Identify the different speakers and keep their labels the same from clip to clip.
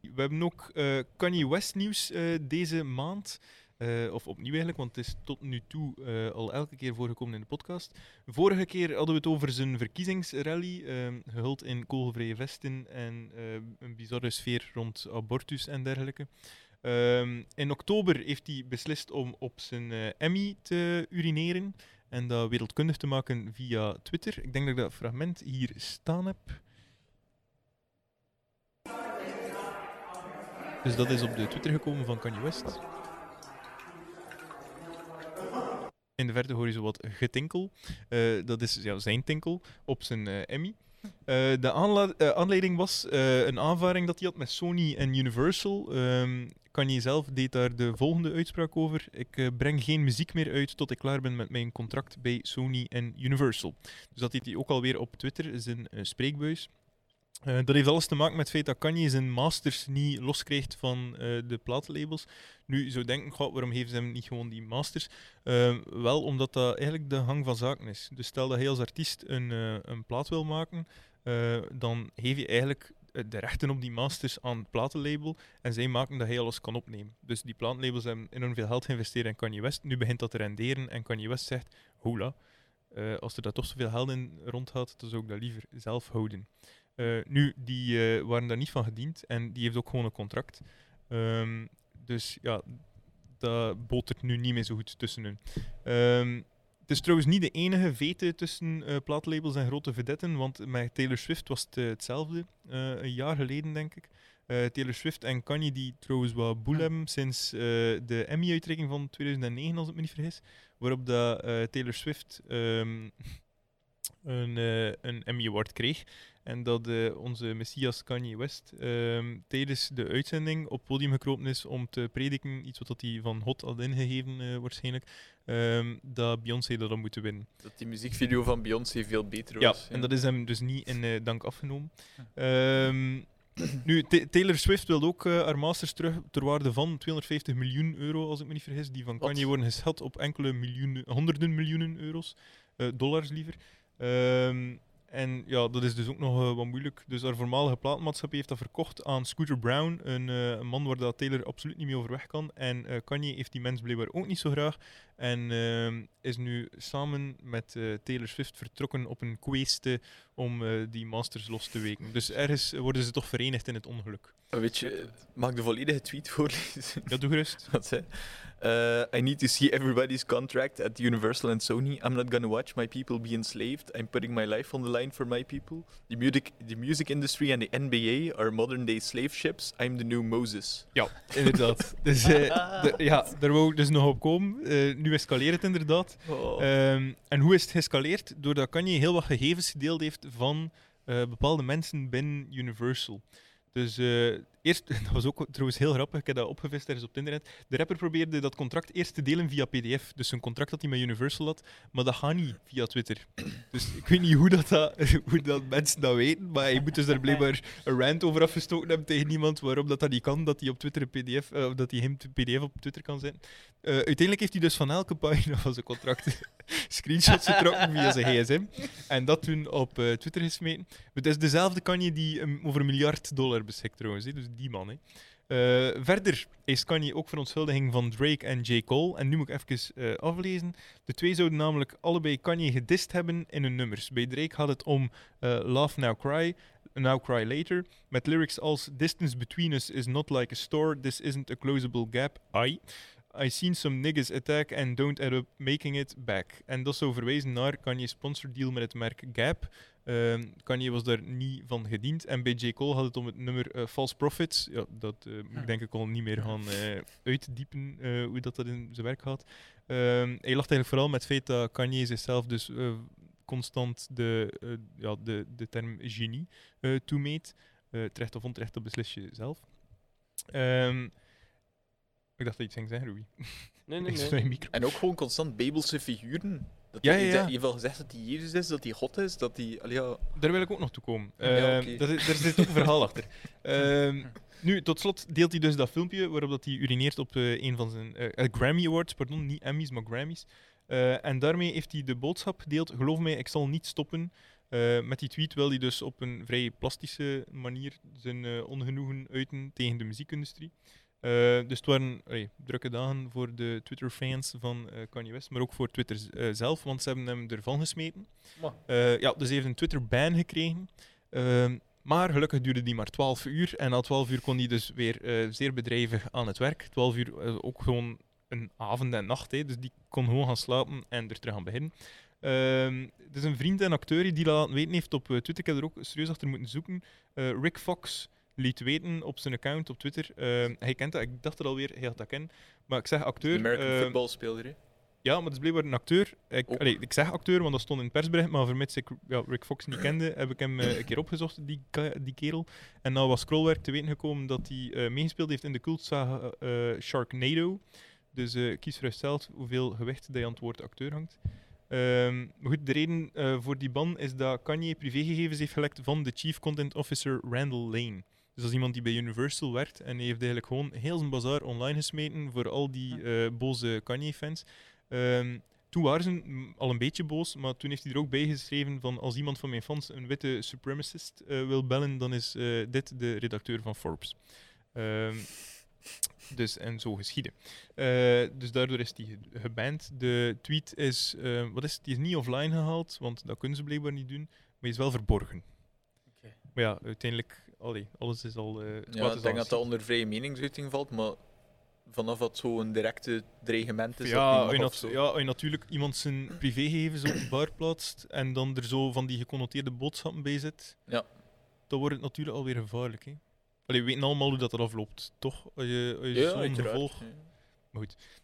Speaker 1: we hebben ook eh, Kanye West nieuws eh, deze maand. Eh, of opnieuw eigenlijk, want het is tot nu toe eh, al elke keer voorgekomen in de podcast. Vorige keer hadden we het over zijn verkiezingsrally, eh, gehuld in kogelvrije vesten en eh, een bizarre sfeer rond abortus en dergelijke. Ehm, in oktober heeft hij beslist om op zijn eh, Emmy te urineren en dat wereldkundig te maken via Twitter. Ik denk dat ik dat fragment hier staan heb. Dus dat is op de Twitter gekomen van Kanye West. In de verte hoor je zo wat getinkel. Eh, dat is ja, zijn tinkel op zijn eh, Emmy. Eh, de aanla- eh, aanleiding was eh, een aanvaring dat hij had met Sony en Universal. Ehm Kanye zelf deed daar de volgende uitspraak over. Ik eh, breng geen muziek meer uit tot ik klaar ben met mijn contract bij Sony en Universal. Dus dat deed hij ook alweer op Twitter, zijn eh, spreekbuis. Eh, dat heeft alles te maken met het feit dat Kanye zijn masters niet loskrijgt van eh, de platenlabels. Nu, je zou denken, goh, waarom geven ze hem niet gewoon die masters? Eh, wel, omdat dat eigenlijk de hang van zaken is. Dus stel dat hij als artiest een, eh, een plaat wil maken, eh, dan geef je eigenlijk eh, de rechten op die masters aan het platenlabel en zij maken dat hij alles kan opnemen. Dus die platenlabels hebben enorm veel geld geïnvesteerd in Kanye West. Nu begint dat te renderen en Kanye West zegt, hola, eh, als er daar toch zoveel geld in rond gaat, dan zou ik dat liever zelf houden. Eh, nu, die eh, waren daar niet van gediend en die heeft ook gewoon een contract. Ehm, dus ja, dat botert nu niet meer zo goed tussen hun. Ehm, het is trouwens niet de enige vete tussen eh plaatlabels en grote vedetten, want met Taylor Swift was het eh, hetzelfde, eh, een jaar geleden denk ik. Eh, Taylor Swift en Kanye, die trouwens wat boel
Speaker 2: Ja.
Speaker 1: hebben sinds eh, de Emmy-uitreiking van 2009, als ik me niet vergis, waarop dat, eh, Taylor Swift ehm, een, eh, een Emmy Award kreeg. En dat eh, onze Messias Kanye West ehm, tijdens de uitzending op het podium gekropen is om te prediken, iets wat dat hij van God had ingegeven eh, waarschijnlijk, ehm, dat Beyoncé dat dan moeten winnen.
Speaker 3: Dat die muziekvideo van Beyoncé veel beter
Speaker 1: Ja,
Speaker 3: was.
Speaker 1: en dat is hem dus niet in eh, dank afgenomen. Ehm, nu, Ta- Taylor Swift wil ook eh, haar masters terug ter waarde van 250 miljoen euro, als ik me niet vergis. Die van
Speaker 3: Wat?
Speaker 1: Kanye worden geschat op enkele miljoenen, honderden miljoenen euro's, eh, dollars liever. Ehm, en ja, dat is dus ook nog eh, wat moeilijk. Dus haar voormalige platenmaatschappij heeft dat verkocht aan Scooter Brown, een eh, een man waar dat Taylor absoluut niet mee overweg kan. En eh, Kanye heeft die mens blijkbaar ook niet zo graag. En ehm, is nu samen met eh, Taylor Swift vertrokken op een queste om eh, die masters los te weken. Dus ergens worden ze toch verenigd in het ongeluk.
Speaker 3: Weet je, mag ik de volledige tweet voorlezen?
Speaker 1: Ja, doe gerust.
Speaker 3: Wat zei? hij? Eh, I need to see everybody's contract at Universal and Sony. I'm not gonna watch my people be enslaved. I'm putting my life on the line for my people. The music, the music industry and the NBA are modern day slave ships. I'm the new Moses.
Speaker 1: Ja, inderdaad. dus eh, d- ja, daar wou ik dus nog op komen. Eh, nu escaleert het inderdaad.
Speaker 3: Eh,
Speaker 1: Ehm, en hoe is het gescaleerd? Doordat Kanye heel wat gegevens gedeeld heeft van eh, bepaalde mensen binnen Universal. Dus eh, eerst, dat was ook trouwens heel grappig, ik heb dat opgevist ergens op het internet. De rapper probeerde dat contract eerst te delen via PDF. Dus een contract dat hij met Universal had, maar dat gaat niet via Twitter. Dus ik weet niet hoe dat, dat, hoe dat mensen dat weten, maar hij moet dus daar blijkbaar een rant over afgestoken hebben tegen iemand waarom dat, dat niet kan, dat hij op Twitter een PDF, eh, of dat hij hem een PDF op Twitter kan zetten. Eh, uiteindelijk heeft hij dus van elke pagina van zijn contract screenshots getrokken via zijn gsm. En dat toen op eh, Twitter gesmeten. Maar Het is dezelfde Kanye die um, over een miljard dollar beschikt trouwens. hè. Dus die man. Hè. Eh, verder is Kanye ook verontschuldiging van Drake en J. Cole. En nu moet ik even eh, aflezen. De twee zouden namelijk allebei Kanye gedist hebben in hun nummers. Bij Drake had het om eh, Love Now Cry, Now Cry Later. Met lyrics als Distance between us is not like a store. This isn't a closable gap. I. I seen some niggas attack and don't end up making it back. En dat zou verwijzen naar Kanye's sponsordeal met het merk Gap. Ehm, Kanye was daar niet van gediend. En bij J. Cole had het om het nummer eh, False Profits. Ja, dat eh, moet ik denk ik al niet meer gaan eh, uitdiepen eh, hoe dat, dat in zijn werk gaat. Ehm, hij lacht eigenlijk vooral met het feit dat Kanye zichzelf dus eh, constant de, eh, ja, de, de term genie eh toemeet. Eh, terecht of onterecht, dat beslis je zelf. Ehm, ik dacht dat je iets ging zeggen, Ruby.
Speaker 2: Nee,
Speaker 1: Ik zat in je micro.
Speaker 3: En ook gewoon constant Bijbelse figuren. Dat
Speaker 1: Ja,
Speaker 3: hij-
Speaker 1: ja,
Speaker 3: dat-
Speaker 1: ja.
Speaker 3: Je heeft al gezegd dat hij Jezus is, dat hij God is, dat hij... allee, ja.
Speaker 1: Daar wil ik ook nog toe komen.
Speaker 3: Ja,
Speaker 1: Ehm,
Speaker 3: oké.
Speaker 1: dat is- daar zit ook een verhaal achter. Ehm, nu, tot slot deelt hij dus dat filmpje waarop dat hij urineert op eh, een van zijn eh, eh, Grammy Awards, pardon, niet Emmys, maar Grammys. Eh, en daarmee heeft hij de boodschap gedeeld: geloof mij, ik zal niet stoppen. Eh, met die tweet wil hij dus op een vrij plastische manier zijn eh, ongenoegen uiten tegen de muziekindustrie. Eh, dus het waren allee, drukke dagen voor de Twitter-fans van eh, Kanye West, maar ook voor Twitter z- eh, zelf, want ze hebben hem ervan gesmeten.
Speaker 2: Maar.
Speaker 1: Eh, ja, dus hij heeft een Twitter-ban gekregen. Ehm, maar gelukkig duurde die maar 12 uur. En na 12 uur kon hij dus weer eh, zeer bedrijvig aan het werk. 12 uur eh, ook gewoon een avond en nacht. Hè, dus die kon gewoon gaan slapen en er terug aan beginnen. Ehm, het is een vriend en acteur die laten weten heeft op eh, Twitter. Ik heb er ook serieus achter moeten zoeken. Eh, Rick Fox liet weten op zijn account op Twitter. ehm, hij kent dat, ik dacht er alweer, hij had dat kennen. Maar ik zeg acteur.
Speaker 3: American
Speaker 1: ehm,
Speaker 3: football speler, hè?
Speaker 1: ja, maar het is blijkbaar een acteur. Ik,
Speaker 3: Ook.
Speaker 1: allee, ik zeg acteur, want dat stond in het persbericht, maar vermits ik ja, Rick Fox niet kende, heb ik hem eh, een keer opgezocht, die, ka- die kerel. En nou was scrollwerk te weten gekomen dat hij eh, meegespeeld heeft in de cultzaga eh Sharknado. Dus eh, kies voor zelf hoeveel gewicht dat je aan het woord acteur hangt. Ehm, maar goed, de reden eh, voor die ban is dat Kanye privégegevens heeft gelekt van de chief content officer Randall Lane. Dus dat is iemand die bij Universal werkt en die heeft eigenlijk gewoon heel zijn bazaar online gesmeten voor al die eh, boze Kanye-fans. Ehm, toen waren ze mm, al een beetje boos, maar toen heeft hij er ook bij geschreven van als iemand van mijn fans een witte supremacist eh, wil bellen, dan is eh, dit de redacteur van Forbes. Ehm, dus en zo geschieden. Eh, dus daardoor is die ge- geband. De tweet is, eh, wat is het? Die is niet offline gehaald, want dat kunnen ze blijkbaar niet doen, maar die is wel verborgen.
Speaker 2: Oké.
Speaker 1: Maar ja, uiteindelijk, allee, alles is al. eh, het kwaad is
Speaker 3: Ja,
Speaker 1: al
Speaker 3: ik denk dat dat
Speaker 1: geschied.
Speaker 3: onder vrije meningsuiting valt, maar vanaf dat zo'n directe dreigement is, dat
Speaker 1: ja,
Speaker 3: niet
Speaker 1: en
Speaker 3: mag
Speaker 1: dat-
Speaker 3: of zo.
Speaker 1: ja, en natuurlijk iemand zijn privégegevens openbaar plaatst en dan er zo van die geconnoteerde boodschappen bij zit,
Speaker 3: Ja.
Speaker 1: dan wordt het natuurlijk alweer gevaarlijk. Hè? Allee, we weten allemaal hoe dat er afloopt, toch? Als je, als je zo'n
Speaker 3: uiteraard,
Speaker 1: gevolg...
Speaker 3: ja.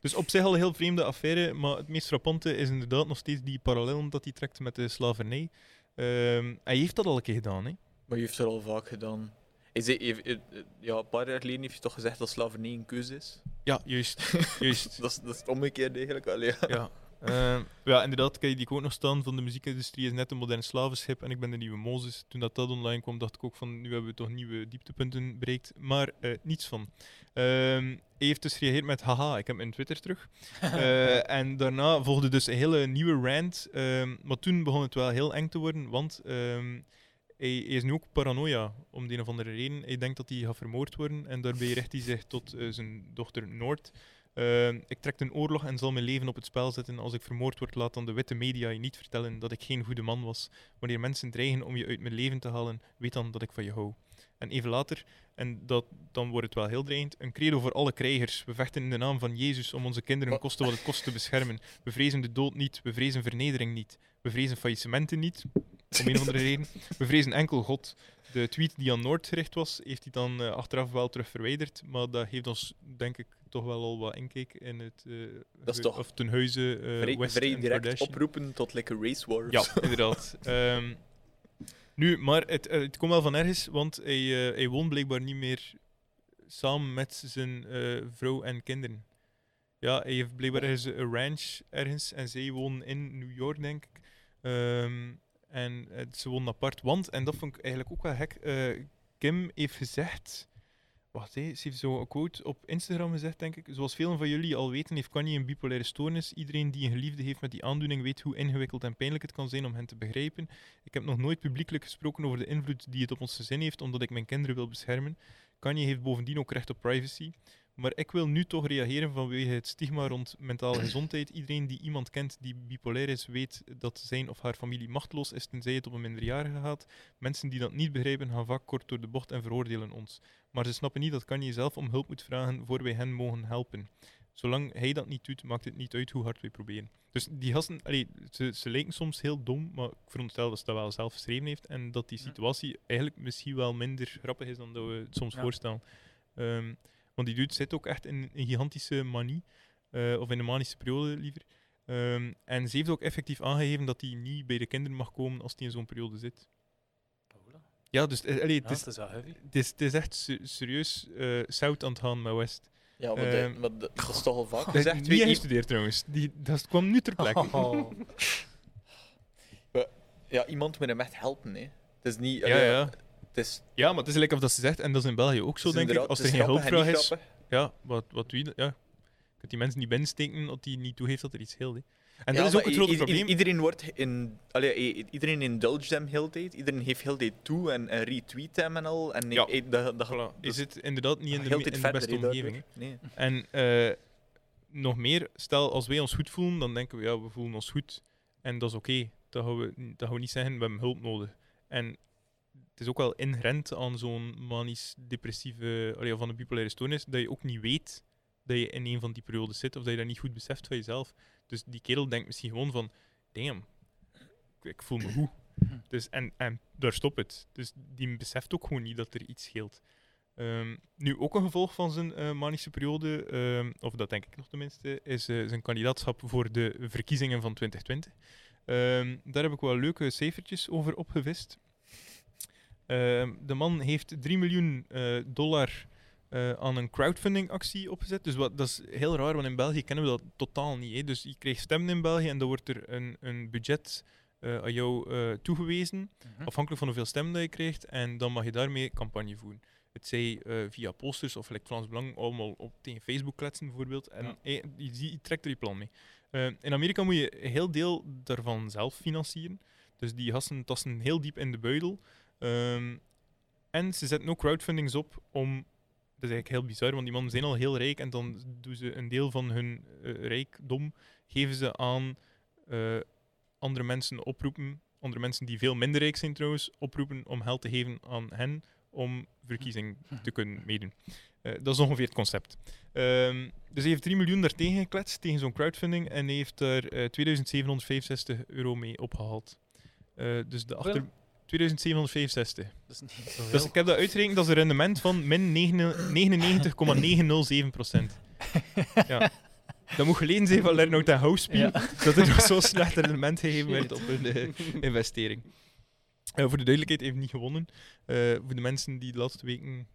Speaker 1: Dus op zich al een heel vreemde affaire, maar het meest frappante is inderdaad nog steeds die parallel dat hij trekt met de slavernij. Ehm, hij heeft dat al een keer gedaan, hè?
Speaker 3: Maar je heeft het al vaak gedaan. Is hij- heeft- eh, eh, ja, een paar jaar geleden heeft je toch gezegd dat slavernij een keuze is?
Speaker 1: Ja, juist. juist.
Speaker 3: Dat is, dat is het omgekeerde eigenlijk. Allee, ja.
Speaker 1: ja. Ehm, ja, inderdaad, kijk, die quote nog staan van de muziekindustrie is net een modern slavenschip en ik ben de nieuwe Mozes. Toen dat, dat online kwam, dacht ik ook van, nu hebben we toch nieuwe dieptepunten bereikt. Maar eh, niets van. Ehm, hij heeft dus gereageerd met, haha, ik heb mijn Twitter terug. Eh, en daarna volgde dus een hele nieuwe rant. ehm, maar toen begon het wel heel eng te worden, want ehm, hij, hij is nu ook paranoia, om de een of andere reden. Hij denkt dat hij gaat vermoord worden en daarbij richt hij zich tot eh, zijn dochter Noord. Eh, ik trek een oorlog en zal mijn leven op het spel zetten. Als ik vermoord word, laat dan de witte media je niet vertellen dat ik geen goede man was. Wanneer mensen dreigen om je uit mijn leven te halen, weet dan dat ik van je hou. En even later, en dat, dan wordt het wel heel dreigend, een credo voor alle krijgers. We vechten in de naam van Jezus om onze kinderen
Speaker 3: Wat?
Speaker 1: kosten wat het kost te beschermen. We vrezen de dood niet, we vrezen vernedering niet. We vrezen faillissementen niet, om een of andere reden. We vrezen enkel God. De tweet die aan Noord gericht was, heeft hij dan eh, achteraf wel terug verwijderd. Maar dat geeft ons, denk ik, toch wel al wat inkijk in het... eh,
Speaker 3: Dat is
Speaker 1: ge-
Speaker 3: toch
Speaker 1: Of ten huize eh,
Speaker 3: vrij,
Speaker 1: West
Speaker 3: vrij
Speaker 1: en
Speaker 3: direct
Speaker 1: Kardashian.
Speaker 3: oproepen tot like een race war. of
Speaker 1: Ja,
Speaker 3: zo.
Speaker 1: inderdaad. Ehm, nu, maar het, eh, het komt wel van ergens, want hij, eh, hij woont blijkbaar niet meer samen met zijn eh, vrouw en kinderen. Ja, hij heeft blijkbaar ergens een ranch ergens en zij wonen in New York, denk ik. Ehm, en eh, ze wonen apart, want, en dat vond ik eigenlijk ook wel gek, eh, Kim heeft gezegd... Wacht, hé, ze heeft zo'n quote op Instagram gezegd, denk ik. Zoals velen van jullie al weten, heeft Kanye een bipolaire stoornis. Iedereen die een geliefde heeft met die aandoening weet hoe ingewikkeld en pijnlijk het kan zijn om hen te begrijpen. Ik heb nog nooit publiekelijk gesproken over de invloed die het op ons gezin heeft, omdat ik mijn kinderen wil beschermen. Kanye heeft bovendien ook recht op privacy. Maar ik wil nu toch reageren vanwege het stigma rond mentale gezondheid. Iedereen die iemand kent die bipolair is, weet dat zijn of haar familie machteloos is tenzij het om een minderjarige gaat. Mensen die dat niet begrijpen, gaan vaak kort door de bocht en veroordelen ons. Maar ze snappen niet dat Kanye zelf om hulp moet vragen voor wij hen mogen helpen. Zolang hij dat niet doet, maakt het niet uit hoe hard wij proberen. Dus die gasten, allee, ze, ze lijken soms heel dom, maar ik veronderstel dat ze dat wel zelf geschreven heeft en dat die
Speaker 2: Ja.
Speaker 1: situatie eigenlijk misschien wel minder grappig is dan dat we het soms
Speaker 2: Ja.
Speaker 1: voorstellen. Ehm, want die dude zit ook echt in een gigantische manie, eh, of in een manische periode liever. Ehm, en ze heeft ook effectief aangegeven dat hij niet bij de kinderen mag komen als hij in zo'n periode zit.
Speaker 2: Ola.
Speaker 1: Ja, dus eh, allee,
Speaker 2: Oh, Ja,
Speaker 1: het is
Speaker 2: het is wel heavy.
Speaker 1: het is, het is echt se- serieus eh zout aan het gaan met West.
Speaker 3: Ja, maar,
Speaker 1: Ehm,
Speaker 3: dat- maar dat, dat is toch al vaak
Speaker 1: Dat is
Speaker 3: gezegd.
Speaker 1: echt
Speaker 3: Weet
Speaker 1: niet
Speaker 3: je-
Speaker 1: gestudeerd trouwens. Die, dat kwam nu ter plekke.
Speaker 2: Oh.
Speaker 3: ja, iemand moet hem echt helpen. Hè. Het is niet...
Speaker 1: Ja,
Speaker 3: allee,
Speaker 1: ja.
Speaker 3: Het is, het
Speaker 1: ja, maar het is lekker of dat ze zegt, en dat is in België ook zo,
Speaker 3: is
Speaker 1: denk ik.
Speaker 3: inderdaad-
Speaker 1: Als er
Speaker 3: het is
Speaker 1: geen
Speaker 3: grappig en
Speaker 1: hulpvraag
Speaker 3: niet
Speaker 1: is,
Speaker 3: grappig.
Speaker 1: ja, wat, wat doe je? dan? Ja. Je kunt die mensen niet binnensteken dat die niet toegeeft dat er iets heelt. hè. En
Speaker 3: Ja,
Speaker 1: dat is
Speaker 3: maar
Speaker 1: ook het
Speaker 3: i-
Speaker 1: grote
Speaker 3: i- i-
Speaker 1: probleem.
Speaker 3: Iedereen, wordt in, allee, i- i- iedereen indulgt hem heel de tijd. Iedereen heeft heel de tijd toe en, en retweet hem en al. En
Speaker 1: Ja.
Speaker 3: ik, ik- dat, dat,
Speaker 1: Voilà. Je
Speaker 3: dat-
Speaker 1: zit inderdaad niet in de,
Speaker 3: heel
Speaker 1: me-
Speaker 3: de tijd
Speaker 1: in de
Speaker 3: verder,
Speaker 1: beste
Speaker 3: hè, daardoor.
Speaker 1: omgeving. hè.
Speaker 3: Nee.
Speaker 1: En eh, nog meer, stel als wij ons goed voelen, dan denken we ja, we voelen ons goed en dat is oké. Dat, gaan we- dat gaan we niet zeggen, we hebben hulp nodig. En het is ook wel inherent aan zo'n manisch-depressieve, allee, of van een bipolaire stoornis, dat je ook niet weet dat je in een van die periodes zit of dat je dat niet goed beseft van jezelf. Dus die kerel denkt misschien gewoon van, damn, ik, ik voel me goed. Dus, en, en daar stopt het. Dus die beseft ook gewoon niet dat er iets scheelt. Ehm, nu, ook een gevolg van zijn eh, manische periode, ehm, of dat denk ik nog tenminste, is eh, zijn kandidaatschap voor de verkiezingen van 2020. Ehm, daar heb ik wel leuke cijfertjes over opgevist. Ehm, de man heeft 3 miljoen eh, dollar eh, aan een crowdfunding-actie opgezet. Dus wat, dat is heel raar, want in België kennen we dat totaal niet. Hè? Dus je kreeg stemmen in België en dan wordt er een, een budget eh, aan jou eh, toegewezen
Speaker 3: Mhm.
Speaker 1: afhankelijk van hoeveel stemmen dat je krijgt. En dan mag je daarmee campagne voeren. Het zij eh, via posters of like Vlaams Belang allemaal op tegen Facebook kletsen bijvoorbeeld. En
Speaker 2: Ja.
Speaker 1: eh, je, zie- je trekt er je plan mee. Eh, in Amerika moet je een heel deel daarvan zelf financieren. Dus die gasten tasten heel diep in de buidel. Ehm, en ze zetten ook crowdfundings op om... Dat is eigenlijk heel bizar, want die mannen zijn al heel rijk en dan doen ze een deel van hun eh, rijkdom geven ze aan eh, andere mensen oproepen, andere mensen die veel minder rijk zijn trouwens, oproepen om geld te geven aan hen om verkiezing
Speaker 2: Hm.
Speaker 1: te kunnen meedoen. Eh, dat is ongeveer het concept. Ehm, dus hij heeft 3 miljoen daartegen gekletst, tegen zo'n crowdfunding, en hij heeft daar eh, 2765 euro mee opgehaald. Eh, dus de achter...
Speaker 2: Hoeveel?
Speaker 1: 2765.
Speaker 2: Dat is niet zo
Speaker 1: Dus ik heb dat uitgerekend, dat is een rendement van min 99,907 Ja. Dat moet geleden zijn van Lernout en Housepiel, dat er nog zo'n slecht rendement gegeven werd op hun eh, investering. Eh, voor de duidelijkheid heeft niet gewonnen. Eh, voor de mensen die de laatste weken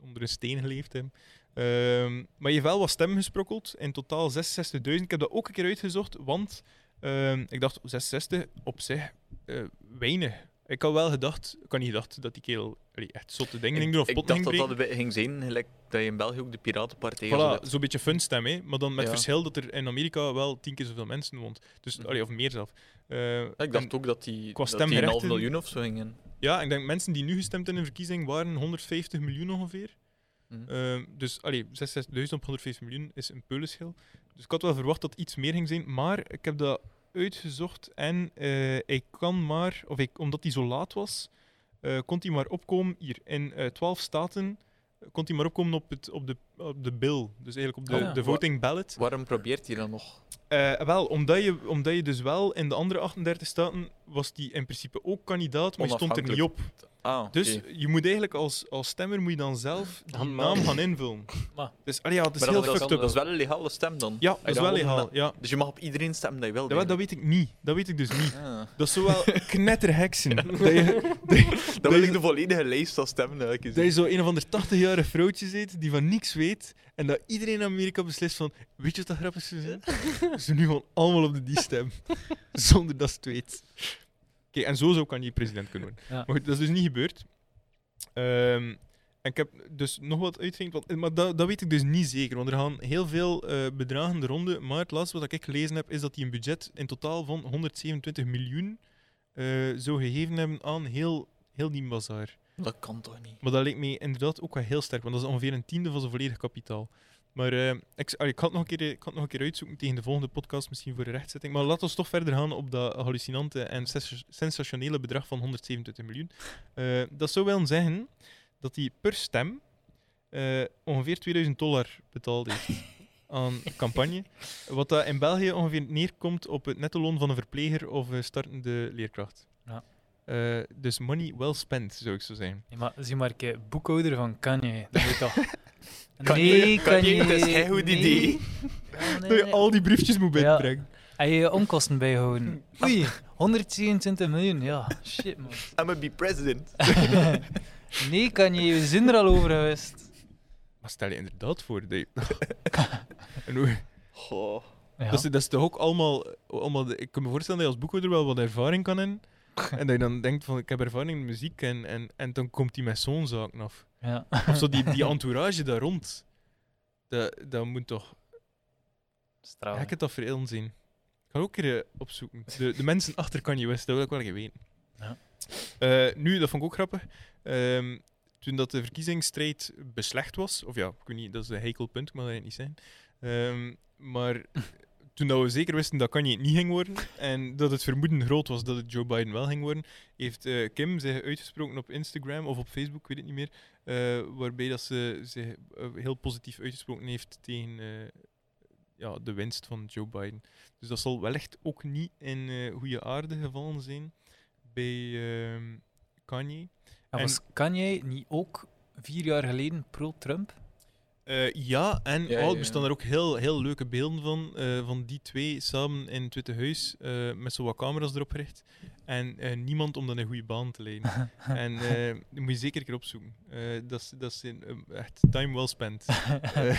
Speaker 1: onder een steen geleefd hebben. Ehm, maar je hebt wel wat stemmen gesprokkeld. In totaal 66.000. Ik heb dat ook een keer uitgezocht, want ehm, ik dacht 66 op zich eh, weinig. Ik had wel gedacht, ik had niet gedacht dat die kerel allee, echt zotte dingen ging doen of
Speaker 3: ik
Speaker 1: potten
Speaker 3: dacht
Speaker 1: ging
Speaker 3: dat dat
Speaker 1: breken.
Speaker 3: een beetje ging zijn, gelijk dat je in België ook de Piratenpartij
Speaker 1: Voilà,
Speaker 3: had.
Speaker 1: zo'n beetje funstem, hè. maar dan met
Speaker 3: Ja.
Speaker 1: verschil dat er in Amerika wel tien keer zoveel mensen woont. Dus,
Speaker 3: Mhm.
Speaker 1: allee, of meer zelf. Eh,
Speaker 3: Ja, ik
Speaker 1: en-
Speaker 3: dacht ook dat die,
Speaker 1: qua
Speaker 3: dat die een half
Speaker 1: stemrechten-
Speaker 3: miljoen of zo gingen.
Speaker 1: Ja, ik denk mensen die nu gestemd in een verkiezing waren 150 miljoen ongeveer.
Speaker 3: Mhm.
Speaker 1: Ehm, dus allee, 66.000 op 150 miljoen is een peulenschil. Dus ik had wel verwacht dat iets meer ging zijn, maar ik heb dat uitgezocht en eh ik kan maar, of ik, omdat hij zo laat was, eh, kon hij maar opkomen hier in eh 12 staten. eh, Kon hij maar opkomen op, het, op, de, op de bill, dus eigenlijk op de,
Speaker 2: Ah, ja.
Speaker 1: de voting ballot.
Speaker 3: Waarom probeert hij dat nog?
Speaker 1: Eh, wel, omdat je, omdat je dus wel in de andere 38 staten was die in principe ook kandidaat, maar je stond er niet op.
Speaker 3: Ah, oké.
Speaker 1: Dus je moet eigenlijk als, als stemmer moet je dan zelf die
Speaker 2: Handmatig.
Speaker 1: naam gaan invullen.
Speaker 2: Maar-
Speaker 1: Dus allee, ja, het is
Speaker 3: maar
Speaker 1: heel
Speaker 3: dat, is-
Speaker 1: fucked
Speaker 3: dat is
Speaker 1: up.
Speaker 3: wel een legale stem dan.
Speaker 1: Ja, dat is
Speaker 3: dat
Speaker 1: wel
Speaker 3: wel
Speaker 1: legaal.
Speaker 3: gedaan.
Speaker 1: Ja.
Speaker 3: Dus je mag op iedereen stemmen dat je wil.
Speaker 1: Dat, dat weet ik niet. Dat weet ik dus niet.
Speaker 3: Ah.
Speaker 1: Dat is zowel knetterheksen. dat, je, dat, je-
Speaker 3: Dan wil
Speaker 1: is-
Speaker 3: ik de volledige lijst aan stemmen. Dat ik
Speaker 1: dat je zo een of ander 80-jarig vrouwtje zit die van niks weet. En dat iedereen in Amerika beslist van, weet je wat dat grappig zou zijn? Ze nu gewoon allemaal op de die stem. Zonder dat ze het weet. Oké, en zo zo kan je president kunnen worden.
Speaker 2: Ja.
Speaker 1: Maar goed, dat is dus niet gebeurd. Ehm, en ik heb dus nog wat uitgerekend, want- maar dat, dat weet ik dus niet zeker, want er gaan heel veel eh, bedragen de ronde, maar het laatste wat ik gelezen heb, is dat die een budget in totaal van 127 miljoen eh, zou gegeven hebben aan heel, heel die bazaar.
Speaker 3: Dat kan toch niet?
Speaker 1: Maar dat leek me inderdaad ook wel heel sterk, want dat is ongeveer een tiende van zijn volledig kapitaal. Maar eh, ik, allee, ik, had nog een keer, ik had nog een keer uitzoeken tegen de volgende podcast, misschien voor de rechtzetting. Maar laten we toch verder gaan op dat hallucinante en sens- sensationele bedrag van 127 miljoen. Eh, dat zou wel zeggen dat hij per stem eh, ongeveer 2000 dollar betaald heeft aan campagne. Wat dat in België ongeveer neerkomt op het netto loon van een verpleger of een startende leerkracht.
Speaker 2: Ja.
Speaker 1: Eh, dus money well spent, zou ik zo zijn.
Speaker 2: Nee, maar zie maar, kijk, boekhouder van Kanye, dat weet toch.
Speaker 3: Kanye- Kanye, het is hij goed idee.
Speaker 2: Ja, nee,
Speaker 1: Dat je
Speaker 2: nee.
Speaker 1: al die briefjes moet
Speaker 2: Ja.
Speaker 1: binnenbrengen.
Speaker 2: En je je onkosten bijhouden. Oei, 127 miljoen, ja, shit man.
Speaker 3: I'ma be president.
Speaker 2: Nee, Kanye, we zijn er al over geweest.
Speaker 1: Maar stel je inderdaad voor dat je- En hoe-
Speaker 3: Goh.
Speaker 2: Ja.
Speaker 1: dat, is, dat is toch ook allemaal... allemaal de- ik kan me voorstellen dat je als boekhouder wel wat ervaring kan in. En dat je dan denkt van, ik heb ervaring in muziek. En, en, en dan komt die met zo'n zaken af.
Speaker 2: ja.
Speaker 1: Of zo die, die entourage daar rond. Dat, dat moet toch...
Speaker 2: Straal.
Speaker 1: Ik heb het dat verelend zien. Ik ga ga ook een keer eh, opzoeken. De, de mensen achter Kanye West, dat wil ik wel even weten.
Speaker 2: Ja.
Speaker 1: Eh, nu, dat vond ik ook grappig. Ehm, toen dat de verkiezingsstrijd beslecht was, of ja, ik weet niet, dat is een heikel punt, ik mag dat eigenlijk niet zijn. Ehm, maar toen dat we zeker wisten dat Kanye het niet ging worden en dat het vermoeden groot was dat het Joe Biden wel ging worden, heeft eh, Kim zich uitgesproken op Instagram of op Facebook, ik weet het niet meer, eh, waarbij dat ze zich eh, heel positief uitgesproken heeft tegen eh, ja, de winst van Joe Biden. Dus dat zal wellicht ook niet in eh, goede aarde gevallen zijn bij ehm, Kanye.
Speaker 2: En was Kanye niet ook vier jaar geleden pro-Trump?
Speaker 1: Eh, ja, en
Speaker 3: Ja,
Speaker 1: oh,
Speaker 3: ja,
Speaker 1: er staan
Speaker 3: ja.
Speaker 1: er ook heel, heel leuke beelden van, eh, van die twee samen in het Witte Huis, eh, met zo wat camera's erop gericht. En eh, niemand om dan een goede baan te leiden. en eh, die moet je zeker een keer opzoeken. Eh, dat is, dat is een, eh, echt time well spent. Eh,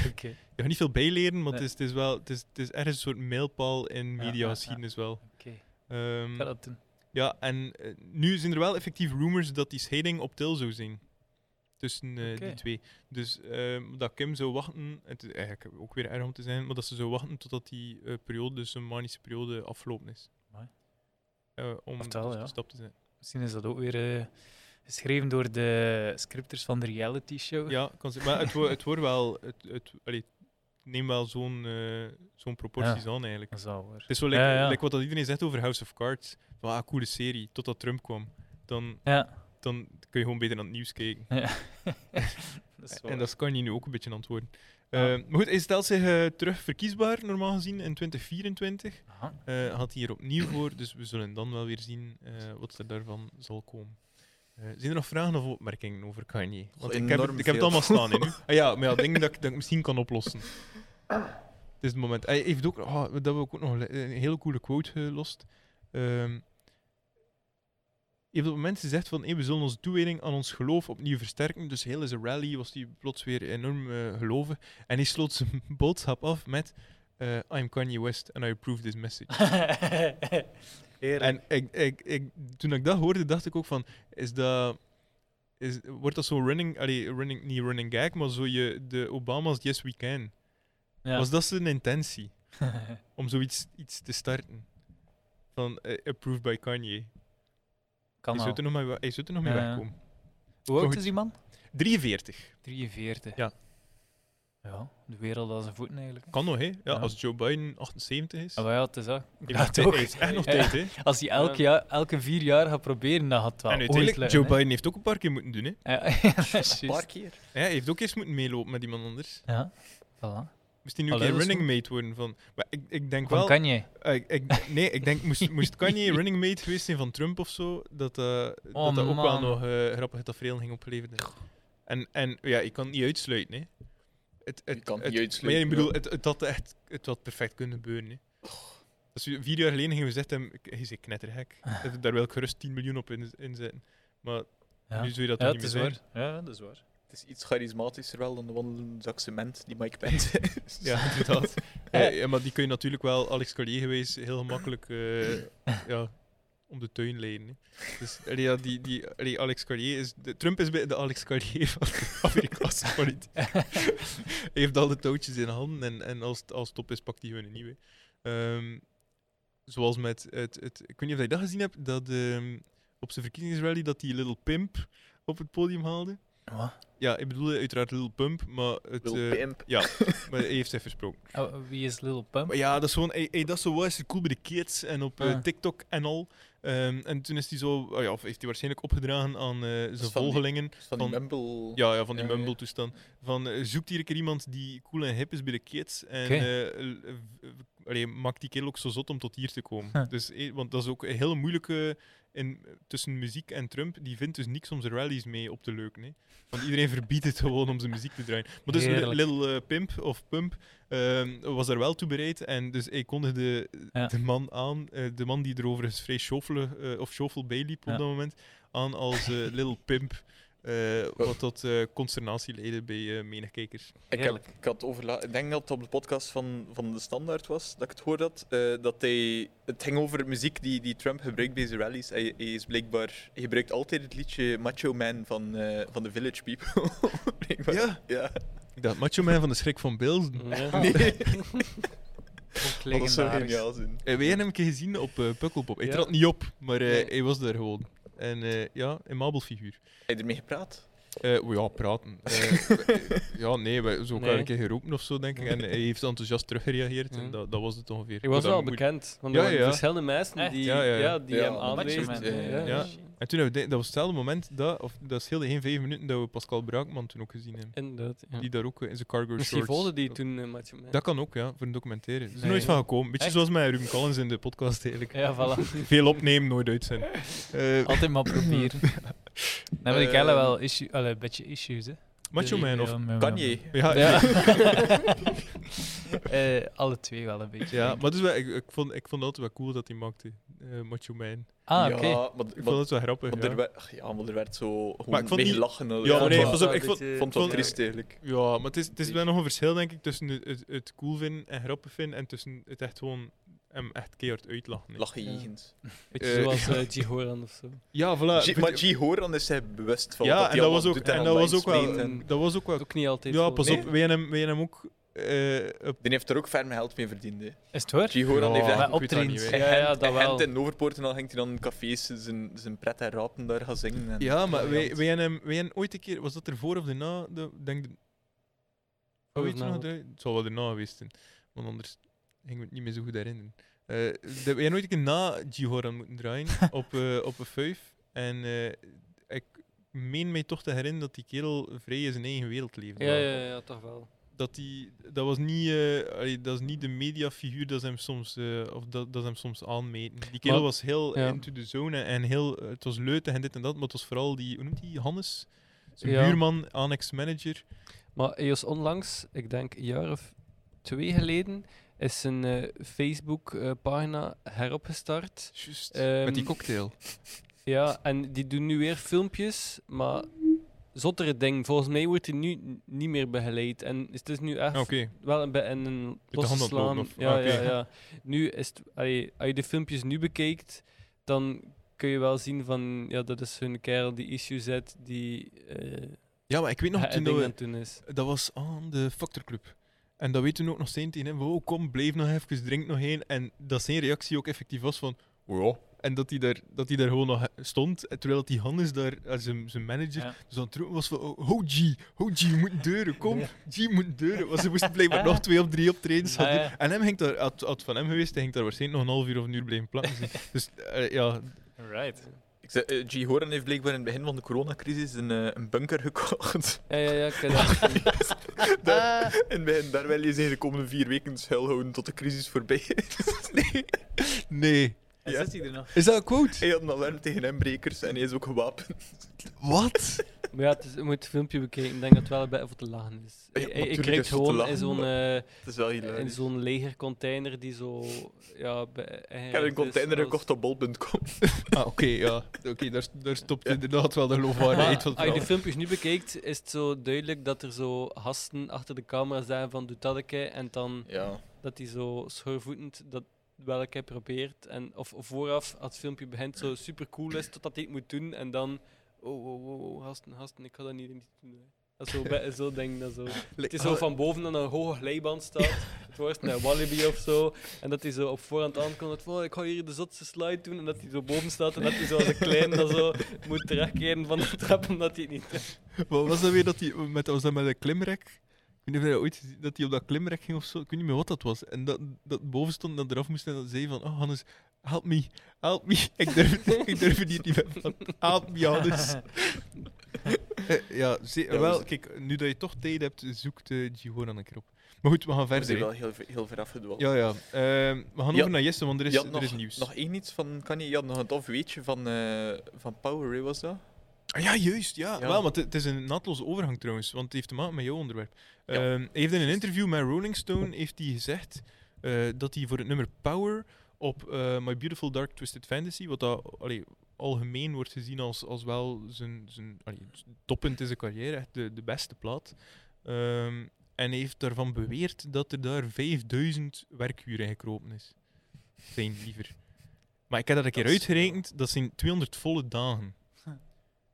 Speaker 2: Oké.
Speaker 1: je gaat niet veel bijleren, maar het,
Speaker 2: Nee.
Speaker 1: is, het, is wel, het, is, het is ergens een soort mijlpaal in
Speaker 2: ja, ja.
Speaker 1: mediageschiedenis wel.
Speaker 2: Oké.
Speaker 1: Ehm,
Speaker 2: Ik ga dat doen.
Speaker 1: ja, en eh, nu zijn er wel effectief rumors dat die scheiding op til zou zijn. Tussen eh,
Speaker 2: Oké.
Speaker 1: die twee. Dus ehm, dat Kim zou wachten, het is eigenlijk ook weer erg om te zijn, maar dat ze zou wachten totdat die eh, periode, dus een manische periode, afgelopen is.
Speaker 2: Amai.
Speaker 1: Eh, om
Speaker 2: Oftewel,
Speaker 1: dus
Speaker 2: ja.
Speaker 1: de stap te zijn.
Speaker 2: Misschien is dat ook weer eh, geschreven door de scripters van de reality show.
Speaker 1: Ja, kan zijn. maar het, wo- het wordt wel, het, het, allee, het neemt wel zo'n eh, zo'n proporties aan eigenlijk.
Speaker 2: Dat is wel waar.
Speaker 1: Het is wel like,
Speaker 2: Ja, ja.
Speaker 1: like wat dat iedereen zegt over House of Cards. Van, ah, coole serie, totdat Trump kwam. Dan,
Speaker 2: Ja.
Speaker 1: dan kun je gewoon beter naar het nieuws kijken.
Speaker 2: dat
Speaker 1: En dat kan je nu ook een beetje antwoorden.
Speaker 2: Ja.
Speaker 1: Eh, maar goed, hij stelt zich eh, terug verkiesbaar, normaal gezien, in 2024.
Speaker 2: Aha.
Speaker 1: Eh had hij er opnieuw voor, dus we zullen dan wel weer zien eh, wat er daarvan zal komen. Eh, zijn er nog vragen of opmerkingen over Kanye? Want ik heb,
Speaker 3: enorm
Speaker 1: het- ik heb het
Speaker 3: veel.
Speaker 1: allemaal staan. hè, nu. Ah, ja, maar ja, dingen dat ik, dat ik misschien kan oplossen. Het is het moment. Hij heeft ook, oh, dat hebben we ook nog le- een hele coole quote gelost. Ehm, hij heeft op het moment gezegd van hey, we zullen onze toewijding aan ons geloof opnieuw versterken. Dus heel zijn rally was hij plots weer enorm eh gelovig. En hij sloot zijn boodschap af met eh, I'm Kanye West and I approve this message.
Speaker 3: Heerlijk.
Speaker 1: en ik, ik, ik, toen ik dat hoorde, dacht ik ook van, is dat... Is, wordt dat zo'n running, allee, running, niet running gag, maar zo je, de Obama's Yes We Can.
Speaker 2: Ja.
Speaker 1: Was dat zijn intentie? Om zoiets iets te starten? Van eh, approved by Kanye.
Speaker 2: kan
Speaker 1: hij zou
Speaker 2: wel.
Speaker 1: er nog mee, wa- hij zou er nog mee
Speaker 2: Ja, ja.
Speaker 1: wegkomen.
Speaker 2: Hoe oud
Speaker 1: Goed.
Speaker 2: is die man?
Speaker 1: 43.
Speaker 2: 43.
Speaker 1: Ja.
Speaker 2: Ja, de wereld aan zijn voeten eigenlijk.
Speaker 1: Kan nog, hè? Ja,
Speaker 2: Ja.
Speaker 1: Als Joe Biden 78 is.
Speaker 2: Ah, maar ja, het is dat.
Speaker 1: die
Speaker 2: ja,
Speaker 1: heeft nog
Speaker 2: toch.
Speaker 1: tijd, hij heeft nog
Speaker 2: Ja.
Speaker 1: tijd, hè?
Speaker 2: Als hij elke, jaar, elke vier jaar gaat proberen, dan gaat het wel
Speaker 1: En
Speaker 2: ooit
Speaker 1: uiteindelijk,
Speaker 2: lukken,
Speaker 1: Joe
Speaker 2: hè.
Speaker 1: Biden heeft ook een paar keer moeten doen, hè?
Speaker 2: Ja, ja, dat is juist.
Speaker 3: keer.
Speaker 1: Ja, Hij heeft ook eens moeten meelopen met iemand anders.
Speaker 2: Ja, voilà.
Speaker 1: Moest hij nu een
Speaker 2: Allee,
Speaker 1: keer
Speaker 2: dat is
Speaker 1: running mate worden van... Maar ik, ik denk
Speaker 2: Van
Speaker 1: wel...
Speaker 2: Kanye.
Speaker 1: eh, ik, ik- nee, ik denk, moest, moest Kanye running mate geweest zijn van Trump of zo, dat eh, dat, dat ook wel
Speaker 2: Oh, man.
Speaker 1: nog eh, grappige tafereel ging opleveren. En, en ja, ik kan het niet uitsluiten, hè. Het, het,
Speaker 3: Je kan het
Speaker 1: het-
Speaker 3: niet
Speaker 1: Maar ja,
Speaker 3: uitsluiten,
Speaker 1: ik bedoel,
Speaker 3: ja.
Speaker 1: het, het, had echt, het had perfect kunnen gebeuren, hè. Als we vier jaar geleden gingen we zeggen, hem, hij is een knettergek.
Speaker 2: Ah.
Speaker 1: Dat- Daar wil ik gerust 10 miljoen op in- inzetten. Maar
Speaker 2: Ja,
Speaker 1: nu zul je dat
Speaker 2: ja
Speaker 1: toch
Speaker 2: het
Speaker 1: niet
Speaker 2: is
Speaker 1: meer
Speaker 2: waar. Ja, dat is waar.
Speaker 3: Het is iets charismatischer wel dan de wandelende zak cement die Mike Pence is.
Speaker 1: Ja, inderdaad. ja, ja, maar die kun je natuurlijk wel, Alex Collier geweest, heel gemakkelijk eh, ja, om de tuin leiden. hè. Dus allee, ja, die, die, allee, Alex Collier is... De, Trump is bij de Alex Collier van de Amerikaanse politiek. Hij heeft al de touwtjes in handen en, en als, het- als het op is, pakt hij hun een nieuwe. Ehm, zoals met het, het... Ik weet niet of je dat gezien hebt, dat ehm, op zijn verkiezingsrally dat die Little Pimp op het podium haalde.
Speaker 2: Wat?
Speaker 1: Ja, ik bedoelde uiteraard Little Pump, maar het...
Speaker 3: Lil
Speaker 1: eh,
Speaker 3: Pimp.
Speaker 1: maar hij heeft zich versproken.
Speaker 2: Oh, wie is Lil Pump?
Speaker 1: Maar ja, dat is gewoon, ey, ey, dat is zo wel eens cool bij de kids en op eh,
Speaker 2: Ah.
Speaker 1: TikTok en al. Ehm, en toen is hij zo, oh ja, of heeft hij waarschijnlijk opgedragen aan eh, zijn
Speaker 3: Dus van die-
Speaker 1: volgelingen.
Speaker 3: Van die
Speaker 1: van-
Speaker 3: Mumble.
Speaker 1: Ja, ja, van die
Speaker 3: Ja, ja, ja.
Speaker 1: mumble-toestand. Van eh, zoekt hier een keer iemand die cool en hip is bij de kids. En
Speaker 2: Oké.
Speaker 1: eh, l- eh, v- allee, maakt die kerel ook zo zot om tot hier te komen.
Speaker 2: Huh.
Speaker 1: Dus, eh, want dat is ook een hele moeilijke. In, eh, tussen muziek en Trump, die vindt dus niks om zijn rallies mee op te leuken. Hè. Want iedereen verbiedt het gewoon om zijn muziek te draaien. Maar dus
Speaker 2: Heerlijk.
Speaker 1: Lil eh, Pimp of Pump ehm, was daar wel toe bereid. En dus ik kondigde
Speaker 2: Ja.
Speaker 1: de man aan, eh, de man die er overigens vrij chauffelen, eh, of chauffel bij liep op
Speaker 2: Ja.
Speaker 1: dat moment, aan als eh, Lil Pimp. Eh, wat tot eh, consternatie leidde bij eh, menig kijkers.
Speaker 3: Ik, heb,
Speaker 2: Heerlijk.
Speaker 3: ik had overla- ik denk dat het op de podcast van, van de Standaard was dat ik het hoorde. had, eh, dat hij, het ging over muziek die, die Trump gebruikt bij zijn rallies. Hij, hij is blijkbaar, hij gebruikt altijd het liedje Macho Man van, eh, van de Village People. Blijkbaar.
Speaker 1: Ja.
Speaker 3: ja.
Speaker 4: Mhm.
Speaker 1: Ik dacht, Macho Man van de Schrik van Beelden.
Speaker 4: Ja.
Speaker 3: Nee.
Speaker 2: Ook
Speaker 3: Dat zou
Speaker 2: Legendarisch.
Speaker 3: geniaal zijn.
Speaker 1: Eh, wij hebben hem een keer gezien op eh, Pukkelpop. Hij
Speaker 2: Ja.
Speaker 1: trad niet op, maar eh,
Speaker 2: Nee.
Speaker 1: hij was daar gewoon. En eh, ja, een mabel figuur.
Speaker 3: Heb je ermee gepraat?
Speaker 1: Eh, we ja, praten. Eh, ja, nee, we zo elkaar
Speaker 4: Nee.
Speaker 1: een keer geroepen of zo, denk ik. En hij heeft enthousiast teruggereageerd. En
Speaker 4: Mhm.
Speaker 1: dat, dat was het ongeveer.
Speaker 4: Ik
Speaker 1: Maar
Speaker 4: was wel
Speaker 1: dat moet-
Speaker 4: bekend, want
Speaker 1: Ja,
Speaker 4: er waren
Speaker 1: ja.
Speaker 4: verschillende mensen
Speaker 2: Echt?
Speaker 4: die,
Speaker 1: Ja,
Speaker 4: ja,
Speaker 1: ja, ja.
Speaker 4: die
Speaker 3: Ja,
Speaker 4: hem
Speaker 3: dat
Speaker 4: aanwezen.
Speaker 2: matchen
Speaker 3: mensen,
Speaker 1: eh, ja. En toen hebben we, dat was hetzelfde moment, dat, of dat is heel de geen vijf minuten dat we Pascal Braakman toen ook gezien hebben.
Speaker 4: Inderdaad, ja.
Speaker 1: Die daar ook eh, in zijn cargo
Speaker 4: Misschien
Speaker 1: shorts.
Speaker 4: volgde die
Speaker 1: Dat-
Speaker 4: toen eh, een match mee.
Speaker 1: Dat kan ook, ja, voor een documentaire. Er is
Speaker 2: Nee.
Speaker 1: nooit van gekomen. Beetje
Speaker 2: Echt?
Speaker 1: zoals met Ruben Collins in de podcast eigenlijk.
Speaker 2: Ja, voilà.
Speaker 1: Veel opnemen, nooit uitzenden. Eh,
Speaker 2: Altijd maar proberen. Dan heb ik
Speaker 3: Ehm.
Speaker 2: eigenlijk wel issue, allee, een beetje issues, hè.
Speaker 1: Macho
Speaker 2: Dus,
Speaker 1: Man
Speaker 2: ja,
Speaker 1: of...
Speaker 2: maar-
Speaker 3: Kan je?
Speaker 1: Ja,
Speaker 2: Ja.
Speaker 1: ja.
Speaker 2: Eh, alle twee wel een beetje. denk ik.
Speaker 1: maar dus wel, ik, ik, vond, ik vond het altijd wel cool dat hij maakte, eh Macho Man.
Speaker 2: Ah, oké.
Speaker 3: Ja, maar,
Speaker 1: Ik
Speaker 3: maar-
Speaker 1: vond het wel grappig,
Speaker 3: want
Speaker 1: ja.
Speaker 3: er werd, ach ja, maar er werd zo
Speaker 1: Maar
Speaker 3: gewoon
Speaker 1: ik vond
Speaker 3: mee
Speaker 1: niet-
Speaker 3: gelachen. hè.
Speaker 1: Ja, maar
Speaker 3: vond
Speaker 1: nee,
Speaker 3: het
Speaker 1: ik was
Speaker 3: wel-
Speaker 1: ook- ik vond-
Speaker 3: vond het wel
Speaker 1: vond-
Speaker 3: triest eigenlijk.
Speaker 1: Ja, maar het is, het is wel nog een verschil, denk ik, tussen het, het, het cool vinden en grappig vinden en tussen het echt gewoon hem echt keihard uitlachen. hè.
Speaker 3: Lachen
Speaker 4: Ja.
Speaker 3: jegend.
Speaker 4: Beetje
Speaker 1: Eh,
Speaker 4: zoals eh Jihoran of zo.
Speaker 1: Ja,
Speaker 3: Ja.
Speaker 1: voilà.
Speaker 3: G- maar G. Horan is hij bewust van
Speaker 1: Ja,
Speaker 3: wat
Speaker 1: en
Speaker 3: hij
Speaker 1: dat
Speaker 3: allemaal
Speaker 1: was ook-
Speaker 3: doet en,
Speaker 1: en dat was
Speaker 3: online
Speaker 1: ook wel-
Speaker 3: smijt en-
Speaker 4: En-
Speaker 1: Dat was ook wel...
Speaker 4: Ook niet altijd.
Speaker 1: Ja,
Speaker 4: zo.
Speaker 1: pas
Speaker 3: Nee?
Speaker 1: op, wij hebben hem, wij hebben hem ook... eh, op-
Speaker 3: Die heeft er ook ferm geld mee verdiend. hè.
Speaker 2: Is het waar?
Speaker 3: G. Horan
Speaker 1: Ja,
Speaker 3: heeft echt
Speaker 1: maar
Speaker 2: Met
Speaker 1: ik weet dat niet,
Speaker 2: optredens.
Speaker 1: hè.
Speaker 3: En
Speaker 4: Ja, ja,
Speaker 3: Gent-
Speaker 4: dat
Speaker 3: en
Speaker 4: wel.
Speaker 3: Gent in Overpoort en dan ging hij dan in cafés zijn, zijn pret en rapen daar gaan zingen. En
Speaker 1: Ja, maar wij,
Speaker 3: briljant.
Speaker 1: wij, hebben, hem- wij hebben ooit een keer, was dat ervoor of daarna? De, denk de, oh, weet je nog?
Speaker 4: erna.
Speaker 1: de- het zal wel erna geweest zijn, want anders ging we het niet meer zo goed herinneren. Eh de, wij hebben ooit een keer na Jihoran moeten draaien op, eh, op een vijf. En eh, ik meen mij toch te herinneren dat die kerel vrij in zijn eigen wereld leefde.
Speaker 4: Ja, ja, ja, toch wel.
Speaker 1: Dat, die, dat, was niet, eh, allee, dat is niet de mediafiguur dat ze hem soms, eh, of dat, dat ze hem soms aanmeten. Die kerel
Speaker 4: Maar-
Speaker 1: was heel
Speaker 4: ja.
Speaker 1: into the zone en- en heel, eh, het was leutig en dit en dat, maar het was vooral die, hoe noemt die, Hannes? Zijn
Speaker 4: Ja.
Speaker 1: buurman, annex-manager.
Speaker 4: Maar eerst onlangs, ik denk een jaar of twee geleden, is zijn
Speaker 1: eh,
Speaker 4: Facebook-pagina heropgestart.
Speaker 1: Juist,
Speaker 4: Ehm,
Speaker 1: met die cocktail.
Speaker 4: Ja, en die doen nu weer filmpjes, maar zottere ding. Volgens mij wordt hij nu n- niet meer begeleid. En het is nu echt
Speaker 1: Ah, Oké,
Speaker 4: wel een, be- en een
Speaker 1: de hand ontlopen
Speaker 4: losslaan.
Speaker 1: of-
Speaker 4: Ja,
Speaker 1: ah, oké.
Speaker 4: ja, ja. Nu is het, allee, als je de filmpjes nu bekijkt, dan kun je wel zien van, ja, dat is hun kerel die issue zet, die eh
Speaker 1: ja, maar ik weet nog,
Speaker 4: het
Speaker 1: toen
Speaker 4: ding
Speaker 1: dat
Speaker 4: aan
Speaker 1: we-
Speaker 4: het doen is.
Speaker 1: dat was aan de Factor Club. En dat weten we ook nog steeds tegen hem. Oh, kom, blijf nog even, drink nog één. En dat zijn reactie ook effectief was van, oh ja. En dat hij daar, dat hij daar gewoon nog stond, eh, terwijl dat die Hannes daar, eh, zijn, zijn manager,
Speaker 2: Ja.
Speaker 1: dus aan het roepen was van, oh, oh, G, oh, G, je moet deuren, kom, G moet deuren. Want ze moesten blijkbaar nog twee of drie optredens gaan
Speaker 2: Ah,
Speaker 1: doen.
Speaker 2: ja.
Speaker 1: En hem ging daar, had, had van hem geweest, hij ging daar waarschijnlijk nog een half uur of een uur blijven plakken. zitten. dus eh, ja,
Speaker 2: Right.
Speaker 3: Ik zei, eh, G. Horan heeft blijkbaar in het begin van de coronacrisis een, eh, een bunker gekocht.
Speaker 4: Ja, ja, ja, ik heb dat gezien.
Speaker 1: Eh,
Speaker 3: daar, en bij, daar wil je zich de komende vier weken schuilhouden tot de crisis voorbij is.
Speaker 1: nee.
Speaker 2: En
Speaker 3: Ja.
Speaker 2: zit hij er nog?
Speaker 1: Is dat een quote?
Speaker 3: Hij had een alarm tegen inbrekers en hij is ook gewapend.
Speaker 1: Wat?
Speaker 4: Maar ja, het is, je moet het filmpje bekijken. Ik denk dat het wel een beetje voor te lachen is.
Speaker 3: Ja,
Speaker 4: Ik- ik- ik
Speaker 3: natuurlijk
Speaker 4: kreeg
Speaker 3: is het voor
Speaker 4: gewoon
Speaker 3: te
Speaker 4: in
Speaker 3: lachen,
Speaker 4: zo'n
Speaker 3: Het is wel
Speaker 4: eh, in
Speaker 3: hilarisch.
Speaker 4: zo'n legercontainer die zo... Ja, eh,
Speaker 3: Ik heb een container gekocht op bol.com.
Speaker 1: Ah, oké, ja. Oké, daar, daar stopt inderdaad wel de geloofwaardigheid
Speaker 4: Maar
Speaker 1: van het
Speaker 4: als Ah, je
Speaker 1: verhaal.
Speaker 4: de filmpjes nu bekijkt, is het zo duidelijk dat er zo gasten achter de camera zijn van doe dat een keer", en dan
Speaker 3: Ja.
Speaker 4: dat die zo schoorvoetend dat wel een keer probeert. En, of of vooraf, als het filmpje begint, zo super cool is totdat hij het moet doen en dan... Oh, oh, oh, oh, gasten, gasten, ik ga dat niet, niet doen. hè." Dat is zo, bij- zo ding, dat zo... Het is zo van boven aan een hoge glijband staat. Het wordt een wallaby of zo. En dat hij zo op voorhand aankondigt van "Oh, ik ga hier de zotste slide doen. En dat hij zo boven staat en dat hij zo als een klein dat zo moet terugkeren van de trap omdat hij het niet trekt.
Speaker 1: Wat was dat weer dat die met, was dat met een klimrek? Ik weet niet of je dat ooit gezien- dat hij op dat klimrek ging of zo. Ik weet niet meer wat dat was. En dat, dat boven stond en dat eraf moest en dat zei van, oh Hannes, help me, help me. Ik durf, het niet, ik durf het hier niet meer. van. Help me, Hannes. Eh, ja, ze-
Speaker 3: Ja,
Speaker 1: wel,
Speaker 3: we-
Speaker 1: kijk, nu dat je toch tijd hebt, zoekt uh, Gio dan een keer op. Maar goed, we gaan
Speaker 3: We
Speaker 1: verder.
Speaker 3: zijn
Speaker 1: hè.
Speaker 3: wel heel, ver- heel ver afgedwaald.
Speaker 1: Ja, ja. Ehm, we gaan
Speaker 3: Ja.
Speaker 1: over naar Jesse, want er is,
Speaker 3: Je had
Speaker 1: er
Speaker 3: nog,
Speaker 1: is nieuws.
Speaker 3: nog één iets van Kanye. Je had nog een tof weetje van, eh, van Power, hè, was dat?
Speaker 1: Ah, ja, juist. Ja.
Speaker 3: Ja.
Speaker 1: Wel, maar het is een naadloze overgang trouwens, want het heeft te maken met jouw onderwerp.
Speaker 3: Ja.
Speaker 1: Ehm, hij heeft in een interview met Rolling Stone heeft hij gezegd eh, dat hij voor het nummer Power op eh, My Beautiful Dark Twisted Fantasy, wat dat, allee, algemeen wordt gezien als, als wel zijn, zijn allee, het toppunt in zijn carrière, echt de, de beste plaat. Ehm, en hij heeft daarvan beweerd dat er daar 5000 werkuren in gekropen is. Zijn liever. Maar ik heb dat een keer
Speaker 3: Dat is-
Speaker 1: uitgerekend, dat zijn 200 volle dagen.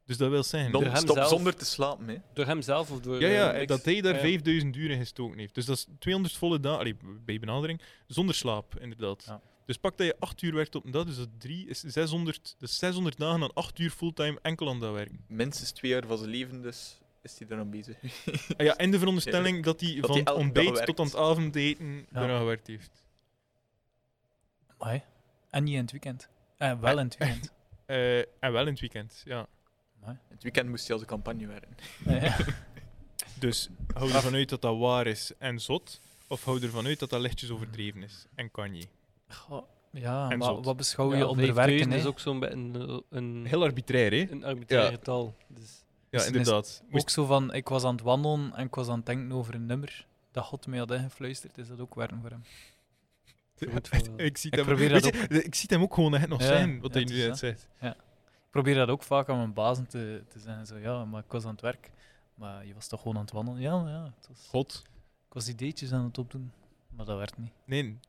Speaker 1: Dus dat wil zeggen.
Speaker 4: Door hem
Speaker 3: Non-stop
Speaker 4: zelf.
Speaker 3: zonder te slapen, hè.
Speaker 4: Door hemzelf of door...
Speaker 1: Ja,
Speaker 4: eh,
Speaker 1: ja,
Speaker 4: niks?
Speaker 1: dat hij daar
Speaker 4: Ah, ja.
Speaker 1: 5000 uur in gestoken heeft. Dus dat is 200 volle dagen, allee, bij benadering, zonder slaap, inderdaad.
Speaker 2: Ja.
Speaker 1: Dus pak dat je 8 uur werkt op een dag, dus dat 3 is 600, dus 600 dagen aan 8 uur fulltime enkel aan dat werken.
Speaker 3: Minstens twee jaar van zijn leven, dus is hij daar aan bezig.
Speaker 1: En Ah ja, en de veronderstelling dat hij
Speaker 3: Dat
Speaker 1: van
Speaker 3: hij
Speaker 1: het
Speaker 3: elke dag
Speaker 1: ontbijt
Speaker 3: werkt.
Speaker 1: tot aan het avondeten daarna gewerkt heeft.
Speaker 2: Amai. En niet in het weekend. Eh, wel in het weekend.
Speaker 1: Eh, en wel in het weekend, ja.
Speaker 3: Het weekend moest hij als een campagne werken.
Speaker 2: Eh,
Speaker 1: Dus hou ervan uit dat dat waar is en zot, of hou ervan uit dat dat lichtjes overdreven is en kan je.
Speaker 2: goh, ja,
Speaker 1: En
Speaker 2: maar
Speaker 1: zot.
Speaker 2: wat beschouw je
Speaker 4: Ja,
Speaker 2: onder
Speaker 4: 5000
Speaker 2: werken? hè?
Speaker 4: is ook zo'n be- een, een,
Speaker 1: Heel arbitrair, hè?
Speaker 4: een arbitrair
Speaker 1: Ja.
Speaker 4: getal. Dus.
Speaker 1: Ja,
Speaker 2: is-
Speaker 1: inderdaad. Moest-
Speaker 2: Ook zo van, ik was aan het wandelen en ik was aan het denken over een nummer dat God mij had ingefluisterd, is dat ook warm voor hem.
Speaker 4: Goed van wel.
Speaker 1: Ik zie
Speaker 2: eh, Ik
Speaker 1: hem,
Speaker 2: probeer
Speaker 1: weet
Speaker 2: dat
Speaker 1: je, de- ik zie hem ook gewoon net nog
Speaker 2: Ja,
Speaker 1: zijn, wat
Speaker 2: ja,
Speaker 1: hij
Speaker 2: het
Speaker 1: nu
Speaker 2: is
Speaker 1: net
Speaker 2: dat.
Speaker 1: zegt.
Speaker 2: Ik probeer dat ook vaak aan mijn bazen te, te zeggen. Zo, ja, maar ik was aan het werk, maar je was toch gewoon aan het wandelen? Ja, maar ja, het was,
Speaker 1: God.
Speaker 2: ik was ideetjes aan het opdoen, maar dat werd niet.
Speaker 1: Nee,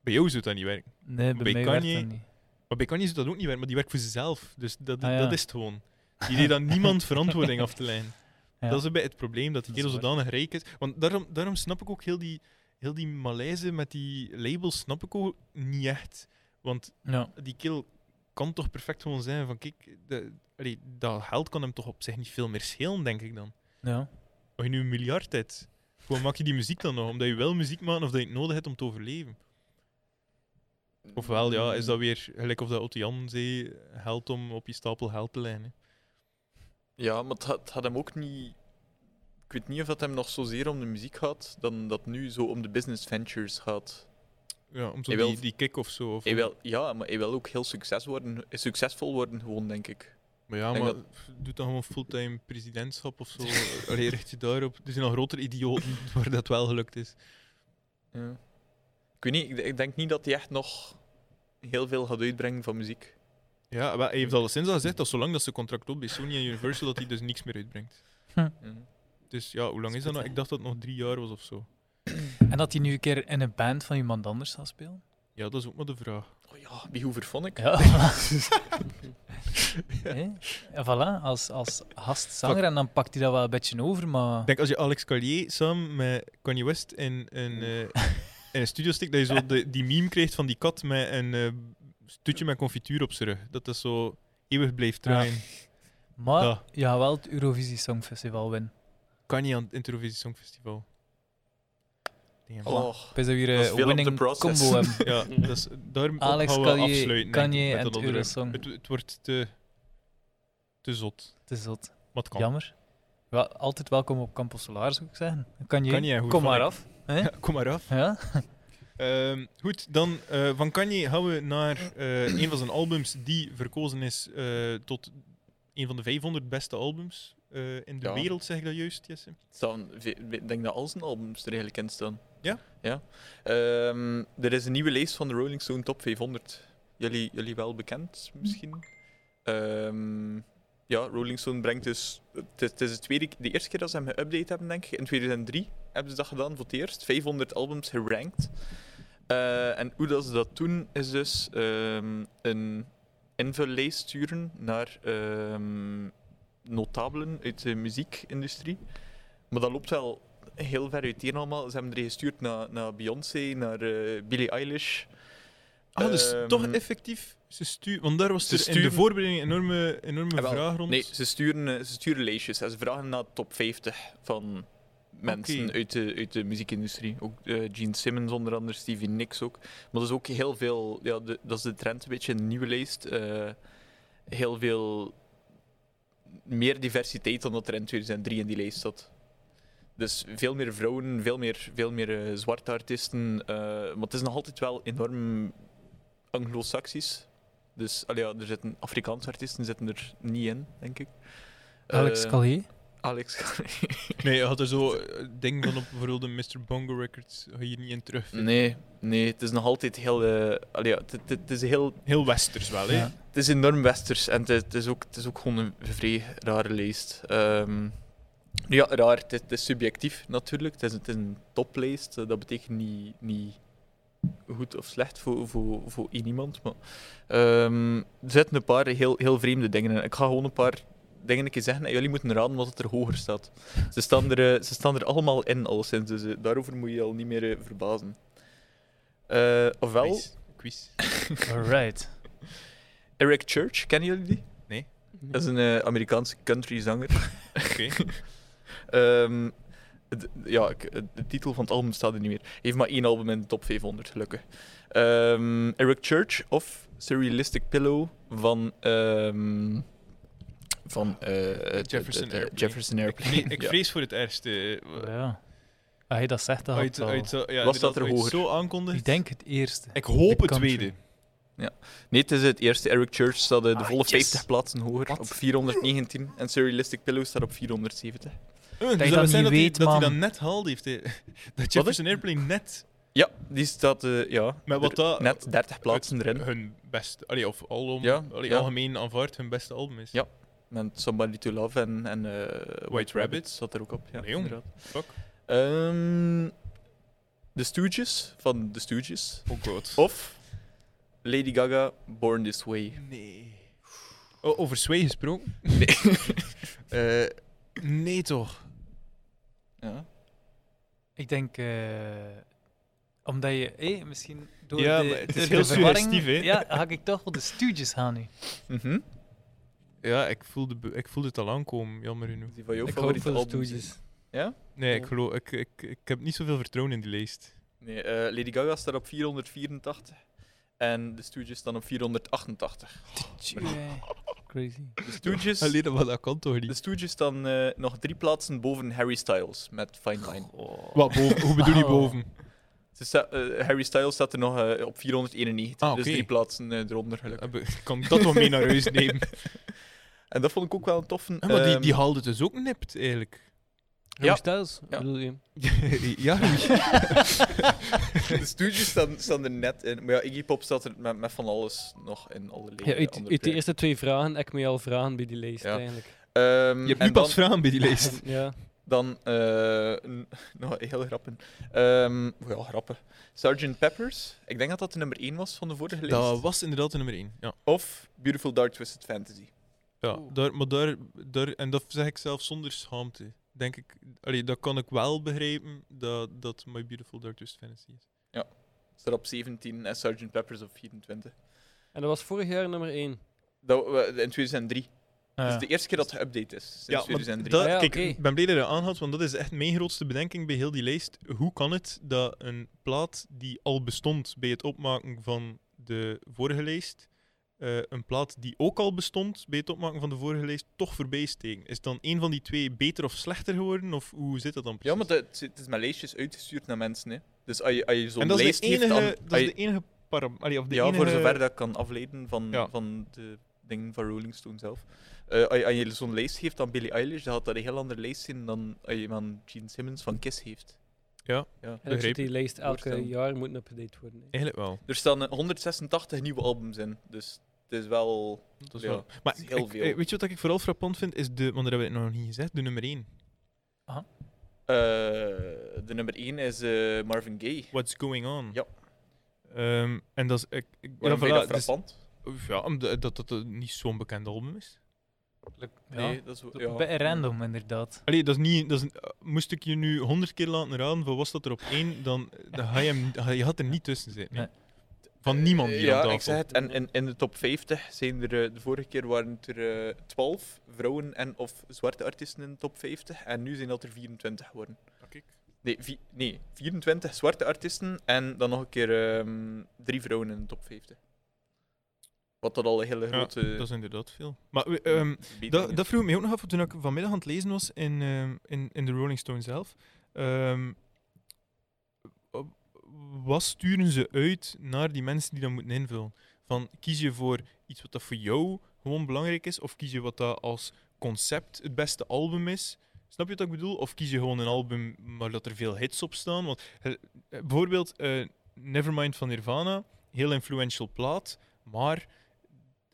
Speaker 1: bij jou zou dat niet werken.
Speaker 2: Nee, bij
Speaker 1: Bij
Speaker 2: mij werd
Speaker 1: Kanye-
Speaker 2: dat niet.
Speaker 1: Maar bij Kanye zou dat ook niet werken, maar die werkt voor zichzelf. Dus dat,
Speaker 2: Ah, ja.
Speaker 1: dat is het gewoon. Die idee dat niemand verantwoording af te leiden.
Speaker 2: Ja.
Speaker 1: Dat is bij het probleem, dat die
Speaker 2: Dat is
Speaker 1: kerel zodanig rijk is. Want daarom, daarom snap ik ook heel die, heel die malaise met die labels, snap ik ook niet echt. Want
Speaker 2: Ja,
Speaker 1: die kerel kan toch perfect gewoon zijn van, kijk, de, allee, dat geld kan hem toch op zich niet veel meer schelen, denk ik dan.
Speaker 2: ja.
Speaker 1: Als je nu een miljard hebt, hoe maak je die muziek dan nog? Omdat je wel muziek maakt of dat je het nodig hebt om te overleven? Ofwel, ja, is dat weer gelijk of dat Otto Jan zei, geld om op je stapel geld te lijnen.
Speaker 3: Ja, maar het had, het had hem ook niet... Ik weet niet of dat hem nog zozeer om de muziek gaat, dan dat nu zo om de business ventures gaat.
Speaker 1: Ja, om zo
Speaker 3: Hij wil-
Speaker 1: die, die kick of zo. Of,
Speaker 3: Hij wil, ja, maar hij wil ook heel succes worden, succesvol worden gewoon, denk ik.
Speaker 1: Maar ja,
Speaker 3: denk
Speaker 1: maar doe dan gewoon fulltime presidentschap of zo. Allee, richt je daarop. Er zijn nog grotere idioten waar dat wel gelukt is.
Speaker 3: Ja. Ik weet niet, ik, ik denk niet dat hij echt nog heel veel gaat uitbrengen van muziek.
Speaker 1: Ja, wel, hij heeft alleszins al gezegd dat zolang dat ze contract loopt bij Sony en Universal, dat hij dus niks meer uitbrengt.
Speaker 3: Ja.
Speaker 1: Dus ja, hoe lang is dat nou? Ik dacht dat het nog drie jaar was of zo.
Speaker 2: En dat hij nu een keer in een band van iemand anders gaat spelen?
Speaker 1: Ja, dat is ook maar de vraag.
Speaker 3: Oh ja, Behoever vond ik.
Speaker 2: Ja, voilà. Hé? En voilà, als, als gastzanger. En dan pakt hij dat wel een beetje over, maar...
Speaker 1: Ik denk als je Alex Carlier samen met Kanye West in een, eh in een studio stikt, dat je zo de, die meme krijgt van die kat met een eh stutje met confituur op zijn rug. Dat dat zo eeuwig blijft draaien.
Speaker 2: Maar
Speaker 1: Ja.
Speaker 2: je gaat wel het Eurovisie Songfestival winnen.
Speaker 1: Kanye aan het Introvisie Songfestival. Damn.
Speaker 3: Oh,
Speaker 2: Ik weet dat we hier
Speaker 3: Dat is
Speaker 2: een
Speaker 3: veel op
Speaker 2: winning
Speaker 3: de process.
Speaker 2: combo hebben.
Speaker 1: Ja, dat is, daarom
Speaker 2: Alex
Speaker 1: gaan we
Speaker 2: Carlier,
Speaker 1: afsluiten. denk
Speaker 2: Kanye
Speaker 1: ik, met
Speaker 2: en
Speaker 1: dat
Speaker 2: het
Speaker 1: andere.
Speaker 2: Eurosong.
Speaker 1: Het, het wordt te, te zot.
Speaker 2: Het is zot.
Speaker 1: Maar het kan.
Speaker 2: Jammer. Wel, altijd welkom op Campus Solar, zou ik zeggen. Dan Kan je,
Speaker 1: Kanye en goed
Speaker 2: kom
Speaker 1: van
Speaker 2: maar
Speaker 1: ik.
Speaker 2: af. Hè?
Speaker 1: Ja, kom maar af.
Speaker 2: Ja?
Speaker 1: Ehm, goed, dan eh, van Kanye gaan we naar eh, een van zijn albums die verkozen is eh, tot een van de 500 beste albums eh, in de
Speaker 3: Ja.
Speaker 1: wereld, zeg ik dat juist, Jesse?
Speaker 3: staan, ve- ik denk dat al zijn albums er eigenlijk in staan.
Speaker 1: Ja?
Speaker 3: ja. Ehm, er is een nieuwe lijst van de Rolling Stone Top 500. Jullie, jullie wel bekend misschien? Ehm, ja, Rolling Stone brengt dus. Het is, het is de, tweede, de eerste keer dat ze hem geüpdate hebben, denk ik. In 2003 hebben ze dat gedaan voor het eerst. 500 albums gerankt. Eh, en hoe dat ze dat doen, is dus ehm, een invullijst sturen naar ehm, notabelen uit de muziekindustrie. Maar dat loopt wel heel ver uiteen allemaal. Ze hebben er gestuurd naar, naar Beyoncé, naar eh, Billie Eilish.
Speaker 1: Ah, dus
Speaker 3: Ehm,
Speaker 1: toch effectief. Ze sturen, want daar was
Speaker 3: ze
Speaker 1: er in
Speaker 3: sturen-
Speaker 1: de voorbereiding een enorme, enorme
Speaker 3: Eh, wel,
Speaker 1: vraag rond.
Speaker 3: Nee, ze sturen, eh, ze sturen lijstjes en ze vragen naar de top 50 van mensen
Speaker 1: Oké.
Speaker 3: uit, de, uit de muziekindustrie. Ook eh, Gene Simmons onder andere, Stevie Nicks ook. Maar dat is ook heel veel, ja, de- dat is de trend een beetje in de nieuwe lijst. eh, heel veel meer diversiteit dan dat er in 2003 in die lijst zat. Dus veel meer vrouwen, veel meer, veel meer eh, zwarte artiesten. eh, maar het is nog altijd wel enorm anglo-saxisch. Dus allee, ja, er zitten Afrikaanse artiesten zitten er niet in, denk ik.
Speaker 2: Alex
Speaker 3: Eh,
Speaker 2: Callier.
Speaker 3: Alex Callier.
Speaker 1: Nee, je had er zo eh, ding van op bijvoorbeeld de Mr. Bongo Records. Ga je hier niet in terug.
Speaker 3: Nee, nee, het is nog altijd heel. eh, allee, ja, het, het, het is heel
Speaker 1: Heel westers wel, hè?
Speaker 2: Ja.
Speaker 3: het is enorm westers en het, is- het is, ook, het is ook gewoon een vrij rare lijst. Ehm, ja, raar. Het, is- het is subjectief natuurlijk. Het is, het is een toplijst. Eh, Dat betekent niet, niet goed of slecht voor, voor, voor één iemand. Maar, ehm, er zitten een paar heel, heel vreemde dingen in. Ik ga gewoon een paar dingen een keer zeggen en jullie moeten raden wat het er hoger staat. Ze staan er, eh, ze staan er allemaal in, al sinds, dus eh, daarover moet je je al niet meer eh, verbazen. Eh, ofwel,
Speaker 1: Quiz. Quiz.
Speaker 2: Alright.
Speaker 3: Eric Church, kennen jullie die? Dat is een eh, Amerikaanse countryzanger.
Speaker 1: Oké.
Speaker 3: Ehm, het- ja, ik- het- de titel van het album staat er niet meer. Hij heeft maar één album in de top 500, gelukkig. Ehm, Eric Church of Surrealistic Pillow van... ehm, van eh, het-
Speaker 1: Jefferson
Speaker 3: het- het-
Speaker 1: Airplane.
Speaker 3: Jefferson
Speaker 1: Ik, vre-
Speaker 3: Airplane.
Speaker 1: ik
Speaker 3: ja.
Speaker 1: vrees voor het ergste. eh,
Speaker 2: Ja. Als je dat zegt, dan had
Speaker 1: Uit,
Speaker 2: het al-
Speaker 1: uit, zo- ja,
Speaker 3: Was
Speaker 1: inderdaad,
Speaker 3: dat er
Speaker 1: uit
Speaker 3: hoger?
Speaker 1: zo aankondigd.
Speaker 2: Ik denk het eerste.
Speaker 1: Ik hoop
Speaker 2: De
Speaker 1: het
Speaker 2: country.
Speaker 1: tweede.
Speaker 3: Nee, het is het eerste. Eric Church staat eh, de
Speaker 2: Ah,
Speaker 3: volle
Speaker 2: yes.
Speaker 3: 50 plaatsen hoger,
Speaker 2: Wat?
Speaker 3: op 419. En Surrealistic Pillow staat op 470.
Speaker 1: Eh, dus wil
Speaker 2: dat niet
Speaker 1: zeggen dat, hij,
Speaker 2: weet,
Speaker 1: dat hij
Speaker 2: man.
Speaker 1: dat net haald heeft. hè. Dat Jefferson Airplane net
Speaker 3: Ja, die staat eh, ja,
Speaker 1: Maar wat
Speaker 3: er-
Speaker 1: dat-
Speaker 3: net 30 plaatsen erin.
Speaker 1: hun beste, allee, of alom,
Speaker 3: Ja,
Speaker 1: allee,
Speaker 3: ja.
Speaker 1: algemeen aanvaard hun beste album is.
Speaker 3: Ja. Met Somebody to Love en, en eh, White, Rabbit
Speaker 1: Rabbit.
Speaker 3: zat er ook op. Ja,
Speaker 1: Nee, jong.
Speaker 3: inderdaad.
Speaker 1: Fuck.
Speaker 3: Ehm, de Stooges van de Stooges.
Speaker 1: Oh god.
Speaker 3: Of Lady Gaga, Born This Way.
Speaker 1: Nee. O- over Sway gesproken? Nee. nee toch.
Speaker 3: Ja.
Speaker 2: Ik denk, eh, omdat je, hé, misschien door
Speaker 1: Ja,
Speaker 2: de,
Speaker 1: maar het is
Speaker 2: door de
Speaker 1: heel
Speaker 2: verwarring-
Speaker 1: suggestief, hè?
Speaker 2: Ja, ga ik toch wel de Stooges gaan nu.
Speaker 3: Mhm.
Speaker 1: Ja, ik voelde, be- ik voelde het al aankomen, jammer genoeg.
Speaker 3: Die van jouw
Speaker 4: Ik hoop
Speaker 3: favoriete
Speaker 4: voor de
Speaker 3: albums.
Speaker 4: Stooges.
Speaker 1: Nee, ik, geloof, ik, ik, ik heb niet zoveel vertrouwen in die lijst.
Speaker 3: Nee, eh, Lady Gaga staat op 484. En de Stooges staan op 488.
Speaker 2: Crazy.
Speaker 3: De Stooges,
Speaker 1: Alleen dat, dat kan toch
Speaker 3: de
Speaker 1: niet?
Speaker 3: Stooges staan eh, nog drie plaatsen boven Harry Styles met Fine Line.
Speaker 1: Wat, boven, hoe bedoel je
Speaker 2: Oh.
Speaker 1: boven?
Speaker 3: Ze sta- eh, Harry Styles staat er nog eh, op 491.
Speaker 1: Ah,
Speaker 3: Dus
Speaker 1: oké.
Speaker 3: drie plaatsen eh, eronder gelukkig.
Speaker 1: Heb ik- Ik kan dat toch mee naar huis nemen.
Speaker 3: En dat vond ik ook wel een toffe.
Speaker 1: Ja, maar die,
Speaker 3: ehm,
Speaker 1: die haalde het dus ook nipt, eigenlijk.
Speaker 3: Ja.
Speaker 4: Hoe thuis?
Speaker 3: Ja.
Speaker 4: Bedoel je?
Speaker 1: Ehm, ja,
Speaker 3: De Stooges staan, staan er net in. Maar ja, Iggy Pop staat er met, met van alles nog in alle
Speaker 4: Ja,
Speaker 3: leden.
Speaker 4: uit, uit de eerste twee vragen heb ik me al vragen bij die lijst
Speaker 3: Ja.
Speaker 4: eigenlijk.
Speaker 1: je hebt nu
Speaker 3: Ehm, dan,
Speaker 1: pas vragen bij die lijst.
Speaker 4: Ja.
Speaker 3: dan eh, een- nog heel grappen. Ehm ja, grappen. Sgt. Peppers. Ik denk dat dat de nummer 1 was van de vorige lijst.
Speaker 1: Dat was inderdaad de nummer 1. Ja.
Speaker 3: Of Beautiful Dark Twisted Fantasy.
Speaker 1: Ja, daar, maar daar, daar, en dat zeg ik zelf zonder schaamte. Denk ik, allee, dat kan ik wel begrijpen dat, dat My Beautiful Dark Twisted Fantasy is.
Speaker 3: Staat op 17 en Sgt. Peppers op 24.
Speaker 4: En dat was vorig jaar nummer 1.
Speaker 3: Dat, we- in 2003. Dat is
Speaker 2: Ah, Ja.
Speaker 3: de eerste keer dat het geüpdate is. Sinds
Speaker 1: maar
Speaker 3: 2003.
Speaker 1: dat-
Speaker 4: Ah ja,
Speaker 1: kijk,
Speaker 4: oké.
Speaker 1: ik ben blij dat je dat aanhaalt, want dat is echt mijn grootste bedenking bij heel die lijst. Hoe kan het dat een plaat die al bestond bij het opmaken van de vorige lijst, eh, een plaat die ook al bestond bij het opmaken van de vorige lijst, toch voorbij steken? Is dan een van die twee beter of slechter geworden? Of hoe zit dat dan
Speaker 3: Ja,
Speaker 1: precies?
Speaker 3: maar dat, het is met lijstjes uitgestuurd naar mensen. Hè. Dus als je, als je zo'n
Speaker 1: en dat is
Speaker 3: lijst
Speaker 1: de enige,
Speaker 3: heeft, dan...
Speaker 1: dat
Speaker 3: als
Speaker 1: is
Speaker 3: je-
Speaker 1: de enige param... allee, of de
Speaker 3: ja,
Speaker 1: enige...
Speaker 3: voor zover dat ik kan afleiden van,
Speaker 1: Ja.
Speaker 3: van de dingen van Rolling Stone zelf. Eh, als, je, als je zo'n lijst geeft aan Billie Eilish, dan gaat dat een heel andere lijst zijn dan als je aan Gene Simmons van Kiss heeft.
Speaker 1: Ja.
Speaker 3: ja.
Speaker 4: En dat
Speaker 1: Begrepen.
Speaker 4: die lijst elke
Speaker 3: Voorstel.
Speaker 4: jaar moet update worden. hè.
Speaker 1: Eigenlijk wel.
Speaker 3: Er staan eh, 186 nieuwe albums in, dus het is wel...
Speaker 1: Dat is
Speaker 3: Ja,
Speaker 1: wel. Maar
Speaker 3: het is heel
Speaker 1: ik-
Speaker 3: veel.
Speaker 1: eh, weet je wat ik vooral frappant vind? Is de, want daar hebben we het nog niet gezegd, de nummer 1.
Speaker 3: eh, de nummer 1 is eh, Marvin Gaye.
Speaker 1: What's going on?
Speaker 3: Ja.
Speaker 1: Ehm, en dat is. Ik, ik,
Speaker 3: Waarom vind je dat
Speaker 1: voilà, dus-
Speaker 3: frappant?
Speaker 1: ja, omdat eh, dat, dat, dat niet zo'n bekend album is.
Speaker 2: Nee.
Speaker 3: dat is...
Speaker 2: Ja. Bij random, inderdaad.
Speaker 1: Allee, dat is niet. Dat is, eh, moest ik je nu honderd keer laten raden van was dat er op één, dan, eh, dan ga je hem. ga- Je had er niet tussen zitten. nee. Van niemand hier
Speaker 3: Eh, ja,
Speaker 1: aan
Speaker 3: ik zeg
Speaker 1: tafel.
Speaker 3: het. En in, in de top 50 zijn er eh, de vorige keer waren het er eh, 12 vrouwen en of zwarte artiesten in de top 50 en nu zijn dat er 24 geworden. Nee, vi- nee, 24 zwarte artiesten en dan nog een keer ehm, drie vrouwen in de top 50. Wat dat al een hele
Speaker 1: Ja,
Speaker 3: grote
Speaker 1: dat is inderdaad veel. Maar we- ehm,
Speaker 3: verbetering
Speaker 1: Dat,
Speaker 3: is.
Speaker 1: dat vroeg ik mij ook nog af toen ik vanmiddag aan het lezen was in, ehm, in, in de Rolling Stone zelf. Ehm, op- wat sturen ze uit naar die mensen die dat moeten invullen? Van kies je voor iets wat dat voor jou gewoon belangrijk is, of kies je wat dat als concept het beste album is? Snap je wat ik bedoel? Of kies je gewoon een album maar dat er veel hits op staan? Want eh, eh, bijvoorbeeld eh, Nevermind van Nirvana, heel influential plaat, maar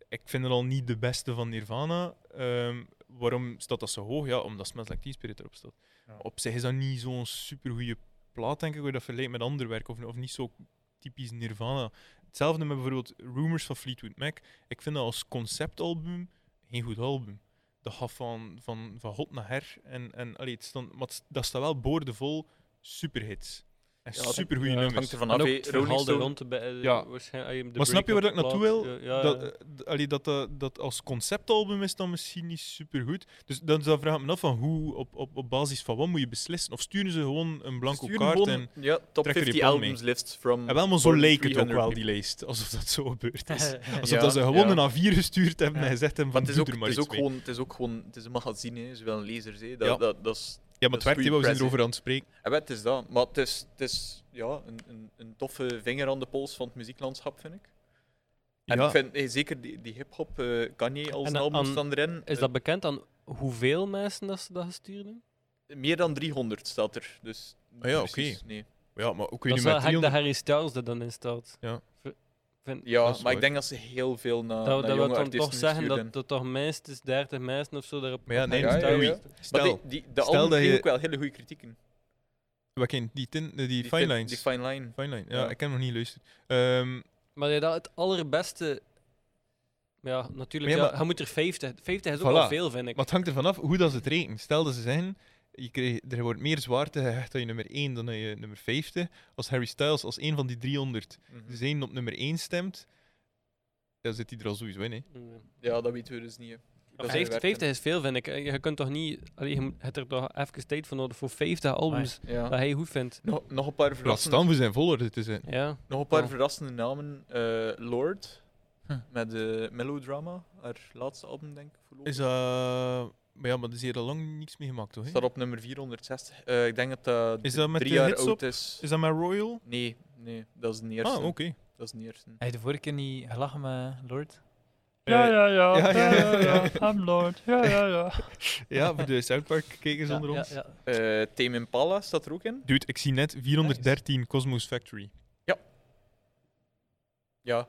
Speaker 1: ik vind het al niet de beste van Nirvana. Ehm, waarom staat dat zo hoog? Ja, omdat Smells Like Teen Spirit erop staat. Op zich is dat niet zo'n supergoeie plaat, denk ik, hoe je dat vergelijkt met ander werk. Of, of niet zo typisch Nirvana. Hetzelfde met bijvoorbeeld Rumors van Fleetwood Mac. Ik vind dat als conceptalbum geen goed album. dat gaf van, van, van hot naar her. En, en allee, het stond, maar het- dat staat wel boordevol superhits. En
Speaker 3: Ja, dat-
Speaker 1: supergoeie
Speaker 3: ja, het
Speaker 1: nummers.
Speaker 3: hangt ervan
Speaker 4: En
Speaker 3: af.
Speaker 4: ook
Speaker 3: hè.
Speaker 4: het
Speaker 3: Rolling
Speaker 4: verhaal er
Speaker 3: Stone-
Speaker 4: rond de bij- eh,
Speaker 1: Ja.
Speaker 4: waarschijnlijk, I am the
Speaker 1: Maar snap je waar ik
Speaker 4: breakup
Speaker 1: naartoe
Speaker 4: plaat.
Speaker 1: wil?
Speaker 4: Ja, ja,
Speaker 1: Dat,
Speaker 4: ja.
Speaker 1: eh, d- allee, dat, dat, dat als conceptalbum is dan misschien niet supergoed. Dus dan, dan vraag ik me af van hoe, op, op, op basis van wat moet je beslissen? Of sturen ze gewoon een blanco
Speaker 3: Sturen
Speaker 1: kaart?
Speaker 3: gewoon-
Speaker 1: En,
Speaker 3: ja, top
Speaker 1: trekken die
Speaker 3: 50
Speaker 1: bal mee.
Speaker 3: albums list from.
Speaker 1: en wel, maar zo
Speaker 3: for
Speaker 1: leek het ook
Speaker 3: 300
Speaker 1: wel, die
Speaker 3: people.
Speaker 1: lijst. Alsof dat zo gebeurd is.
Speaker 2: Ja.
Speaker 1: Alsof
Speaker 3: Ja,
Speaker 1: dat ze gewoon
Speaker 3: ja.
Speaker 1: een A4 gestuurd hebben
Speaker 2: Ja.
Speaker 1: en gezegd hebben
Speaker 3: Maar
Speaker 1: van doe
Speaker 3: het is, ook,
Speaker 1: er maar
Speaker 3: het, is
Speaker 1: iets
Speaker 3: ook
Speaker 1: mee.
Speaker 3: gewoon, het is ook gewoon het is een magazine, hè. ze willen lezers. Hè. Dat,
Speaker 1: Ja.
Speaker 3: dat, dat is,
Speaker 1: Ja, maar
Speaker 3: dat
Speaker 1: het
Speaker 3: is
Speaker 1: werkt,
Speaker 3: free
Speaker 1: hè, we zijn
Speaker 3: press, hè.
Speaker 1: erover aan het spreken.
Speaker 3: en wat is dat? Maar het is, het is ja, een, een, een toffe vinger aan de pols van het muzieklandschap, vind ik. En
Speaker 1: Ja.
Speaker 3: ik vind eh, zeker die, die hip-hop eh, Kanye als
Speaker 4: En
Speaker 3: een
Speaker 4: dan-
Speaker 3: album
Speaker 4: aan-
Speaker 3: staan erin.
Speaker 4: Is dat bekend aan hoeveel mensen dat ze dat gestuurd hebben?
Speaker 3: eh, meer dan 300 staat er. Dus niet
Speaker 1: Ah ja,
Speaker 3: precies, Nee.
Speaker 1: Ja, maar ook weer
Speaker 4: Dat
Speaker 1: niet
Speaker 4: is wel
Speaker 1: met
Speaker 4: gek dat
Speaker 1: 300.
Speaker 4: Harry Styles er dan in staat.
Speaker 1: Ja.
Speaker 4: V- Vind,
Speaker 3: Ja,
Speaker 1: Dat is
Speaker 3: maar
Speaker 1: waar.
Speaker 3: ik denk dat ze heel veel naar,
Speaker 4: dat
Speaker 3: naar
Speaker 4: dat wil
Speaker 3: Ah, jonge
Speaker 4: dan
Speaker 3: artiesten
Speaker 4: toch zeggen
Speaker 3: gestuurd
Speaker 4: dat
Speaker 3: hebben.
Speaker 4: er toch minstens 30 mensen of zo daarop
Speaker 1: Maar ja,
Speaker 4: op
Speaker 1: nee,
Speaker 4: Harry
Speaker 3: ja, ja,
Speaker 4: Styles
Speaker 3: ja.
Speaker 4: staan.
Speaker 3: Maar
Speaker 1: Stel,
Speaker 3: die, die, de
Speaker 1: stel
Speaker 3: album
Speaker 1: dat
Speaker 3: kreeg
Speaker 1: je-
Speaker 3: ook wel hele goede kritieken.
Speaker 1: wat ken je? die, tin- eh, die
Speaker 3: fi-
Speaker 1: Fine Lines.
Speaker 3: Die Fine Line.
Speaker 1: Fine Line. Ja,
Speaker 3: Ja.
Speaker 1: ik heb hem nog niet geluisterd. Ehm,
Speaker 4: Maar ja, dat het allerbeste. Maar ja, natuurlijk.
Speaker 1: Maar ja,
Speaker 4: ja,
Speaker 1: maar-
Speaker 4: je moet er 50. 50 is ook
Speaker 1: Voilà.
Speaker 4: wel veel, vind ik.
Speaker 1: Maar het hangt ervan af hoe dat ze het rekenen. Stel dat ze zeggen, je kreeg, er wordt meer zwaarte gehecht aan je nummer 1 dan aan je nummer 50. Als Harry Styles als een van die 300
Speaker 3: Mhm.
Speaker 1: dus één op nummer 1 stemt, dan zit hij er al sowieso in. Hè.
Speaker 4: Mm.
Speaker 3: Ja, dat weten we dus niet. hè. Dat is werken.
Speaker 4: 50, 50 is veel, vind ik. Eh, Je kunt toch niet. Allee, je moet- je hebt er toch even tijd voor nodig voor 50 albums
Speaker 3: Ja.
Speaker 4: dat hij goed vindt.
Speaker 3: Nog, nog een paar
Speaker 1: Laat
Speaker 3: verrassende,
Speaker 1: staan voor zijn volgorde te zijn.
Speaker 4: Ja.
Speaker 3: nog een paar
Speaker 4: Ja.
Speaker 3: verrassende namen. Eh, Lord,
Speaker 2: Hm.
Speaker 3: met eh, Melodrama, haar laatste album, denk ik.
Speaker 1: Is
Speaker 3: Voorlopig.
Speaker 1: dat... Maar ja, maar er is hier al lang niks mee gemaakt, toch? hè?
Speaker 3: Staat op nummer 460. Eh, ik denk dat dat,
Speaker 1: Is
Speaker 3: d-
Speaker 1: dat met
Speaker 3: drie
Speaker 1: de
Speaker 3: jaar
Speaker 1: hits op?
Speaker 3: oud is.
Speaker 1: Is dat mijn Royal?
Speaker 3: Nee, nee, dat is de eerste.
Speaker 1: Ah, oké.
Speaker 3: Dat is de eerste.
Speaker 2: Heb je de vorige keer niet gelachen met Lord?
Speaker 1: Ja, ja,
Speaker 2: ja,
Speaker 1: ja, ja, ja,
Speaker 2: I'm Lord. Ja, ja, ja.
Speaker 1: Ja, voor de South Park-kijkers onder ons.
Speaker 2: Ja,
Speaker 3: Eh Tame Impala staat er ook in.
Speaker 1: Dude, ik zie net 413 Cosmos Factory.
Speaker 3: Ja. Ja.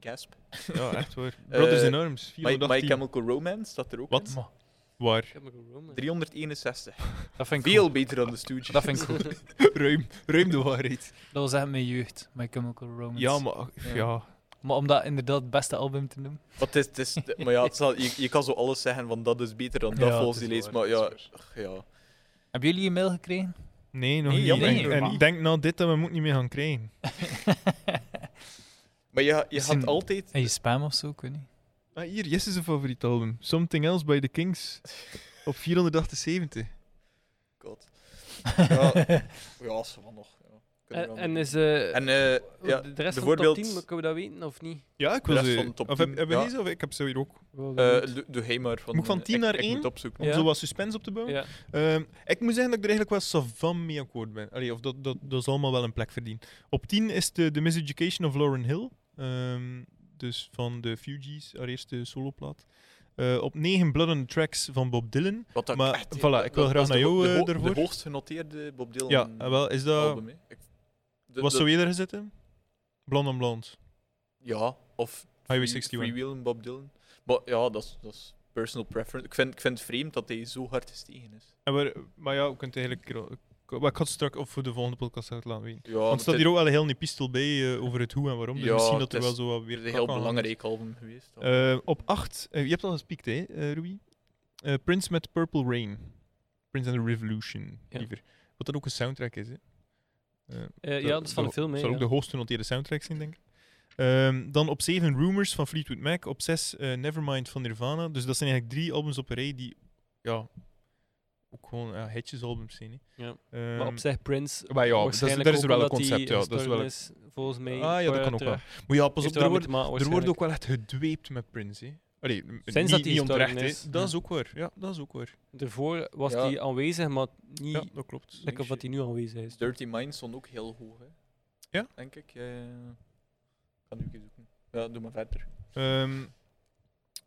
Speaker 3: Gasp.
Speaker 1: Ja, echt hoor. Brothers
Speaker 3: Eh,
Speaker 1: in Arms,
Speaker 3: My, My
Speaker 1: 418.
Speaker 3: Chemical Romance staat er ook
Speaker 1: Wat?
Speaker 3: in.
Speaker 2: Maar,
Speaker 1: Waar?
Speaker 4: Chemical Romance.
Speaker 3: 361.
Speaker 2: dat vind ik
Speaker 3: Veel
Speaker 2: cool.
Speaker 3: beter dan de Stooges.
Speaker 2: Dat vind ik cool.
Speaker 1: ruim, ruim de waarheid.
Speaker 2: Dat was echt mijn jeugd, My Chemical Romance.
Speaker 1: Ja, maar ja.
Speaker 3: Ja.
Speaker 2: Maar om dat inderdaad het beste album te noemen.
Speaker 3: Maar, het is, het is, maar ja, het zal- je, je kan zo alles zeggen van dat is beter dan dat
Speaker 2: Ja,
Speaker 3: volgens
Speaker 2: het
Speaker 3: die
Speaker 2: is
Speaker 3: leest.
Speaker 2: waar,
Speaker 3: Maar ja,
Speaker 2: het is
Speaker 3: ach, ja.
Speaker 2: Hebben jullie een mail gekregen?
Speaker 1: Nee, nog
Speaker 3: Nee,
Speaker 1: niet.
Speaker 3: jammer.
Speaker 1: En-
Speaker 2: Nee,
Speaker 1: en
Speaker 2: maar-
Speaker 1: ik denk nou dit dat we moet niet meer gaan krijgen.
Speaker 3: Maar je, je
Speaker 2: Misschien-
Speaker 3: gaat altijd.
Speaker 2: En je spam of zo, ik weet niet.
Speaker 1: Ah, hier, Yes is een favoriet album. Something Else by The Kings. Op 478.
Speaker 3: God. Ja, ja ze van nog. Ja. Kunnen
Speaker 4: En,
Speaker 3: we
Speaker 4: en
Speaker 3: wel
Speaker 4: is. eh,
Speaker 3: doen. en eh, ja,
Speaker 4: de rest van de top
Speaker 3: bijvoorbeeld-
Speaker 4: 10, kunnen we dat weten of niet?
Speaker 1: Ja, ik eh,
Speaker 3: wil De rest ze- van de top
Speaker 1: Of heb,
Speaker 3: 10,
Speaker 1: hebben we
Speaker 3: ja.
Speaker 1: deze of ik heb ze hier ook.
Speaker 4: Wel, dat
Speaker 3: eh,
Speaker 4: niet.
Speaker 3: doe- doe hij maar. Van,
Speaker 1: Moet ik van
Speaker 3: eh,
Speaker 1: 10 naar
Speaker 3: ik,
Speaker 1: 1?
Speaker 3: Ik moet opzoeken.
Speaker 1: Om
Speaker 4: Ja.
Speaker 1: zo wat suspense op te bouwen.
Speaker 4: ja.
Speaker 1: Ehm, ik moet zeggen dat ik er eigenlijk wel savan mee akkoord ben. Allee, of dat, dat, dat is allemaal wel een plek verdienen. Op 10 is de, de Miseducation of Lauren Hill. Ehm, dus van de Fugees, haar eerste soloplaat. Eh, op 9 Blood on the Tracks van Bob Dylan.
Speaker 3: Wat dat
Speaker 1: Maar,
Speaker 3: echt, eh,
Speaker 1: voilà,
Speaker 3: dat-
Speaker 1: ik wil
Speaker 3: dat
Speaker 1: graag
Speaker 3: is
Speaker 1: naar
Speaker 3: de ho-
Speaker 1: jou,
Speaker 3: de
Speaker 1: eh,
Speaker 3: ho-
Speaker 1: daarvoor.
Speaker 3: De hoogst genoteerde Bob Dylan
Speaker 1: Ja, eh, wel, is dat...
Speaker 3: album. hè. Ik- de-
Speaker 1: Wat
Speaker 3: de-
Speaker 1: zou eerder gezeten? Blond on Blond.
Speaker 3: Ja, of
Speaker 1: Highway
Speaker 3: Free-
Speaker 1: 61.
Speaker 3: Free Will en Bob Dylan. Maar ja, dat is- dat is personal preference. Ik vind, ik vind het vreemd dat hij zo hard gestegen is.
Speaker 1: En waar- maar ja, we kunt eigenlijk. Wat ik had straks of voor de volgende podcast zou ik het laten weten.
Speaker 3: Ja,
Speaker 1: Want er
Speaker 3: maar
Speaker 1: staat
Speaker 3: het-
Speaker 1: hier ook wel een heel die pistol bij eh, over het hoe en waarom. Dus
Speaker 3: Ja,
Speaker 1: misschien dat er
Speaker 3: het
Speaker 1: wel
Speaker 3: is-
Speaker 1: zo wat weer.
Speaker 3: weer een
Speaker 1: kak
Speaker 3: heel
Speaker 1: aan
Speaker 3: belangrijk album geweest.
Speaker 1: hangt. Eh, op 8, je hebt al gespiekt, hè, eh Rui? Eh, Prince met Purple Rain. Prince and the Revolution,
Speaker 4: Ja.
Speaker 1: liever. Wat dat ook een soundtrack is, hè? Eh,
Speaker 4: Eh, ja, dat is van de film. hè,
Speaker 1: Dat zal ook
Speaker 4: ja.
Speaker 1: de hoogst genoteerde soundtrack zijn, denk ik. Ehm, dan op 7 Rumors van Fleetwood Mac. Op 6 eh, Nevermind van Nirvana. Dus dat zijn eigenlijk drie albums op een rij die ja, ook gewoon ja, hitjesalbums zijn. Hè.
Speaker 4: Ja.
Speaker 1: Ehm,
Speaker 4: Maar op zich Prince.
Speaker 1: maar ja, dat is-
Speaker 4: waarschijnlijk
Speaker 1: daar is
Speaker 4: ook
Speaker 1: er wel een
Speaker 4: omdat hij
Speaker 1: concept, ja, dat is wel een-
Speaker 4: gestorven is, volgens mij. eh,
Speaker 1: Ah ja, dat kan ook wel. Maar ja, pas op, er wordt, er wordt ook wel echt gedweept met Prince. Hè. Allee, m-
Speaker 4: Sinds dat
Speaker 1: niet,
Speaker 4: hij
Speaker 1: niet onterecht,
Speaker 4: gestorven
Speaker 1: hè.
Speaker 4: is.
Speaker 1: Dat
Speaker 2: Ja.
Speaker 1: is ook waar. Ja, dat is ook waar.
Speaker 4: Daarvoor was
Speaker 3: Ja.
Speaker 4: hij aanwezig, maar niet
Speaker 1: Ja, dat klopt.
Speaker 4: lekker wat hij nu aanwezig is.
Speaker 3: Dirty Minds stond ook heel hoog, hè.
Speaker 1: Ja?
Speaker 3: Denk ik. Ja, ja, ja. Kan nu even zoeken. Ja, doe maar verder.
Speaker 1: Ehm,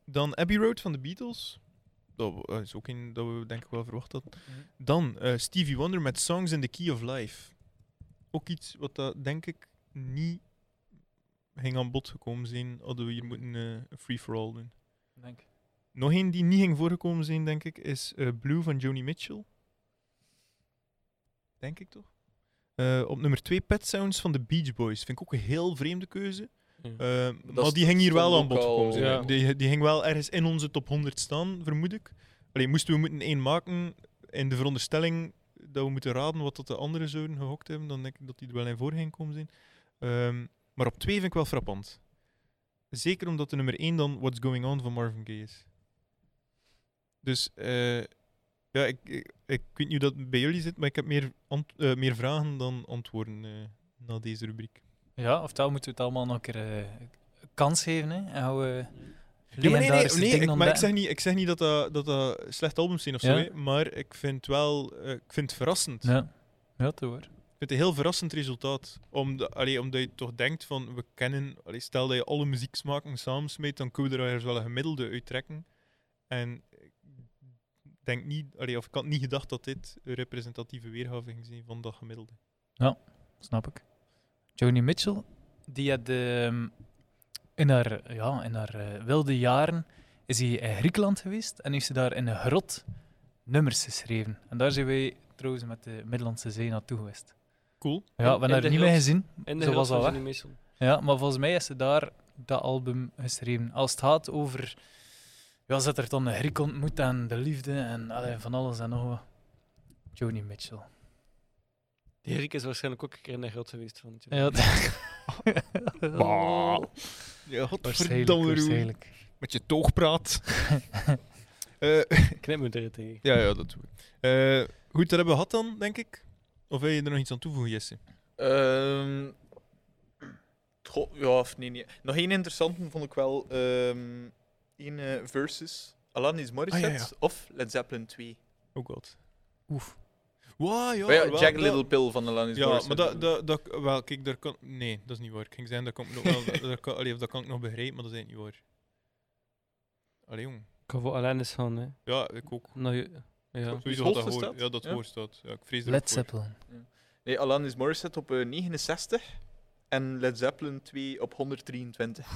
Speaker 1: dan Abbey Road van de Beatles. Dat wa- is ook een dat we denk ik wel verwacht hadden.
Speaker 2: Mm,
Speaker 1: Dan eh, Stevie Wonder met Songs in the Key of Life. Ook iets wat dat denk ik niet ging aan bod gekomen zijn. Hadden we hier moeten eh, een free-for-all doen.
Speaker 2: Denk. ik.
Speaker 1: Nog één die niet ging voorgekomen zijn, denk ik, is eh, Blue van Joni Mitchell. Denk ik toch? Eh, op nummer 2 Pet Sounds van de Beach Boys. Vind ik ook een heel vreemde keuze. Eh, maar
Speaker 3: is-
Speaker 1: die ging hier
Speaker 3: stond
Speaker 1: wel aan
Speaker 3: ook
Speaker 1: bod
Speaker 3: al-
Speaker 1: gekomen. zijn.
Speaker 4: Ja.
Speaker 1: Die, die ging wel ergens in onze top 100 staan, vermoed ik. Alleen moesten we moeten één maken in de veronderstelling dat we moeten raden wat dat de anderen zouden gehokt hebben, dan denk ik dat die er wel in voor ging komen zijn. Ehm, maar op twee vind ik wel frappant. Zeker omdat de nummer 1 dan What's Going On van Marvin Gaye is. Dus eh, ja, ik, ik, ik weet niet hoe dat bij jullie zit, maar ik heb meer, ant- eh, meer vragen dan antwoorden eh, na deze rubriek.
Speaker 2: Ja, oftewel moeten we het allemaal nog een keer eh, kans geven. Hè? En gaan we
Speaker 1: Ja, maar nee, nee,
Speaker 2: legendarische
Speaker 1: nee,
Speaker 2: dingen
Speaker 1: ik, maar ik
Speaker 2: ontdekken.
Speaker 1: zeg niet, ik zeg niet dat eh, dat, dat, dat slechte albums zijn of
Speaker 2: Ja.
Speaker 1: zo, hè, maar ik vind wel, eh, ik vind het verrassend.
Speaker 2: Ja, ja te hoor.
Speaker 1: Ik vind het een heel verrassend resultaat. Omdat, allee, omdat je toch denkt van, we kennen, allee, stel dat je alle muzieksmaken samensmeet, dan kun je er ergens wel een gemiddelde uit trekken. En ik denk niet, allee, of ik had niet gedacht dat dit een representatieve weergave ging zijn van dat gemiddelde.
Speaker 2: Snap ik. Joni Mitchell, die had ehm, in haar, ja, in haar eh, wilde jaren is hij in Griekenland geweest en heeft ze daar in een grot nummers geschreven. En daar zijn wij trouwens met de Middellandse Zee naartoe geweest.
Speaker 1: Cool.
Speaker 2: Ja,
Speaker 4: In-
Speaker 2: we hebben
Speaker 4: in
Speaker 2: haar
Speaker 4: de
Speaker 2: niet meer
Speaker 4: grot?
Speaker 2: gezien.
Speaker 4: En de
Speaker 2: Zo
Speaker 4: grot
Speaker 2: was
Speaker 4: van
Speaker 2: dat,
Speaker 4: Johnny
Speaker 2: hè?
Speaker 4: Mason.
Speaker 2: Ja, maar volgens mij is ze daar dat album geschreven. Als het gaat over... Ja, zet er dan een Griek ontmoet en de liefde en allee, van alles en nog wat. Joni Mitchell.
Speaker 4: Die Rick is waarschijnlijk ook een keer in de grot geweest van het
Speaker 2: Ja,
Speaker 1: Bah. Ja,
Speaker 2: waarschijnlijk,
Speaker 1: Roel.
Speaker 2: waarschijnlijk.
Speaker 1: Met je toogpraat. Eh,
Speaker 4: Knip me er tegen.
Speaker 1: Ja, ja, dat doen we. Eh, goed, dat hebben we gehad dan, denk ik. Of wil je er nog iets aan toevoegen, Jesse?
Speaker 3: Ehm, goh, ja, of nee, nee. Nog één interessante vond ik wel. ehm één eh, versus Alanis Morissette
Speaker 1: Ah, ja.
Speaker 3: of Led Zeppelin 2.
Speaker 1: Oh god.
Speaker 2: Oef.
Speaker 1: Wow, ja,
Speaker 3: Maar ja,
Speaker 1: wel,
Speaker 3: Jack
Speaker 1: dat-
Speaker 3: Little Pill van Alanis
Speaker 1: Ja, maar
Speaker 3: Morissette.
Speaker 1: dat, dat, dat, wel, kijk, daar kan... Nee, dat is niet waar. Ik ging zeggen, dat kan ik nog wel... dat- dat, kan, allee, of dat kan ik nog begrijpen, maar dat is eigenlijk niet waar. Allee, jong.
Speaker 4: Ik kan voor Alanis gaan, hè.
Speaker 1: Ja, ik ook.
Speaker 4: Nou, ja. ja.
Speaker 3: Is
Speaker 1: Sowieso had dat
Speaker 3: Holst
Speaker 1: hoor.
Speaker 3: staat?
Speaker 1: Ja, dat
Speaker 3: Ja.
Speaker 1: hoor staat. Ja, ik vrees er ook
Speaker 2: Led
Speaker 1: voor.
Speaker 2: Zeppelin.
Speaker 3: Nee, Alanis Morissette op eh, 69 en Led Zeppelin 2 op 123.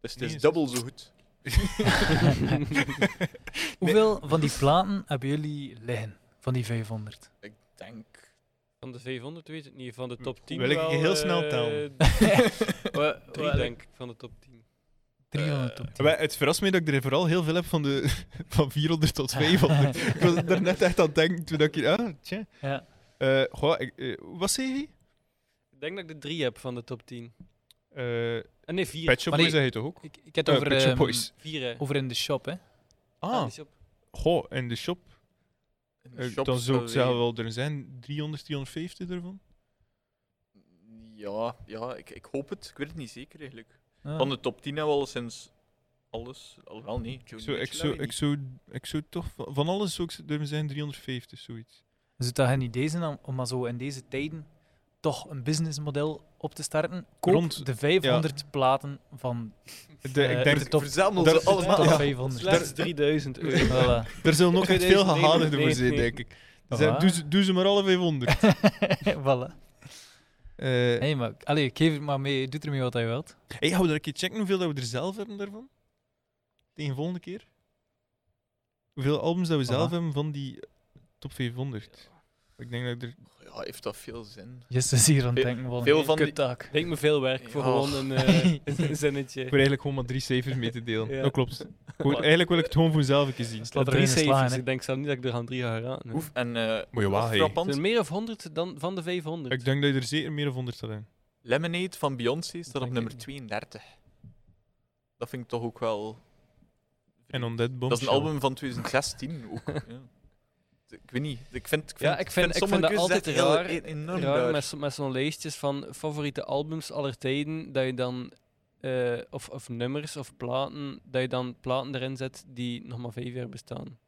Speaker 3: Dus het is
Speaker 1: 69.
Speaker 3: dubbel zo goed.
Speaker 2: Hoeveel van die platen hebben jullie liggen? Van die 500?
Speaker 3: Ik denk.
Speaker 4: Van de 500 weet ik niet. Van de top 10
Speaker 1: Wil ik
Speaker 4: wel,
Speaker 1: heel snel
Speaker 4: eh,
Speaker 1: tellen?
Speaker 4: Drie, denk ik, van de top 10.
Speaker 2: Drie van de
Speaker 3: Eh,
Speaker 2: top 10.
Speaker 1: Wij- Het verrast mij dat ik er vooral heel veel heb van, de, van 400 tot 500. ik was er net echt aan het denken toen ik hier... Ah, tja.
Speaker 2: Ja.
Speaker 1: Eh, goh, ik, eh, wat zei hij?
Speaker 4: Ik denk dat ik de drie heb van de top 10.
Speaker 1: Eh
Speaker 4: En nee, vier.
Speaker 1: Pet Shop
Speaker 2: Maar
Speaker 1: Boys,
Speaker 2: nee.
Speaker 1: dat heet toch ook?
Speaker 2: Ik, ik heb
Speaker 1: Eh,
Speaker 2: het over,
Speaker 1: Pet Shop
Speaker 2: ehm,
Speaker 1: Boys.
Speaker 4: Vier, hè.
Speaker 2: over in de shop, hè.
Speaker 1: Ah,
Speaker 4: die shop.
Speaker 1: goh, en de shop.
Speaker 3: in de
Speaker 1: eh,
Speaker 3: shop
Speaker 1: dan zou ik
Speaker 3: alleen.
Speaker 1: zeggen wel, er zijn 300, 350 ervan.
Speaker 3: Ja, ja ik, ik hoop het. Ik weet het niet zeker eigenlijk.
Speaker 4: Ah.
Speaker 2: Ja.
Speaker 3: Van de top 10 hebben we al sinds alles. Alhoewel, nee.
Speaker 1: Ik
Speaker 3: Joni
Speaker 1: zou, ik,
Speaker 3: Mitchell
Speaker 1: zou,
Speaker 3: hebben
Speaker 1: ik,
Speaker 3: we
Speaker 1: zou, ik zou toch van, van alles zou ik, er zijn 350, zoiets.
Speaker 2: Dus dat geen idee zijn om, om maar zo in deze tijden toch een businessmodel op te starten? Koop
Speaker 1: Rond-
Speaker 2: de 500 platen van
Speaker 1: De,
Speaker 2: eh,
Speaker 1: ik denk,
Speaker 2: de
Speaker 3: niet.
Speaker 2: top,
Speaker 3: Verzamel
Speaker 1: daar-
Speaker 3: ze allemaal.
Speaker 2: top
Speaker 1: ja.
Speaker 2: 500.
Speaker 4: Slechts 3000 euro.
Speaker 2: Voilà.
Speaker 1: er zullen ook echt veel
Speaker 4: 2009,
Speaker 1: gehadigden voor zijn,
Speaker 4: 19.
Speaker 1: denk ik. Ze zijn-
Speaker 2: Voilà.
Speaker 1: doe, ze, doe ze maar alle 500.
Speaker 2: voilà.
Speaker 1: Eh
Speaker 2: Hey, maar, allee, ik geef het maar mee. Doe ermee wat je wilt.
Speaker 1: hey, gaan we daar een keer checken hoeveel dat we er zelf hebben daarvan? Tegen de volgende keer? Hoeveel albums dat we zelf
Speaker 2: Aha.
Speaker 1: hebben van die eh, top 500? Ik denk dat ik er...
Speaker 3: Ja, heeft dat veel zin?
Speaker 2: Yes, is hier aan het
Speaker 3: Veel-
Speaker 2: denken.
Speaker 4: Oh,
Speaker 2: Wat
Speaker 3: veel
Speaker 2: een
Speaker 3: van die-
Speaker 2: kuttaak.
Speaker 4: Denk me veel werk voor
Speaker 3: Ja.
Speaker 4: gewoon een, eh, een zinnetje.
Speaker 1: Ik wil eigenlijk gewoon maar drie cijfers mee te delen.
Speaker 4: Ja.
Speaker 1: Dat klopt. Gewoon, eigenlijk wil ik het gewoon voor mezelf een keer zien.
Speaker 2: Slaat er
Speaker 4: drie
Speaker 2: een in slaan,
Speaker 4: cijfers.
Speaker 2: hè.
Speaker 4: Ik denk zelf niet dat ik er aan drie ga raden. hè.
Speaker 3: Oef, en eh
Speaker 1: Moet je wel,
Speaker 3: wat
Speaker 1: hey.
Speaker 4: Er
Speaker 3: frappant,
Speaker 4: zijn meer of 100 dan van de 500.
Speaker 1: Ik denk dat je er zeker meer dan 100 staat in.
Speaker 3: Lemonade van Beyoncé staat op
Speaker 4: denk
Speaker 3: nummer
Speaker 4: ik.
Speaker 3: 32. Dat vind ik toch ook wel...
Speaker 1: En Undead Bomb.
Speaker 3: Dat is een album van 2016 ook. ja. Ik weet niet. Ik vind, ik vind,
Speaker 4: Ja, ik vind- ik
Speaker 3: sommige
Speaker 4: vind dat
Speaker 3: keuzes
Speaker 4: altijd
Speaker 3: echt heel-
Speaker 4: raar.
Speaker 3: e- enorm
Speaker 4: Raar
Speaker 3: raar.
Speaker 4: met, zo- met zo'n lijstjes van favoriete albums aller tijden, dat je dan, eh, of, of nummers of platen, dat je dan platen erin zet die nog maar vijf jaar bestaan.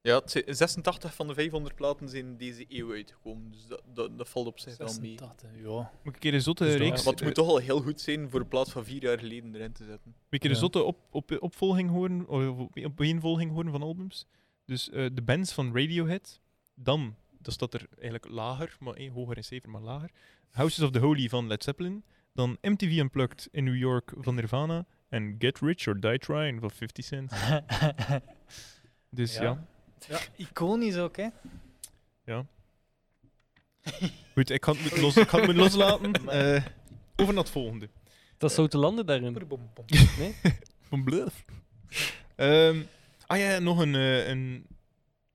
Speaker 3: Ja, het zijn- 86 van de 500 platen zijn deze eeuw uitgekomen. Dus dat, dat, dat valt op zich wel mee.
Speaker 2: 86, ja.
Speaker 1: Moet ik een keer een zotte
Speaker 2: Dus dat-
Speaker 1: reeks...
Speaker 3: Maar het
Speaker 1: eh,
Speaker 3: moet toch al heel goed zijn voor een plaats van vier jaar geleden erin te zetten.
Speaker 1: moet ik een keer een
Speaker 2: Ja.
Speaker 1: zotte op, op, opvolging horen, of op- opeenvolging horen van albums. Dus eh, de bands van Radiohead, dan, dat staat er eigenlijk lager, maar eh, hoger in cijfer, maar lager. Houses of the Holy van Led Zeppelin. Dan MTV Unplugged in New York van Nirvana. En Get Rich or Die Trying van 50 Cent. Dus ja.
Speaker 2: Ja, Iconisch ook, hè.
Speaker 1: Goed, ik had het moeten los, ik had het moeten loslaten. Eh, over naar het volgende.
Speaker 4: Dat zou te landen daarin. Nee?
Speaker 1: Van bluf. Ehm, ah ja, nog een, eh, een,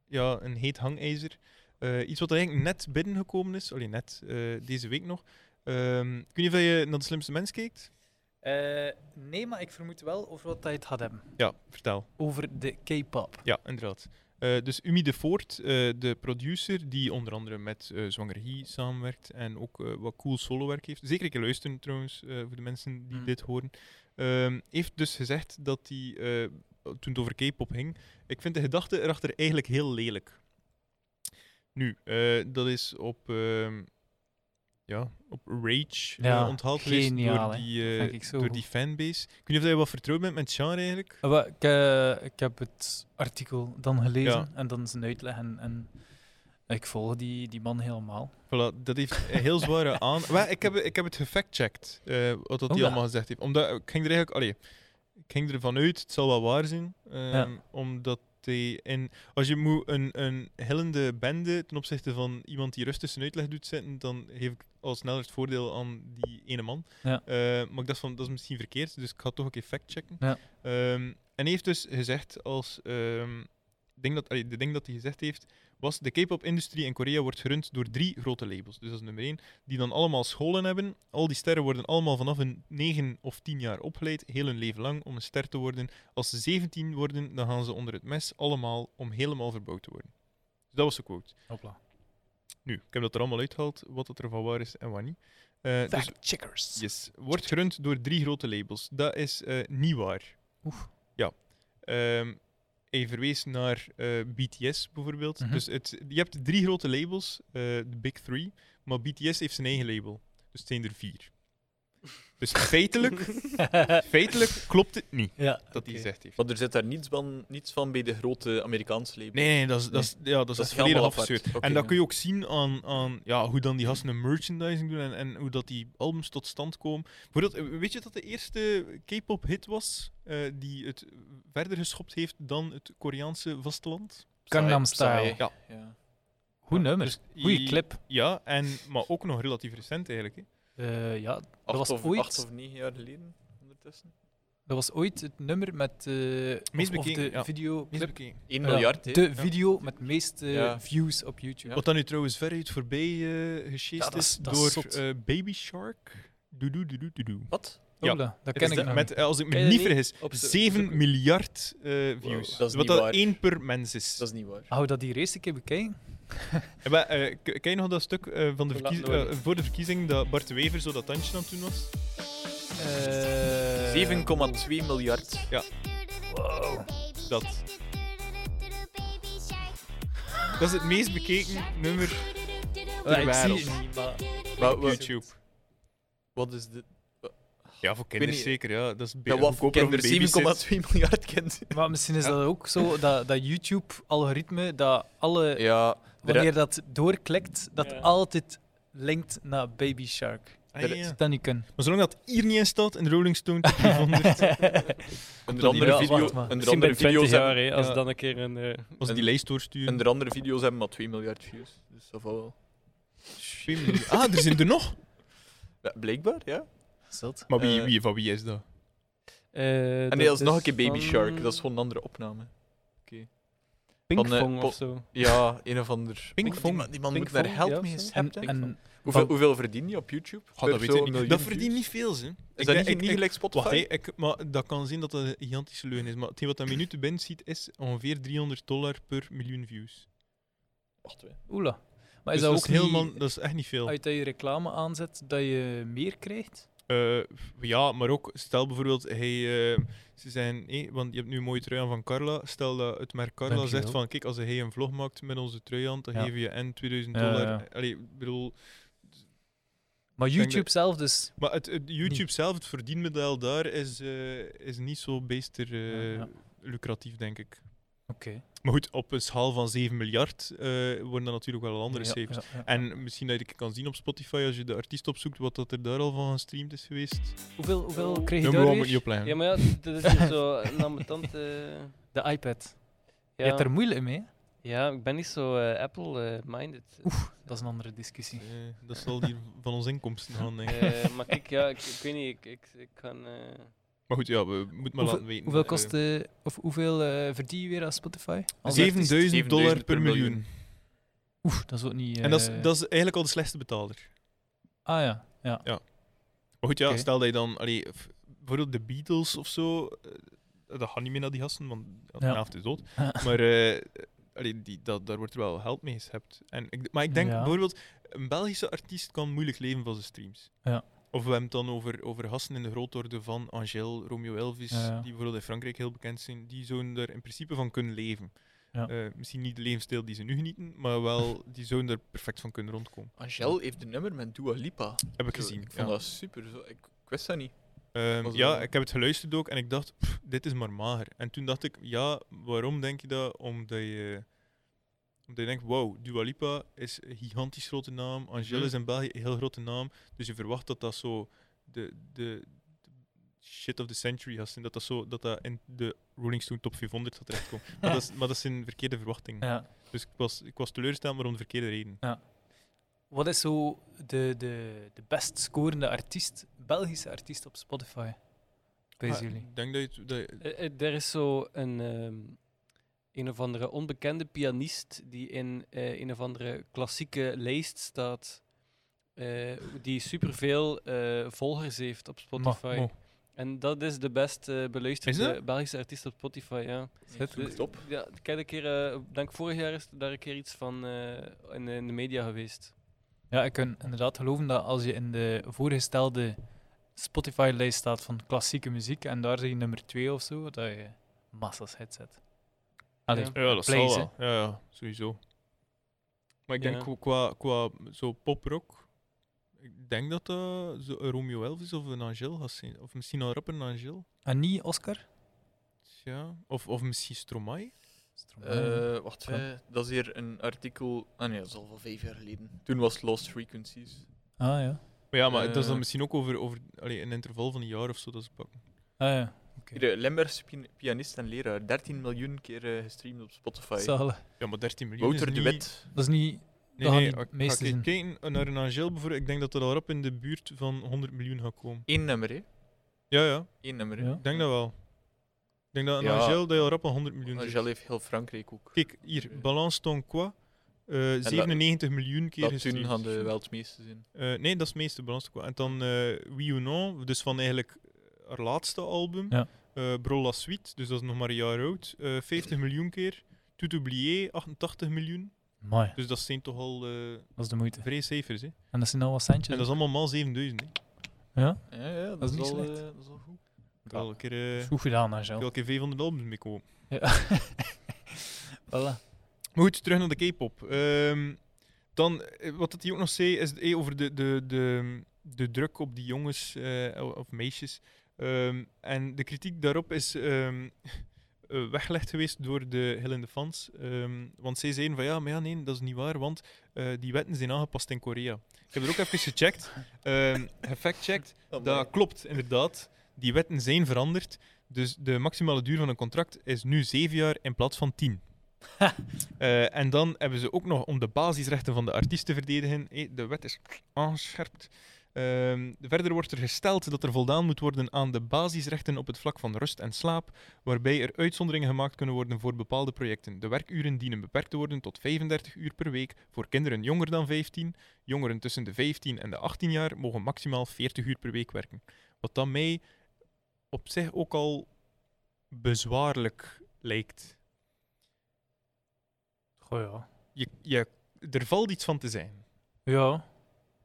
Speaker 1: ja, een heet hangijzer. Eh, iets wat er eigenlijk net binnengekomen is, alleen net eh, deze week nog. Ehm, ik weet niet of je naar de slimste mens kijkt.
Speaker 2: Eh, nee, maar ik vermoed wel over wat hij het had hebben.
Speaker 1: Ja, vertel.
Speaker 2: Over de K-pop.
Speaker 1: Ja, inderdaad. Eh, dus Umi de Voort, eh, de producer, die onder andere met eh Zwanger Hee samenwerkt en ook eh, wat cool solowerk heeft. Zeker een keer luisteren trouwens, eh, voor de mensen die
Speaker 2: Mm.
Speaker 1: dit horen. Ehm, heeft dus gezegd dat hij, eh, toen het over K-pop ging, ik vind de gedachte erachter eigenlijk heel lelijk. Nu, eh, dat is op, ehm, ja, op Rage eh,
Speaker 2: Ja,
Speaker 1: onthaald geweest
Speaker 2: geniaal,
Speaker 1: door
Speaker 2: hè.
Speaker 1: die, eh,
Speaker 2: vind ik zo
Speaker 1: door
Speaker 2: goed.
Speaker 1: die fanbase. Ik weet niet of jij wat vertrouwd bent met het genre eigenlijk.
Speaker 2: Ah, wel, Ik, eh, ik heb het artikel dan gelezen
Speaker 1: Ja.
Speaker 2: en dan zijn uitleg. En, en ik volg die, die man helemaal.
Speaker 1: Voilà, dat heeft een heel zware aan. Maar ik, heb, ik heb het gefactcheckt, eh wat dat hij
Speaker 2: Ola.
Speaker 1: allemaal gezegd heeft. Omdat eh, ik ging er eigenlijk, allee, ik ging ervan uit, het zal wel waar zijn. ehm,
Speaker 2: Ja.
Speaker 1: Omdat hij in, als je moet een, een hellende bende ten opzichte van iemand die rustig zijn uitleg doet zitten, dan geef ik al sneller het voordeel aan die ene man.
Speaker 2: Ja.
Speaker 1: Eh, maar ik dacht van, dat is misschien verkeerd, dus ik ga toch een keer factchecken.
Speaker 2: Ja.
Speaker 1: Ehm, en hij heeft dus gezegd als, ehm, ding dat, allee, de ding dat hij gezegd heeft, was de K-pop-industrie in Korea wordt gerund door drie grote labels. Dus dat is nummer één. Die dan allemaal scholen hebben. Al die sterren worden allemaal vanaf hun 9 of 10 jaar opgeleid. Heel hun leven lang om een ster te worden. Als ze 17 worden, dan gaan ze onder het mes. Allemaal om helemaal verbouwd te worden. Dus dat was de quote.
Speaker 2: Hopla.
Speaker 1: Nu, ik heb dat er allemaal uitgehaald. Wat dat er van waar is en wat niet. Eh, dus,
Speaker 2: checkers.
Speaker 1: yes. Wordt gerund door drie grote labels. Dat is eh, niet waar.
Speaker 2: Oeh.
Speaker 1: Ja. Ehm hij verwees naar eh, BTS bijvoorbeeld.
Speaker 2: Mhm.
Speaker 1: Dus het, je hebt drie grote labels, eh, de Big Three, maar BTS heeft zijn eigen label. Dus het zijn er vier. Dus feitelijk, feitelijk klopt het niet
Speaker 2: ja,
Speaker 1: dat hij
Speaker 2: oké.
Speaker 1: gezegd heeft.
Speaker 3: Maar er zit daar niets van, niets van bij de grote Amerikaanse label.
Speaker 1: Nee, nee, dat is, dat is, ja, dat is,
Speaker 3: Dat is
Speaker 1: volledig
Speaker 3: helemaal
Speaker 1: absurd.
Speaker 3: apart. Oké,
Speaker 1: en dat
Speaker 3: ja.
Speaker 1: kun je ook zien aan, aan ja, hoe dan die gasten hun merchandising doen en, en hoe dat die albums tot stand komen. Bijvoorbeeld, eh, weet je dat de eerste K-pop hit was eh, die het verder geschopt heeft dan het Koreaanse vasteland?
Speaker 2: Gangnam
Speaker 3: Saai,
Speaker 2: Style.
Speaker 1: Ja.
Speaker 3: Ja.
Speaker 2: Goed
Speaker 1: Ja,
Speaker 2: nummer.
Speaker 1: dus
Speaker 2: Goeie
Speaker 1: i-
Speaker 2: clip.
Speaker 1: Ja, en, maar ook nog relatief recent eigenlijk. Hè.
Speaker 2: Eh, ja,
Speaker 3: Acht,
Speaker 2: was
Speaker 3: of,
Speaker 2: ooit-
Speaker 3: acht of negen jaar geleden ondertussen.
Speaker 2: dat was ooit het nummer met eh, of, of
Speaker 1: bekeken,
Speaker 2: de
Speaker 1: ja.
Speaker 2: video.
Speaker 3: 1
Speaker 2: Ja, dus-
Speaker 3: miljard, hè?
Speaker 2: De video met meest eh,
Speaker 3: Ja.
Speaker 2: views op YouTube.
Speaker 1: Wat dan nu trouwens veruit voorbij eh gesjeest
Speaker 2: Ja, dat is-
Speaker 1: is
Speaker 2: dat is
Speaker 1: door
Speaker 2: zot.
Speaker 1: eh, Baby Shark. Doe, doe, doe, doe, doe, doe.
Speaker 3: Wat?
Speaker 1: Ja.
Speaker 2: Ola, dat
Speaker 1: Het
Speaker 2: ken
Speaker 1: is
Speaker 2: ik
Speaker 1: de-
Speaker 2: nog.
Speaker 1: met, eh, Als ik me
Speaker 4: Ken je
Speaker 1: niet
Speaker 4: niet?
Speaker 1: vergis,
Speaker 4: Op zo-
Speaker 1: 7 miljard eh, views.
Speaker 3: dat
Speaker 1: Wat
Speaker 3: is niet
Speaker 1: dat
Speaker 3: waar.
Speaker 1: één per mens is.
Speaker 3: Dat is niet waar.
Speaker 2: Hou dat die race een keer bekijken?
Speaker 1: Eh, maar, eh, k- ken je nog dat stuk eh, van de
Speaker 4: Verlaat
Speaker 1: verkiez-
Speaker 4: nooit.
Speaker 1: eh, voor de verkiezing dat Bart de Wever zo dat tandje aan het doen was?
Speaker 2: Eh,
Speaker 3: 7,2 miljard.
Speaker 2: Wow.
Speaker 1: Dat. Dat is het meest bekeken nummer
Speaker 2: Ja, ik zie
Speaker 1: wereld.
Speaker 2: het niet, maar...
Speaker 3: Maar,
Speaker 1: op
Speaker 3: wa-
Speaker 1: YouTube.
Speaker 3: wat is dit?
Speaker 1: Ja, voor
Speaker 3: weet
Speaker 1: kinderen
Speaker 3: niet.
Speaker 1: zeker. Ja, dat is
Speaker 3: Ja, wat voor
Speaker 1: goedkoper
Speaker 3: kinderen?
Speaker 1: om een babysit.
Speaker 3: 7,2 miljard kinderen.
Speaker 2: Maar misschien is dat ook zo, dat, dat YouTube-algoritme, dat alle,
Speaker 3: Ja, de re-
Speaker 2: wanneer dat doorklikt, dat
Speaker 4: Ja.
Speaker 2: altijd linkt naar Baby Shark.
Speaker 1: Ah, ja, ja.
Speaker 2: Dat niet kunnen.
Speaker 1: Maar zolang dat hier niet in staat, in de Rolling Stone top 300,
Speaker 3: onder andere,
Speaker 2: Ja,
Speaker 3: video,
Speaker 2: wacht maar.
Speaker 3: onder
Speaker 4: Misschien
Speaker 3: andere
Speaker 4: bij 20
Speaker 3: video's
Speaker 4: jaar,
Speaker 3: hebben,
Speaker 4: hè, als
Speaker 1: ja.
Speaker 4: dan een keer een... eh,
Speaker 1: als die lijst doorsturen.
Speaker 3: onder andere video's hebben maar 2 miljard views. Dus dat valt wel.
Speaker 1: Twee miljoen. Ah, er zijn er nog!
Speaker 3: Ja, blijkbaar, ja. Ah,
Speaker 2: Zot.
Speaker 1: Maar wie,
Speaker 3: Eh.
Speaker 1: wie, van wie is dat?
Speaker 4: eh,
Speaker 3: En Ah, nee, dat is nog een
Speaker 4: is
Speaker 3: keer Baby
Speaker 4: van
Speaker 3: Shark. Dat is gewoon een andere opname. van, eh,
Speaker 4: Pinkfong
Speaker 3: Pol-
Speaker 4: of zo.
Speaker 3: Ja, een of ander.
Speaker 1: Pinkfong.
Speaker 3: Die man, die man moet naar
Speaker 4: Pinkfong,
Speaker 3: help
Speaker 4: ja,
Speaker 3: mee
Speaker 4: of zo.
Speaker 2: En,
Speaker 3: geschept, denk ik.
Speaker 2: en
Speaker 3: Hoeveel,
Speaker 2: Van-
Speaker 3: hoeveel verdien je op YouTube?
Speaker 1: God, dat
Speaker 3: Per
Speaker 1: weet
Speaker 3: zo'n
Speaker 1: ik niet.
Speaker 3: miljoen
Speaker 1: Dat
Speaker 3: views?
Speaker 1: verdient niet veel, ze.
Speaker 3: Is
Speaker 1: Ik
Speaker 3: dat
Speaker 1: denk-
Speaker 3: niet,
Speaker 1: ik-
Speaker 3: niet
Speaker 1: ik-
Speaker 3: gelijk Spotify?
Speaker 1: Wacht, hé, ik, maar dat kan zien dat dat een gigantische leun is. Maar hetgeen wat dat minuut de band ziet, is ongeveer 300 dollar per miljoen views.
Speaker 3: Wacht, hè.
Speaker 2: oela. Maar is
Speaker 1: Dus
Speaker 2: dat ook niet Ah,
Speaker 1: helemaal, dat is echt niet veel.
Speaker 2: uit dat je reclame aanzet, dat je meer krijgt?
Speaker 1: Eh, ja, maar ook, stel bijvoorbeeld, hij, eh, ze zijn, hé, want je hebt nu een mooie trui aan van Carla. Stel dat het merk Carla
Speaker 2: Dankjewel.
Speaker 1: zegt van, kijk, als hij een vlog maakt met onze trui aan, dan
Speaker 2: Ja.
Speaker 1: geven je en 2000
Speaker 2: Ja, ja,
Speaker 1: dollar.
Speaker 2: ja.
Speaker 1: Allee, ik bedoel,
Speaker 2: Maar
Speaker 1: denk
Speaker 2: YouTube zelf dus...
Speaker 1: maar het, het YouTube
Speaker 2: Niet.
Speaker 1: zelf, het verdienmodel daar, is, eh, is niet zo beester eh,
Speaker 2: Ja, ja.
Speaker 1: lucratief, denk ik.
Speaker 2: Oké.
Speaker 1: Maar goed, op een schaal van 7 miljard eh, worden er natuurlijk wel andere
Speaker 2: Ja,
Speaker 1: cijfers.
Speaker 2: ja, ja.
Speaker 1: En misschien dat je kan zien op Spotify als je de artiest opzoekt wat dat er daar al van gestreamd is geweest.
Speaker 2: Hoeveel, hoeveel
Speaker 4: Oh.
Speaker 2: kreeg je
Speaker 1: Nummer
Speaker 2: daar
Speaker 1: one moet je
Speaker 2: weer?
Speaker 1: opleggen.
Speaker 4: Ja, maar
Speaker 5: eh,
Speaker 4: ja, dat is hier zo een ambetante...
Speaker 2: De iPad.
Speaker 4: Ja,
Speaker 2: Je hebt er moeilijk mee. hè?
Speaker 5: Ja, ik ben niet zo eh, Apple-minded.
Speaker 2: Dat is een andere discussie.
Speaker 1: Eh, dat zal die van onze inkomsten gaan. denk ik.
Speaker 5: Eh, maar kijk, ja, ik, ik weet niet, ik, ik, ik kan... eh,
Speaker 1: Maar goed, ja, we moeten maar laten weten.
Speaker 2: hoeveel
Speaker 1: Eh,
Speaker 2: kost eh, of hoeveel eh, verdien je weer aan Spotify? Als
Speaker 1: 7000 dollar
Speaker 3: 7000
Speaker 1: per
Speaker 3: per
Speaker 1: miljoen.
Speaker 3: miljoen.
Speaker 2: Oeh, dat is ook niet.
Speaker 1: En dat is,
Speaker 2: eh,
Speaker 1: dat is eigenlijk al de slechtste betaler.
Speaker 2: Ah ja, ja.
Speaker 1: Maar goed, ja,
Speaker 2: Oké.
Speaker 1: stel dat je dan allee, f- bijvoorbeeld de Beatles of zo, eh, dat gaat niet meer naar die gasten, want ja, de
Speaker 2: Ja.
Speaker 1: helft is dood. Maar eh, allee, die, dat, daar wordt er wel geld mee geschept. En ik, maar ik denk
Speaker 2: Ja.
Speaker 1: bijvoorbeeld, een Belgische artiest kan moeilijk leven van zijn streams.
Speaker 2: Ja.
Speaker 1: Of we hebben het dan over, over gasten in de grootorde van Angel, Romeo Elvis,
Speaker 2: Ja, ja.
Speaker 1: die bijvoorbeeld in Frankrijk heel bekend zijn, die zouden er in principe van kunnen leven.
Speaker 2: Ja.
Speaker 1: Eh, misschien niet de levensstijl die ze nu genieten, maar wel die zouden er perfect van kunnen rondkomen.
Speaker 3: Angel heeft een nummer met Dua Lipa.
Speaker 1: Heb ik gezien.
Speaker 3: Ik vond
Speaker 1: ja.
Speaker 3: dat super. Zo. Ik, ik wist dat niet.
Speaker 1: Ehm,
Speaker 3: Was het
Speaker 1: ja,
Speaker 3: wel-
Speaker 1: ik heb het geluisterd ook en ik dacht, "Pff, dit is maar mager. En toen dacht ik, ja, waarom denk je dat? Omdat je, omdat je denkt, wow, Dua Lipa is een gigantisch grote naam, Angel
Speaker 3: Mhm.
Speaker 1: is in België een heel grote naam, dus je verwacht dat dat zo de, de, de shit of the century gaat zijn, dat dat, zo, dat dat in de Rolling Stone top 500 gaat terechtkomen. maar, dat is, maar dat zijn verkeerde verwachtingen.
Speaker 2: ja.
Speaker 1: Dus ik was, ik was teleurgesteld, maar om de verkeerde reden.
Speaker 2: Wat is zo de, de, de best scorende artiest, Belgische artiest op Spotify? Wees
Speaker 1: Ah,
Speaker 2: jullie.
Speaker 1: Ik denk dat je... het- Dat je-
Speaker 5: eh, eh, er is zo een, ehm, een of andere onbekende pianist die in eh, een of andere klassieke lijst staat. eh, die superveel eh volgers heeft op Spotify.
Speaker 2: Mo- mo.
Speaker 5: En dat is de best eh,
Speaker 1: Is
Speaker 5: beluisterde
Speaker 1: dat?
Speaker 5: Belgische artiest op Spotify, ja.
Speaker 3: Zet
Speaker 5: Dus-
Speaker 3: op.
Speaker 5: Ja, ik heb een keer, eh, denk vorig jaar is daar een keer iets van eh, in, in de media geweest.
Speaker 2: Ja, ik kan inderdaad geloven dat als je in de voorgestelde Spotify-lijst staat van klassieke muziek en daar zie je nummer 2 of zo, dat je massas hits zet. Allee,
Speaker 5: Ja.
Speaker 1: Ja, dat zal
Speaker 2: plays,
Speaker 1: wel. Ja, ja, sowieso. Maar ik denk
Speaker 5: Ja.
Speaker 1: qua- qua, qua zo poprock, ik denk dat dat zo een Romeo Elvis of een Angel gaat zijn. Of misschien al rapper een Angel.
Speaker 2: En niet Oscar?
Speaker 1: Ja. Of, of misschien Stromae. Ah.
Speaker 3: Eh, wacht,
Speaker 2: Ja.
Speaker 3: eh, dat is hier een artikel. Ah nee, dat is al van vijf jaar geleden. Toen was Lost Frequencies.
Speaker 2: ah ja.
Speaker 1: Maar ja, maar dat is dan
Speaker 3: Eh.
Speaker 1: misschien ook over, over allee, een interval van een jaar of zo dat ze pakken.
Speaker 2: Ah ja,
Speaker 3: Hier, eh, Limburgse pi- pianist en leraar. 13 miljoen keer eh, gestreamd op Spotify.
Speaker 2: zalig.
Speaker 1: Ja, maar 13 miljoen
Speaker 3: Wouter
Speaker 1: is
Speaker 3: de
Speaker 1: niet...
Speaker 3: Wit.
Speaker 2: Dat is niet...
Speaker 1: Nee,
Speaker 2: gaan
Speaker 1: nee,
Speaker 2: die
Speaker 1: ik- ga
Speaker 2: meeste
Speaker 1: ik
Speaker 2: zijn.
Speaker 1: kijken naar een Angel bijvoorbeeld. Ik denk dat dat al rap in de buurt van 100 miljoen gaat komen.
Speaker 3: Eén nummer, hè?
Speaker 1: Ja, ja.
Speaker 3: Eén nummer, hè?
Speaker 2: Ja.
Speaker 1: Ik denk dat wel. Ik denk dat een
Speaker 3: Ja.
Speaker 1: Angel dat je al rap aan 100 miljoen zit.
Speaker 3: Angel heeft heel Frankrijk ook.
Speaker 1: Kijk, hier, Balance Ton Qua. eh, 97 miljoen keer
Speaker 3: Dat
Speaker 1: gestreamd.
Speaker 3: toen hadden wel het meeste zin.
Speaker 1: Eh, nee, dat is het meeste Balance Ton Qua. En dan eh Oui ou Non, dus van eigenlijk haar laatste album.
Speaker 2: Ja.
Speaker 1: eh, Bro La Suite, dus dat is nog maar een jaar oud. eh, 50 miljoen keer. Tout oublié, 88 miljoen.
Speaker 2: Mooi,
Speaker 1: Dus dat zijn toch al eh
Speaker 2: dat is de moeite.
Speaker 1: vrij cijfers. Hè? En
Speaker 2: En dat zijn al wat centjes.
Speaker 1: dat is allemaal maal 7000. Hè?
Speaker 2: Ja,
Speaker 3: Ja, ja, dat,
Speaker 2: is
Speaker 3: is
Speaker 2: niet
Speaker 3: al,
Speaker 2: slecht.
Speaker 3: eh, dat is al goed.
Speaker 1: Ik wil elke keer, eh,
Speaker 2: goed gedaan,
Speaker 1: ik
Speaker 2: Angel.
Speaker 1: wil een keer 500 albums mee komen.
Speaker 2: Ja. voilà.
Speaker 1: Maar goed, terug naar de K-pop. Ehm, dan, eh, wat dat hij ook nog zei, is eh, over de, de, de, de druk op die jongens eh, o- of meisjes. Ehm, en de kritiek daarop is ehm, eh, weggelegd geweest door de hillende fans. Ehm, want zij zeiden van ja, maar ja, nee, dat is niet waar, want eh, die wetten zijn aangepast in Korea. Ik heb er ook even gecheckt, ehm gefactcheckt.
Speaker 3: Oh,
Speaker 1: Dat klopt, inderdaad. Die wetten zijn veranderd. Dus de maximale duur van een contract is nu 7 jaar in plaats van 10. Eh, en dan hebben ze ook nog om de basisrechten van de artiest te verdedigen. eh, de wet is aangescherpt. Ehm, verder wordt er gesteld dat er voldaan moet worden aan de basisrechten op het vlak van rust en slaap, waarbij er uitzonderingen gemaakt kunnen worden voor bepaalde projecten. De werkuren dienen beperkt te worden tot 35 uur per week voor kinderen jonger dan 15 Jongeren tussen de 15 en de 18 jaar mogen maximaal 40 uur per week werken. Wat dan mij op zich ook al bezwaarlijk lijkt.
Speaker 2: Goh ja.
Speaker 1: Je, je, er valt iets van te zijn.
Speaker 2: Ja,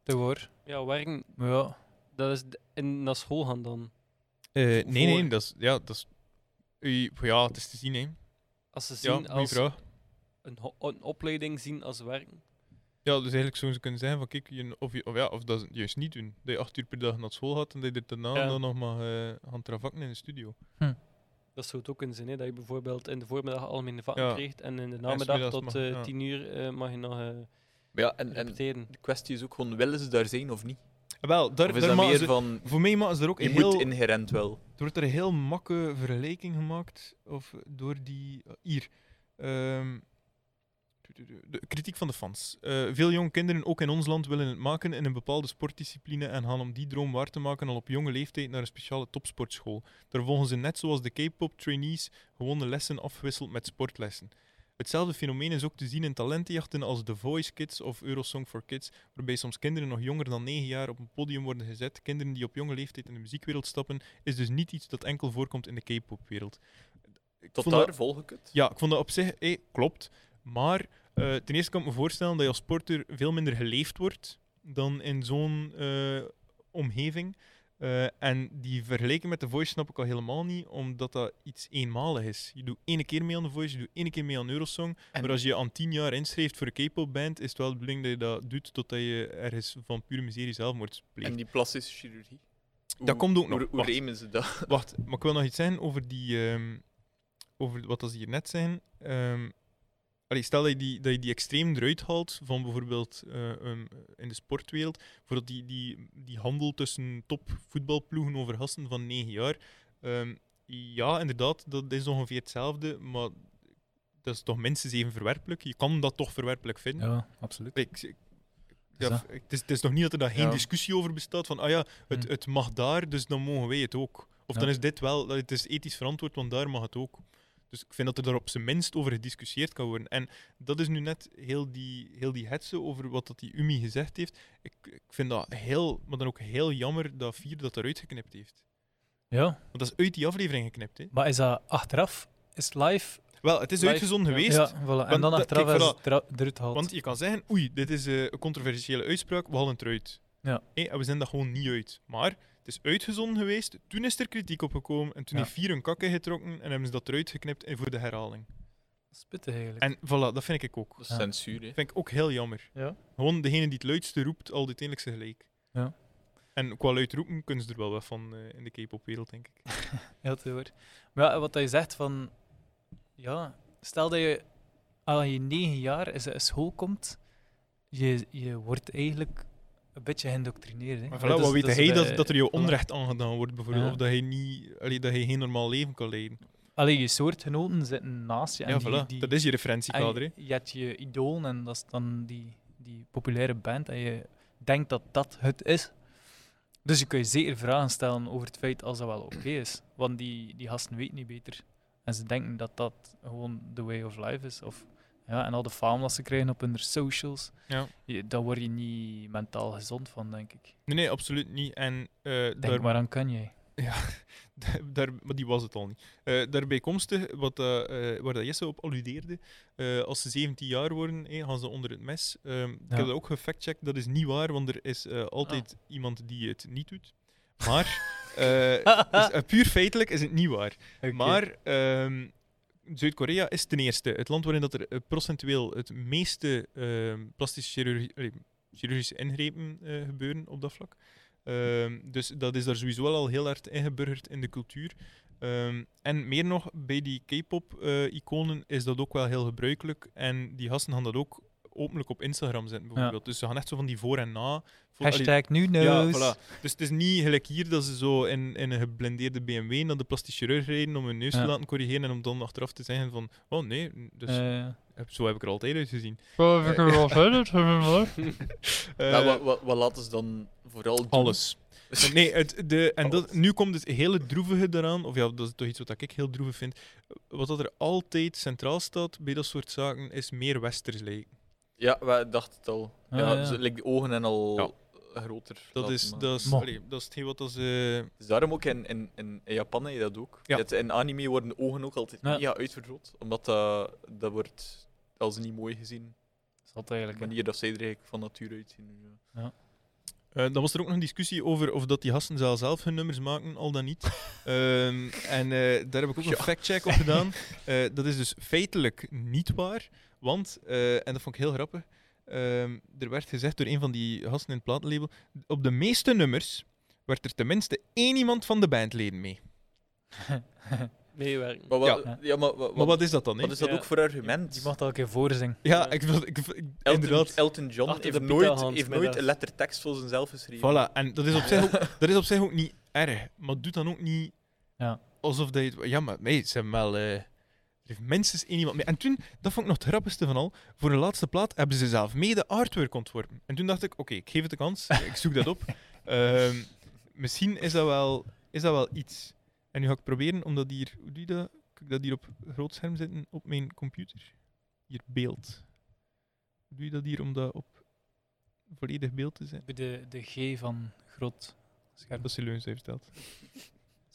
Speaker 2: te hoor.
Speaker 5: Ja, werken,
Speaker 2: Maar ja,
Speaker 5: dat is d- in, naar school gaan dan.
Speaker 1: Eh, nee,
Speaker 5: nee,
Speaker 1: nee,
Speaker 5: nee,
Speaker 1: dat is, ja, dat is, ja, het is te zien, hè.
Speaker 5: Als ze
Speaker 1: Ja,
Speaker 5: zien
Speaker 1: goeie
Speaker 5: als
Speaker 1: vraag.
Speaker 5: een, ho- een opleiding zien als werken.
Speaker 1: Ja, dus eigenlijk zouden ze kunnen zeggen van, kijk, je, of, je, of, ja, of dat ze het juist niet doen. Dat je acht uur per dag naar school gaat en dat je er daarna
Speaker 5: Ja.
Speaker 1: dan nog maar eh gaan travakken in de studio.
Speaker 5: Dat zou het ook kunnen zijn, hè? dat je bijvoorbeeld in de voormiddag algemene vakken
Speaker 1: Ja.
Speaker 5: krijgt en in de namiddag
Speaker 1: middags
Speaker 5: tot
Speaker 1: mag-
Speaker 5: eh,
Speaker 1: ja.
Speaker 5: tien uur eh, mag je nog eh
Speaker 3: Maar ja, en, en
Speaker 5: repeteren.
Speaker 3: de kwestie is ook gewoon, willen ze daar zijn of niet?
Speaker 1: Wel, daar,
Speaker 3: Of is dat meer van,
Speaker 1: voor mij maken ze er ook
Speaker 3: je
Speaker 1: een heel...
Speaker 3: moet inherent wel.
Speaker 1: Er wordt er een heel eh, makke vergelijking gemaakt of door die. Hier. ehm, De kritiek van de fans. Eh, veel jonge kinderen, ook in ons land, willen het maken in een bepaalde sportdiscipline en gaan om die droom waar te maken al op jonge leeftijd naar een speciale topsportschool. Daar volgen ze net zoals de K-pop trainees gewone lessen afgewisseld met sportlessen. Hetzelfde fenomeen is ook te zien in talentenjachten als The Voice Kids of Eurosong for Kids, waarbij soms kinderen nog jonger dan 9 jaar op een podium worden gezet. Kinderen die op jonge leeftijd in de muziekwereld stappen, is dus niet iets dat enkel voorkomt in de K-popwereld. Ik
Speaker 3: Tot
Speaker 1: vond
Speaker 3: daar
Speaker 1: dat-
Speaker 3: volg ik het.
Speaker 1: ja, ik vond dat op zich, eh, klopt. Maar eh, ten eerste kan ik me voorstellen dat je als sporter veel minder geleefd wordt dan in zo'n eh, omgeving. Eh, en die vergelijking met de Voice snap ik al helemaal niet, omdat dat iets eenmalig is. Je doet ene keer mee aan de Voice, je doet ene keer mee aan Eurosong.
Speaker 2: En-
Speaker 1: Maar als je je aan tien jaar inschrijft voor een K-pop band, is het wel de bedoeling dat je dat doet totdat je ergens van pure miserie zelfmoord pleegt.
Speaker 3: En die plastische chirurgie.
Speaker 1: Dat komt ook nog.
Speaker 3: Hoe, hoe
Speaker 1: Wacht.
Speaker 3: remen ze dat?
Speaker 1: Wacht, maar ik wil nog iets zeggen over die. ehm, over wat dat ze hier net zijn. Ehm, allee, stel dat je, die, dat je die extreem eruit haalt van bijvoorbeeld eh, ehm, in de sportwereld. Bijvoorbeeld die, die, die handel tussen top voetbalploegen over gasten van 9 jaar. Ehm, ja, inderdaad, dat is ongeveer hetzelfde, maar dat is toch minstens even verwerpelijk. Je kan dat toch verwerpelijk vinden.
Speaker 2: Ja, absoluut.
Speaker 1: Ik, ik- ja,
Speaker 2: Dus dat.
Speaker 1: ik- het, is, het is nog niet dat er daar geen
Speaker 2: Ja.
Speaker 1: discussie over bestaat van, ah ja, het,
Speaker 2: Hm.
Speaker 1: het mag daar, dus dan mogen wij het ook. Of
Speaker 2: Ja.
Speaker 1: dan is dit wel, dat het is ethisch verantwoord, want daar mag het ook. Dus ik vind dat er daar op zijn minst over gediscussieerd kan worden. En dat is nu net heel die, heel die hetze over wat dat die UMI gezegd heeft. Ik, ik vind dat heel, maar dan ook heel jammer dat Vier dat eruit geknipt heeft.
Speaker 2: Ja,
Speaker 1: Want dat is uit die aflevering geknipt. Hè.
Speaker 2: maar is dat achteraf? Is het live?
Speaker 1: Wel, het is
Speaker 4: Live,
Speaker 1: uitgezonden
Speaker 4: ja.
Speaker 1: geweest.
Speaker 2: Ja, voilà. En
Speaker 1: Want
Speaker 2: dan
Speaker 1: dat-
Speaker 2: achteraf
Speaker 1: kijk,
Speaker 2: is
Speaker 1: voilà.
Speaker 2: het tra- eruit gehaald.
Speaker 1: Want je kan zeggen, oei, dit is eh, een controversiële uitspraak, we halen het eruit.
Speaker 2: Ja.
Speaker 1: Eh, en we zijn dat gewoon niet uit. Maar het is uitgezonden geweest, toen is er kritiek op gekomen en toen
Speaker 2: Ja.
Speaker 1: heeft vier hun kakken getrokken en hebben ze dat eruit geknipt en voor de herhaling.
Speaker 2: Spittig eigenlijk.
Speaker 1: En voilà, dat vind ik ook.
Speaker 3: Dat is
Speaker 2: Ja.
Speaker 3: censuur, hè.
Speaker 1: Dat vind ik ook heel jammer.
Speaker 2: Ja.
Speaker 1: Gewoon degene die het luidste roept, al uiteindelijk zijn gelijk.
Speaker 2: Ja.
Speaker 1: En qua luid roepen kunnen ze er wel wat van eh, in de K-pop-wereld, denk ik.
Speaker 2: Ja, te hoor. Maar ja, wat dat je zegt van... Ja, stel dat je aan je negen jaar eens uit school komt, je, je wordt eigenlijk een beetje geïndoctrineerd. Hè.
Speaker 1: Maar voilà,
Speaker 2: Dat is-
Speaker 1: wat weet
Speaker 2: is
Speaker 1: hij
Speaker 2: bij-
Speaker 1: dat, dat er jou
Speaker 2: voilà.
Speaker 1: onrecht aangedaan wordt, bijvoorbeeld?
Speaker 2: Ja.
Speaker 1: Of dat hij, niet, allee, dat hij geen normaal leven kan leiden.
Speaker 2: Allee, je soortgenoten zitten naast je.
Speaker 1: Ja,
Speaker 2: En die,
Speaker 1: voilà.
Speaker 2: die-
Speaker 1: dat is je
Speaker 2: en
Speaker 1: referentiekader. hè.
Speaker 2: je, je hebt je idool en dat is dan die, die populaire band. En je denkt dat dat het is. Dus je kan je zeker vragen stellen over het feit als dat wel oké is. Want die, die gasten weten niet beter. En ze denken dat dat gewoon de way of life is. Of, ja, en al de faam dat ze krijgen op hun socials.
Speaker 1: Ja.
Speaker 2: Je, daar word je niet mentaal gezond van, denk ik.
Speaker 1: Nee, nee, absoluut niet. En eh,
Speaker 2: Denk
Speaker 1: daar,
Speaker 2: maar aan kan jij.
Speaker 1: Eh, daar, maar die was het al niet. Eh daarbij komstig, wat, dat, eh, waar dat Jesse op alludeerde, eh, als ze 17 jaar worden, eh, gaan ze onder het mes. Ehm, Ik
Speaker 2: Ja. Ah.
Speaker 1: heb dat ook gefactcheckt, dat is niet waar, want er is eh, altijd iemand die het niet doet. Maar eh, is- eh, puur feitelijk is het niet waar. Maar ehm, Zuid-Korea is ten eerste het land waarin dat er eh, procentueel het meeste ehm, plastische chirurgie, allee, chirurgische ingrepen eh, gebeuren op dat vlak. Ehm, dus dat is daar sowieso wel al heel hard ingeburgerd in de cultuur. Ehm, en meer nog, bij die K-pop-iconen is dat ook wel heel gebruikelijk. En die gasten gaan dat ook openlijk op Instagram zetten, bijvoorbeeld. Dus ze gaan echt zo van die voor en na. Voor, allee,
Speaker 2: Hashtag nu
Speaker 1: ja,
Speaker 2: neus.
Speaker 1: voilà. Dus het is niet gelijk hier dat ze zo in, in een geblendeerde BMW naar de plastisch chirurg rijden om hun neus
Speaker 2: Ja.
Speaker 1: te laten corrigeren en om dan achteraf te zeggen van, oh nee, dus
Speaker 2: Eh,
Speaker 1: heb- zo heb ik er altijd uit gezien.
Speaker 2: ik er wel verder.
Speaker 1: Eh,
Speaker 3: Ja, wat, wat, wat laten ze dan vooral doen?
Speaker 1: alles. Maar Nee, het, de, en dat,
Speaker 3: Alles.
Speaker 1: nu komt het hele droevige eraan, of ja, dat is toch iets wat ik heel droevig vind. Wat dat er altijd centraal staat bij dat soort zaken, is meer westers lijken.
Speaker 3: Ja, wij dachten het al.
Speaker 2: Ah,
Speaker 3: ja,
Speaker 2: ja.
Speaker 3: Ze, like, de ogen en al
Speaker 1: Ja.
Speaker 3: groter.
Speaker 1: Dat
Speaker 3: laten
Speaker 1: is,
Speaker 3: maken.
Speaker 1: dat is,
Speaker 2: Maar-
Speaker 1: allee, dat is hetgeen wat dat ze...
Speaker 3: Dus daarom ook in, in, in, in Japan heb je dat ook.
Speaker 1: Ja.
Speaker 3: Dat in anime worden de ogen ook altijd
Speaker 2: Ja.
Speaker 3: mega uitvergroot. Omdat dat, dat wordt als niet mooi gezien.
Speaker 2: Zat
Speaker 3: De
Speaker 2: eigenlijk. hè.
Speaker 3: manier dat zij er eigenlijk van nature uitzien. Ja.
Speaker 1: Eh, dan was er ook nog een discussie over of dat die gasten zelf, zelf hun nummers maken, al dan niet. Ehm, en eh, daar heb ik ook een factcheck op gedaan. Eh, dat is dus feitelijk niet waar. Want, eh, en dat vond ik heel grappig, ehm, er werd gezegd door een van die gasten in het platenlabel, op de meeste nummers werd er tenminste één iemand van de bandleden mee.
Speaker 4: meewerken.
Speaker 3: Maar, wat,
Speaker 2: Ja.
Speaker 3: ja. maar, wat,
Speaker 1: Maar
Speaker 3: wat,
Speaker 1: wat is dat dan? hè?
Speaker 3: wat is dat
Speaker 4: Ja.
Speaker 3: ook voor argument?
Speaker 2: Die mag dat ook een keer voorzingen.
Speaker 1: Ja, ik, wil- ik, ik,
Speaker 3: Elton,
Speaker 1: inderdaad.
Speaker 3: Elton John
Speaker 4: Achter
Speaker 3: heeft
Speaker 4: de pita
Speaker 3: nooit,
Speaker 4: hand
Speaker 3: heeft
Speaker 4: met
Speaker 3: nooit
Speaker 4: dat.
Speaker 3: een letter tekst voor zichzelf geschreven.
Speaker 1: Voilà, en dat is, op zich ook, dat is op zich ook niet erg, maar doet dan ook niet
Speaker 2: Ja.
Speaker 1: alsof dat je... het- Ja, maar nee, ze hebben wel eh, Er heeft minstens één iemand mee. En toen, dat vond ik nog het grappigste van al, voor de laatste plaat hebben ze zelf mee de artwork ontworpen. En toen dacht ik, oké, ik geef het de kans, ik zoek dat op. Ehm, misschien is dat, wel, is dat wel iets. En nu ga ik proberen om dat hier, hoe doe je dat? Kan ik dat hier op groot scherm zetten op mijn computer? Hier beeld. Hoe doe je dat hier om dat op volledig beeld te zijn?
Speaker 2: Bij de, de G van groot scherm.
Speaker 1: Dat is leuns heeft verteld.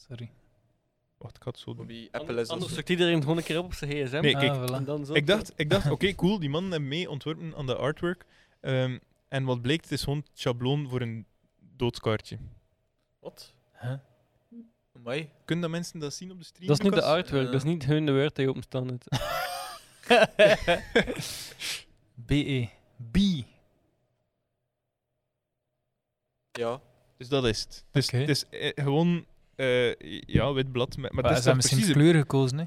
Speaker 2: Sorry.
Speaker 1: Wacht, ik had het zo doen.
Speaker 3: Wie Apple
Speaker 4: Anders
Speaker 3: is als-
Speaker 4: anders zoekt iedereen gewoon een keer op op zijn gsm.
Speaker 1: Nee, kijk,
Speaker 2: Ah, voilà.
Speaker 4: En dan zo.
Speaker 1: Ik dacht, ik dacht oké, cool, die mannen hebben mee ontworpen aan de artwork. Ehm, en wat bleek, het is gewoon het schabloon voor een doodskaartje.
Speaker 3: Wat?
Speaker 2: Huh?
Speaker 3: Amai.
Speaker 1: Kunnen dat mensen dat zien op de stream?
Speaker 4: Dat is niet de
Speaker 1: Lucas? eh,
Speaker 4: artwork, dat is niet hun de word die openstaan heeft.
Speaker 1: E.
Speaker 2: BE. B.
Speaker 3: Ja.
Speaker 1: Dus dat is het. Dus
Speaker 2: Oké.
Speaker 1: het is eh, gewoon eh, ja, wit blad. Met, maar
Speaker 2: Maar
Speaker 1: dat
Speaker 2: ze
Speaker 1: is toch
Speaker 2: hebben
Speaker 1: precies...
Speaker 2: misschien kleur gekozen, hè?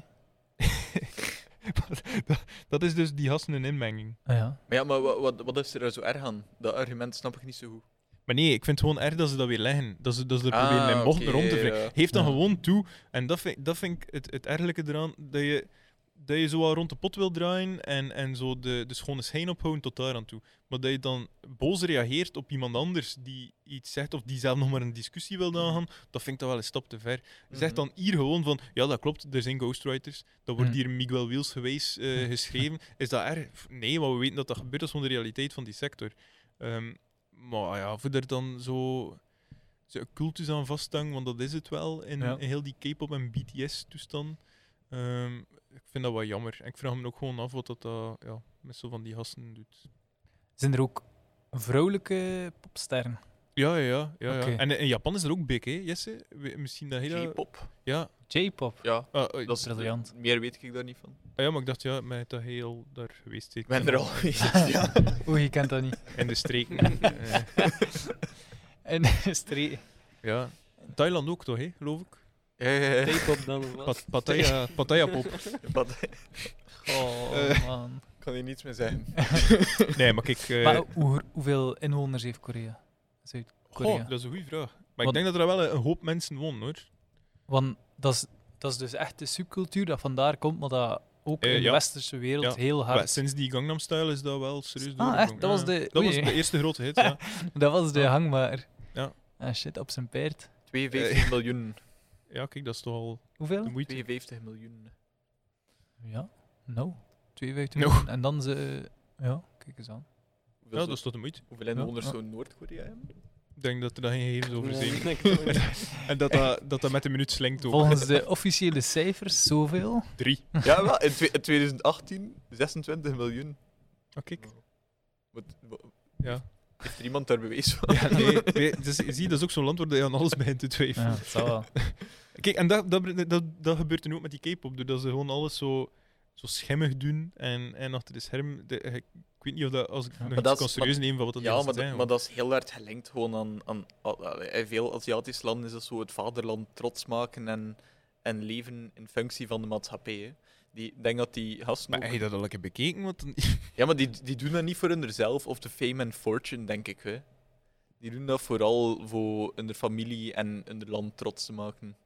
Speaker 1: dat, dat is dus die hassen een inmenging.
Speaker 2: Ah, ja.
Speaker 3: Maar ja, maar wa- wat, wat is er zo erg aan? Dat argument snap ik niet zo goed.
Speaker 1: Maar nee, ik vind het gewoon erg dat ze dat weer leggen. Dat ze, dat ze er proberen
Speaker 3: Ah,
Speaker 1: mijn mocht
Speaker 3: oké,
Speaker 1: rond te wringen.
Speaker 3: ja.
Speaker 1: Geef dan
Speaker 2: Ja.
Speaker 1: gewoon toe. En dat vind, dat vind ik het, het ergelijke eraan. Dat je, dat je zo wat rond de pot wil draaien en, en zo de, de schone schijn ophouden tot daar aan toe. Maar dat je dan boos reageert op iemand anders die iets zegt of die zelf nog maar een discussie wil aangaan, dat vind ik dan wel een stap te ver. Zeg
Speaker 3: Mhm.
Speaker 1: dan hier gewoon van, ja dat klopt, er zijn ghostwriters, dat wordt
Speaker 2: Hm.
Speaker 1: hier Miguel Wiels geweest eh,
Speaker 3: Mhm.
Speaker 1: geschreven. Is dat erg? Pff, Nee, maar we weten dat dat gebeurt, dat is gewoon de realiteit van die sector. Ehm, maar ja, voor er dan zo, zo cultus aan vasthangen, want dat is het wel, in,
Speaker 2: Ja.
Speaker 1: in heel die K-pop en BTS-toestand. Ehm, ik vind dat wel jammer. En ik vraag me ook gewoon af wat dat eh, ja, met zo van die gasten doet.
Speaker 2: Zijn er ook vrouwelijke popsterren?
Speaker 1: Ja, ja, ja. ja, ja.
Speaker 2: Oké.
Speaker 1: En in Japan is er ook big, hè, Jesse? We- Misschien dat hele...
Speaker 3: K-pop.
Speaker 1: Ja.
Speaker 2: J-pop.
Speaker 3: Ja,
Speaker 1: Ah, eh,
Speaker 3: dat is
Speaker 2: briljant.
Speaker 3: Meer weet ik daar niet van.
Speaker 1: ah ja, maar ik dacht, ja, met dat heel daar geweest. Ik
Speaker 3: Ik ben er al ja.
Speaker 2: Oeh, je kent dat niet.
Speaker 1: In de streken. Eh,
Speaker 2: En stree.
Speaker 1: ja. Thailand ook, toch, hè, geloof ik?
Speaker 3: Ja, ja, ja.
Speaker 4: Tape op dan of wat.
Speaker 1: Pat- Pattaya, Pattaya pop.
Speaker 3: Wat?
Speaker 2: Oh, man.
Speaker 3: Ik kan hier niets meer zeggen.
Speaker 1: Nee, maar kijk... eh,
Speaker 2: Maar hoe, hoeveel inwoners heeft Korea? Zuid-Korea.
Speaker 1: goh, dat is een goede vraag. Maar ik
Speaker 2: Wat-
Speaker 1: denk dat er wel eh, een, een hoop mensen wonen, hoor.
Speaker 2: Want dat is, dat is dus echt de subcultuur dat vandaar komt, maar dat ook
Speaker 1: Eh,
Speaker 2: in
Speaker 1: ja.
Speaker 2: de westerse wereld
Speaker 1: Ja.
Speaker 2: heel
Speaker 1: Maar
Speaker 2: hard.
Speaker 1: sinds die Gangnam Style is dat wel serieus
Speaker 2: Ah,
Speaker 1: doorgekomen.
Speaker 2: echt? Dat was
Speaker 1: Ja.
Speaker 2: de-
Speaker 1: Dat was
Speaker 2: oei.
Speaker 1: de eerste grote hit, ja.
Speaker 2: dat was de
Speaker 1: Ja.
Speaker 2: hangmaker.
Speaker 1: Ja.
Speaker 2: Ah, shit, op zijn paard.
Speaker 3: 52 miljoen.
Speaker 1: Ja, kijk, dat is toch al
Speaker 2: Hoeveel?
Speaker 1: de moeite.
Speaker 3: 52 miljoen.
Speaker 2: Ja, nou, 52
Speaker 1: No.
Speaker 2: miljoen. En dan ze. eh, Ja, kijk eens aan.
Speaker 3: Hoeveel,
Speaker 1: Ja, dat
Speaker 3: zo-
Speaker 1: is toch de moeite.
Speaker 3: hoeveel inwoners
Speaker 2: Ja.
Speaker 3: zou Noord-Korea hebben?
Speaker 1: Ik denk dat er daar geen gegevens over zijn.
Speaker 4: Nee, ik denk het ook.
Speaker 1: En dat dat, dat dat met de minuut slinkt ook.
Speaker 2: Volgens de officiële cijfers, zoveel.
Speaker 1: Drie.
Speaker 3: ja, wel. In, twe- in 2018 26 miljoen.
Speaker 1: Ah, kijk.
Speaker 3: Wat, wa-
Speaker 1: Ja.
Speaker 3: heeft er iemand daar bewezen van?
Speaker 1: ja nee, nee, dus, zie, dat is ook zo'n land waar je aan alles begint te twijfelen.
Speaker 2: Ja, dat zal wel.
Speaker 1: Kijk, en dat, dat, dat, dat gebeurt nu ook met die K-pop, doordat ze gewoon alles zo, zo schimmig doen en, en achter de scherm... de- ik weet niet of dat, als ik nog
Speaker 2: maar
Speaker 1: iets
Speaker 3: dat
Speaker 1: kan
Speaker 3: is-
Speaker 1: serieus nemen van wat dat
Speaker 3: Ja, maar,
Speaker 1: zijn.
Speaker 3: dat- maar dat is heel hard gelinkt gewoon aan, aan, aan- in veel Aziatische landen is dat zo het vaderland trots maken en, en leven in functie van de maatschappij. hè. Die, ik denk dat die gasten
Speaker 1: maar
Speaker 3: ook-
Speaker 1: heb je dat al lekker bekeken? Want dan-
Speaker 3: Ja, maar die, die doen dat niet voor hunzelf of de fame en fortune, denk ik. Hè. Die doen dat vooral voor hun familie en hun land trots te maken.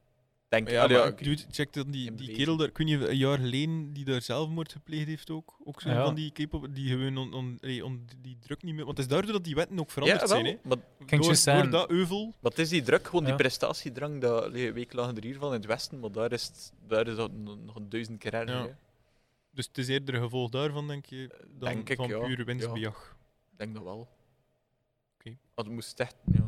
Speaker 3: Denk
Speaker 1: Ja,
Speaker 3: Ah,
Speaker 1: maar
Speaker 3: oké.
Speaker 1: dude, check dan die,
Speaker 3: In
Speaker 1: die
Speaker 3: Beijing.
Speaker 1: kerel daar, kun je een jaar geleden, die daar zelfmoord gepleegd heeft ook. Ook zo
Speaker 2: Ja.
Speaker 1: van die K-pop, die gewoon on, on- allee, on- die druk niet meer. Want het is daardoor dat die wetten ook veranderd
Speaker 3: ja,
Speaker 1: zijn.
Speaker 3: wel,
Speaker 1: Hè.
Speaker 3: maar
Speaker 2: Ging
Speaker 1: Door,
Speaker 2: juist
Speaker 1: door
Speaker 2: zeggen.
Speaker 1: dat euvel.
Speaker 3: Wat is die druk? Gewoon
Speaker 2: Ja.
Speaker 3: die prestatiedrang, dat allee, wij klagen er hier van in het Westen, maar daar is, het- daar is dat nog nog een duizend keer erger.
Speaker 1: Ja.
Speaker 3: hè.
Speaker 1: Dus het is eerder een gevolg daarvan, denk je, dan
Speaker 3: Denk ik,
Speaker 1: van
Speaker 3: ja.
Speaker 1: puur winstbejag.
Speaker 3: Ik denk dat wel.
Speaker 1: Oké.
Speaker 3: Dat moest echt, ja.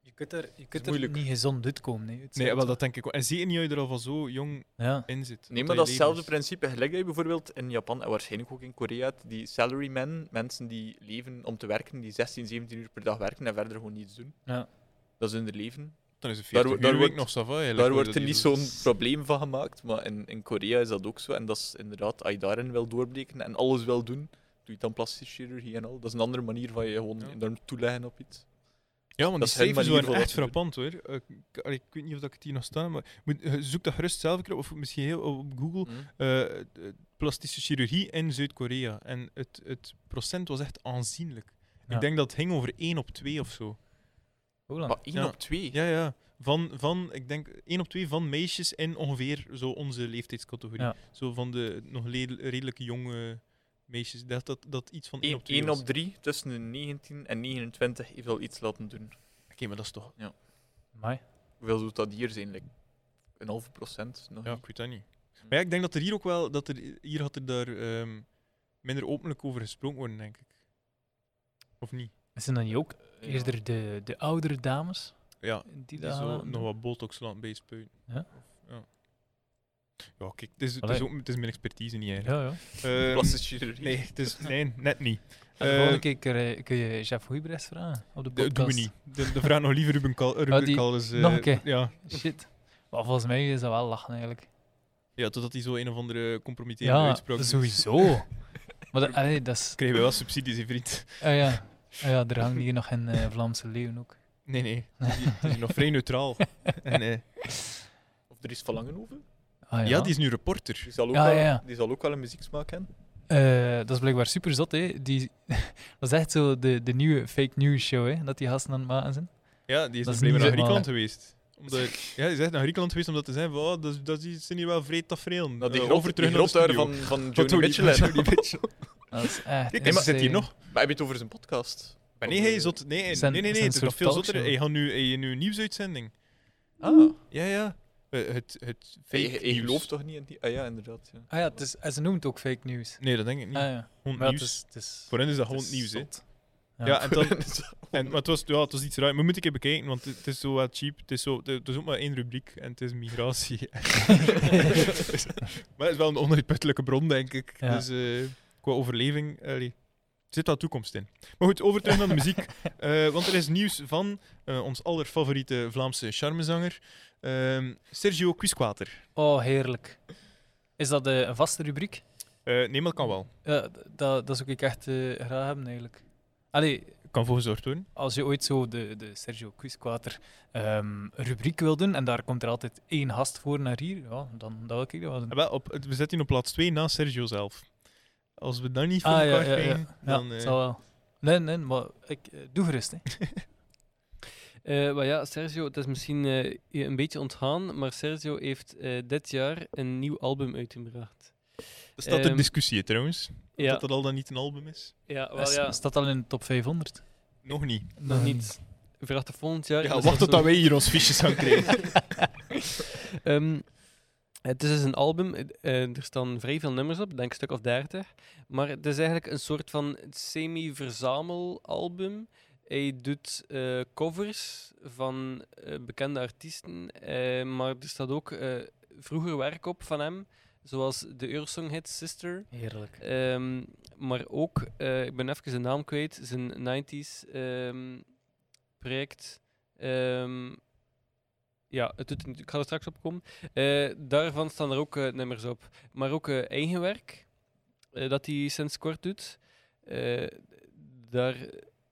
Speaker 2: Je kunt er, je
Speaker 3: kunt
Speaker 2: kunt
Speaker 3: er moeilijk.
Speaker 2: niet gezond uitkomen. Nee, Het
Speaker 1: Nee,
Speaker 2: zou
Speaker 1: wel,
Speaker 2: toch-
Speaker 1: dat denk ik wel. En zeker niet als je er al van zo jong
Speaker 2: Ja.
Speaker 1: in zit.
Speaker 3: Nee,
Speaker 1: dat
Speaker 3: maar
Speaker 1: je
Speaker 3: datzelfde
Speaker 1: leven is.
Speaker 3: principe, gelijk dat je bijvoorbeeld in Japan en waarschijnlijk ook in Korea, hebt, die salarymen, mensen die leven om te werken, die 16, 17 uur per dag werken en verder gewoon niets doen.
Speaker 2: Ja.
Speaker 3: Dat is hun leven.
Speaker 1: Dan is het
Speaker 3: Daar
Speaker 1: 40
Speaker 3: wo- daar
Speaker 1: uur week
Speaker 3: wordt-
Speaker 1: nog sava eigenlijk.
Speaker 3: Daar
Speaker 1: hoor,
Speaker 3: wordt er
Speaker 1: dat
Speaker 3: niet
Speaker 1: die-
Speaker 3: zo'n probleem van gemaakt, maar in, in Korea is dat ook zo. En dat is inderdaad, als je daarin wil doorbreken en alles wil doen, doe je dan plastische chirurgie en al. Dat is een andere manier van je gewoon
Speaker 1: Ja.
Speaker 3: enorm toeleggen op iets.
Speaker 1: Ja, want
Speaker 3: Dat
Speaker 1: die
Speaker 3: is hun
Speaker 1: cijfers
Speaker 3: manier
Speaker 1: waren
Speaker 3: voor wat
Speaker 1: echt
Speaker 3: te doen.
Speaker 1: frappant hoor. Eh, Ik, allee, ik weet niet of dat ik het hier nog sta, maar moet, eh, zoek dat gerust zelf een keer op, of misschien heel op Google.
Speaker 3: Hm.
Speaker 1: eh, eh, plastische chirurgie in Zuid-Korea. En het, het procent was echt aanzienlijk.
Speaker 2: Ja.
Speaker 1: Ik denk dat het ging over 1 op 2 of zo.
Speaker 2: Ola.
Speaker 3: Maar 1
Speaker 1: Ah, Ja.
Speaker 3: op 2?
Speaker 1: Ja, ja. Van, van, ik denk, één op twee van meisjes in ongeveer zo onze leeftijdscategorie.
Speaker 2: Ja.
Speaker 1: Zo van de nog le- redelijk jonge meisjes. Dat, dat, dat iets van één op twee
Speaker 3: 1
Speaker 1: was.
Speaker 3: op 3 tussen de 19 en 29 heeft al iets laten doen.
Speaker 1: Oké, maar dat is toch...
Speaker 2: Amai.
Speaker 3: Hoeveel doet dat hier zijn? Like, een halve procent? Nog
Speaker 1: Ja,
Speaker 3: niet.
Speaker 1: ik weet dat niet. Maar ja, ik denk dat er hier ook wel... Dat er, hier had er daar ehm, minder openlijk over gesproken worden, denk ik. Of niet?
Speaker 2: Zijn dan niet
Speaker 1: Eh,
Speaker 2: ook
Speaker 3: eh, Ja.
Speaker 2: eerder de, de oudere dames
Speaker 1: Ja,
Speaker 2: die
Speaker 1: die
Speaker 2: dat
Speaker 1: zo
Speaker 2: gaan
Speaker 1: nog
Speaker 2: doen?
Speaker 1: wat botox laten bijspuiten.
Speaker 2: Ja?
Speaker 1: Of- ja. Ja, kijk, het is, het, is
Speaker 2: Allee.
Speaker 1: ook, het is mijn expertise niet eigenlijk.
Speaker 2: Ja, ja.
Speaker 1: Ehm,
Speaker 3: Plastische chirurgie.
Speaker 1: nee, het is, nee, net niet.
Speaker 2: En de
Speaker 1: Eh,
Speaker 2: volgende keer kun je- kun je Jeff Hoeibres vragen op de
Speaker 1: Dat
Speaker 2: podcast.
Speaker 1: doen we niet. De, de vraag nog liever Ruben, Kal Ruben
Speaker 2: Ah, die-
Speaker 1: Kalles, eh,
Speaker 2: nog een keer.
Speaker 1: Ja.
Speaker 2: Shit. Maar volgens mij is dat wel lachen eigenlijk.
Speaker 1: ja, totdat hij zo een of andere compromitterende
Speaker 2: Ja,
Speaker 1: uitspraak doet.
Speaker 2: sowieso. maar dat, allee, dat is...
Speaker 1: Krijgen we wel subsidies, hè, vriend?
Speaker 2: Ah ja. Ah ja, er hangt hier nog een eh, Vlaamse leeuw ook.
Speaker 1: Nee, nee. Het is hier- het is hier nog vrij neutraal. En, eh,
Speaker 3: Of er is Verlangenhoven?
Speaker 2: Ah,
Speaker 1: ja, die is nu reporter.
Speaker 3: Die zal ook,
Speaker 2: Ja,
Speaker 3: wel,
Speaker 2: ja, ja.
Speaker 3: Die zal ook wel een muzieksmaak hebben.
Speaker 2: Eh, dat is blijkbaar super zot, hè. Die, dat is echt zo de, de nieuwe fake news show, hè. Dat die gasten aan het maken zijn.
Speaker 1: Ja, die is
Speaker 2: Dat is
Speaker 1: dus blijkbaar
Speaker 2: niet
Speaker 1: naar
Speaker 2: normaal.
Speaker 1: Griekenland geweest. Omdat, ja, die is echt naar Griekenland geweest om dat te zeggen. van, Oh, dat, is- dat is niet wel vrij tafereel.
Speaker 3: Nou, die
Speaker 1: Eh,
Speaker 3: grot, die
Speaker 1: naar de
Speaker 3: grot daar
Speaker 1: studio.
Speaker 3: van, van
Speaker 1: Van
Speaker 3: Joni
Speaker 1: Tony-
Speaker 3: Mitchell. hè.
Speaker 1: Joni Mitchell.
Speaker 2: Dat is echt...
Speaker 1: Kijk, hij zit hier
Speaker 2: insane.
Speaker 1: nog.
Speaker 3: Maar heb je het over zijn podcast?
Speaker 1: Maar nee, hij is zot. Nee,
Speaker 2: Zijn-
Speaker 1: nee, nee, nee
Speaker 2: zijn
Speaker 1: het is
Speaker 2: soort
Speaker 1: nog veel zotter.
Speaker 2: talkshow.
Speaker 1: Hij gaat nu, hij heeft nu een nieuwsuitzending.
Speaker 3: Ah,
Speaker 1: Ja, ja. Eh, het, het
Speaker 3: hij,
Speaker 1: fake
Speaker 3: hij
Speaker 1: nieuws.
Speaker 3: gelooft toch niet in die... Ah ja, inderdaad. Ja.
Speaker 2: Ah ja, het is, en ze noemt het ook fake news.
Speaker 1: Nee, dat denk ik niet.
Speaker 2: Ah ja.
Speaker 1: Gewoon
Speaker 2: Maar ja, het
Speaker 1: nieuws.
Speaker 2: is... Het is
Speaker 1: Voor hen is dat
Speaker 2: het
Speaker 1: gewoon
Speaker 2: is
Speaker 1: nieuws, hè.
Speaker 2: zot.
Speaker 1: Ja,
Speaker 2: Ja.
Speaker 1: en dan, en, maar het was, ja, het was iets raar. Maar moet ik even bekijken, want het is zo wat cheap. Het is, zo, het is ook maar één rubriek en het is migratie. maar het is wel een onuitputtelijke bron, denk ik.
Speaker 2: Ja.
Speaker 1: Dus eh, qua overleving allee, er zit wel toekomst in. Maar goed, over terug naar de muziek. Eh, want er is nieuws van eh, ons allerfavoriete Vlaamse charmezanger, ehm, Sergio Quisquater.
Speaker 2: Oh, heerlijk. Is dat eh, een vaste rubriek?
Speaker 1: Eh nee, maar dat kan wel.
Speaker 2: Ja, d- dat, dat zou ik echt eh, graag hebben, eigenlijk. Allee,
Speaker 1: Kan voor gezorgd worden.
Speaker 2: als je ooit zo de, de Sergio Quisquater ehm, rubriek wil doen, en daar komt er altijd één gast voor naar hier, ja, dan dat wil ik dat wel doen.
Speaker 1: Eh, wel, op, het- we zetten die op plaats 2 na Sergio zelf. Als we dat niet voor
Speaker 2: Ah, ja, ja,
Speaker 1: elkaar
Speaker 2: ja, ja.
Speaker 1: krijgen, dan...
Speaker 2: ja,
Speaker 1: eh,
Speaker 2: zal wel. Nee, nee, maar ik, eh, doe gerust, hè.
Speaker 4: Eh, maar ja, Sergio, het is misschien eh, je een beetje ontgaan, maar Sergio heeft eh, dit jaar een nieuw album uitgebracht.
Speaker 1: Dat staat ter
Speaker 4: Ehm,
Speaker 1: discussie hè, trouwens.
Speaker 4: Ja,
Speaker 1: Dat dat al dan niet een album is.
Speaker 4: ja, wel,
Speaker 2: Is-
Speaker 4: ja
Speaker 2: Staat al in de top 500?
Speaker 1: Nog niet.
Speaker 4: nog niet. Verwacht volgend jaar.
Speaker 1: Ja,
Speaker 4: Dus
Speaker 1: wacht
Speaker 4: dat
Speaker 1: tot wij hier ons fiches aan krijgen.
Speaker 4: Ehm, het is dus een album, eh, eh, er staan vrij veel nummers op, ik denk een stuk of dertig. Maar het is eigenlijk een soort van semi-verzamelalbum. Hij doet eh, covers van eh, bekende artiesten, eh, maar er staat ook eh, vroeger werk op van hem, zoals de Eurosong-hit Sister.
Speaker 2: Heerlijk.
Speaker 4: Ehm, maar ook, eh, ik ben even zijn naam kwijt, zijn 90s ehm, project. Ehm, ja, het doet, ik ga er straks op komen. Eh, daarvan staan er ook eh, nummers op. Maar ook eh, eigen werk, eh, dat hij sinds kort doet. Eh, daar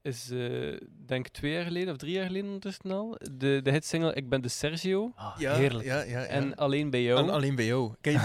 Speaker 4: is, eh, denk ik, twee jaar geleden of drie jaar geleden ondertussen al, de, de hitsingle Ik ben de Sergio.
Speaker 2: Ah, heerlijk.
Speaker 1: Ja, ja, ja.
Speaker 4: En Alleen bij jou.
Speaker 1: En alleen bij jou. Kijk,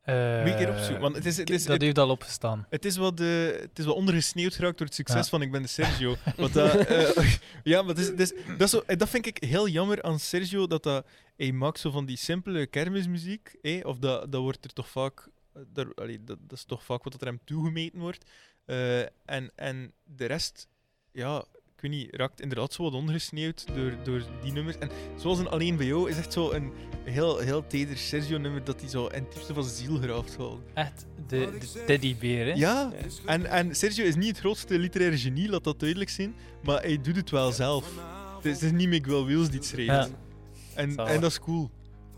Speaker 2: Eh,
Speaker 1: moet je een keer opzoeken. Want het is, het is,
Speaker 2: dat
Speaker 1: het,
Speaker 2: heeft al opgestaan.
Speaker 1: het is wat, eh, het is wat ondergesneeuwd geraakt door het succes
Speaker 2: Ja.
Speaker 1: van Ik ben de Sergio. Want dat, eh, ja, maar het is, het is, dat, is zo, eh, dat vind ik heel jammer aan Sergio, dat dat, hij maakt zo van die simpele kermismuziek, eh, of dat, dat wordt er toch vaak, eh, daar, allee, dat, dat is toch vaak wat er hem toegemeten wordt. Eh, en, en de rest, ja, ik weet niet, raakt inderdaad zo wat ondergesneeuwd door, door die nummers. En zoals een Alleen bij jou is echt zo een heel, heel teder Sergio-nummer dat hij zo in het diepste van zijn ziel graaft. gewoon.
Speaker 2: Echt de, de teddybeer, hè?
Speaker 1: Ja, en, en Sergio is niet het grootste literaire genie, laat dat duidelijk zijn, maar hij doet het wel zelf. Het is, het is niet Mick Will Wheels die het schreef.
Speaker 2: Ja.
Speaker 1: En,
Speaker 2: Zal
Speaker 1: en
Speaker 2: wel.
Speaker 1: dat is cool.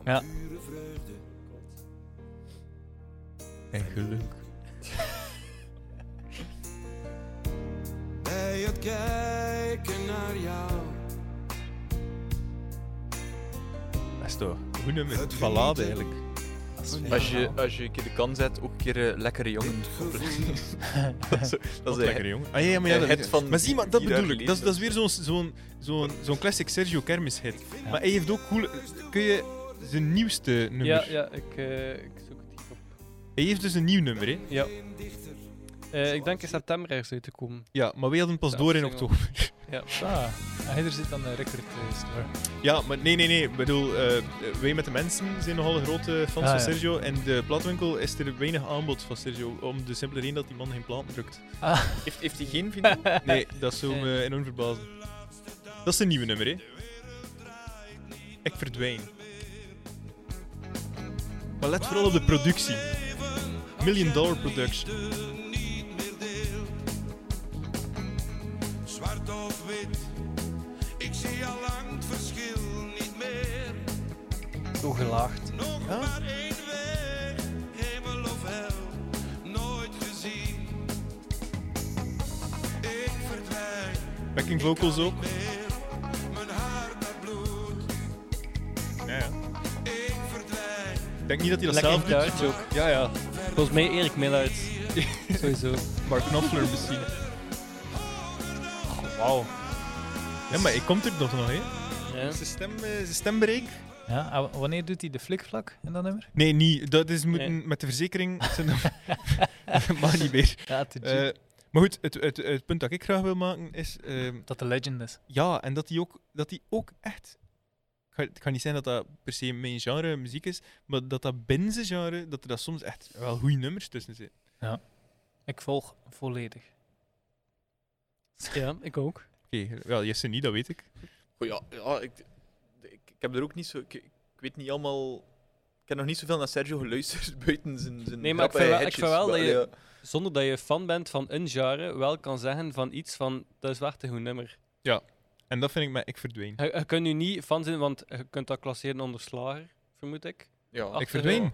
Speaker 2: Ja.
Speaker 1: En geluk.
Speaker 6: bij het kijken naar jou.
Speaker 1: Dat is toch een goed nummer.
Speaker 6: Het
Speaker 1: Ballade
Speaker 6: genieten.
Speaker 1: eigenlijk.
Speaker 3: Als je, als je een keer de kan zet, ook een keer eh, Lekkere Jongen. dat is,
Speaker 1: Dat
Speaker 3: dat is
Speaker 1: is
Speaker 3: een-
Speaker 1: lekker, jongen. Ah, ja, ja, maar ja,
Speaker 3: een
Speaker 1: dat,
Speaker 3: hit van
Speaker 1: maar zie, maar
Speaker 3: vier
Speaker 1: dat
Speaker 3: jaar
Speaker 1: bedoel ik.
Speaker 3: geleden.
Speaker 1: Dat is, dat is weer zo'n zo'n zo'n zo'n classic Sergio Kermis hit. Maar hij heeft ook cool... Kun je zijn nieuwste nummer...
Speaker 4: ja, ja, ik, eh, ik zoek het hier op.
Speaker 1: Hij heeft dus een nieuw nummer, hè?
Speaker 4: Ja. Eh, ik denk in september ergens uit te komen.
Speaker 1: Ja, maar wij hadden pas
Speaker 4: Ja,
Speaker 1: door in
Speaker 4: single.
Speaker 1: oktober.
Speaker 4: Ja.
Speaker 2: Ah, Ah, hij er zit aan de record eh, store.
Speaker 1: Ja, maar nee, nee, nee. Ik bedoel, eh, eh, wij met de mensen zijn nogal grote fans van
Speaker 2: Ah, ja.
Speaker 1: Sergio. En de plaatwinkel is er weinig aanbod van Sergio. Om de simpele reden dat die man geen plaat drukt.
Speaker 2: Ah,
Speaker 3: Heeft, heeft hij geen vinyl?
Speaker 1: Nee, dat zou me enorm verbazen. Dat is een nieuwe nummer, hè? Ik verdwijn. Maar let vooral op de productie. Million Dollar Production.
Speaker 6: Zwart of wit, ik zie al lang het verschil niet meer.
Speaker 2: zo gelaagd.
Speaker 6: Nog maar één weg, hemel of hel, nooit gezien. Ik verdwijn
Speaker 1: Backing vocals ook.
Speaker 6: meer, mijn haar naar bloed.
Speaker 1: Ja, ja.
Speaker 6: Ik verdwijn,
Speaker 1: Ik denk niet dat hij dat
Speaker 5: Lekker
Speaker 1: zelf doet.
Speaker 5: Duits ook.
Speaker 1: Ja, ja.
Speaker 5: Volgens mij Erik Millard. Sowieso.
Speaker 1: Mark Knopfler misschien.
Speaker 2: Wauw.
Speaker 1: Ja, maar ik kom er toch nog, hè?
Speaker 5: Ja.
Speaker 1: Zijn stem, eh, zijn stembreek?
Speaker 2: Ja, en w- wanneer doet hij de flikvlak in dat nummer?
Speaker 1: Nee, niet. Dat is moeten
Speaker 5: Nee.
Speaker 1: met de verzekering. zijn dat- dat mag niet meer.
Speaker 2: Ja, te
Speaker 1: Eh, maar goed, het, het, het punt dat ik graag wil maken is. ehm,
Speaker 2: dat de legend is.
Speaker 1: ja, en dat die ook, dat die ook echt. Ik ga- Het kan niet zijn dat dat per se mijn genre muziek is, maar dat dat binnen zijn genre, dat er daar soms echt wel goede nummers tussen zitten.
Speaker 2: Ik volg volledig.
Speaker 5: ja, ik ook.
Speaker 1: Oké, wel, Jesse niet, dat weet ik.
Speaker 3: Oh ja, ja ik, ik, ik heb er ook niet zo. Ik, ik weet niet allemaal. Ik heb nog niet zoveel naar Sergio geluisterd buiten zijn. zijn
Speaker 5: Nee, maar ik vind
Speaker 3: grappige
Speaker 5: wel- ik
Speaker 3: hitjes.
Speaker 5: vind wel dat je-
Speaker 3: ja.
Speaker 5: Zonder dat je fan bent van een genre, wel kan zeggen van iets van dat is echt een goed nummer.
Speaker 1: En dat vind ik met Ik Verdween.
Speaker 5: Je, je kunt nu niet fan zijn, want je kunt dat klasseren onder slager, vermoed ik.
Speaker 3: Ja.
Speaker 5: Ach,
Speaker 1: Ik Verdween? Maar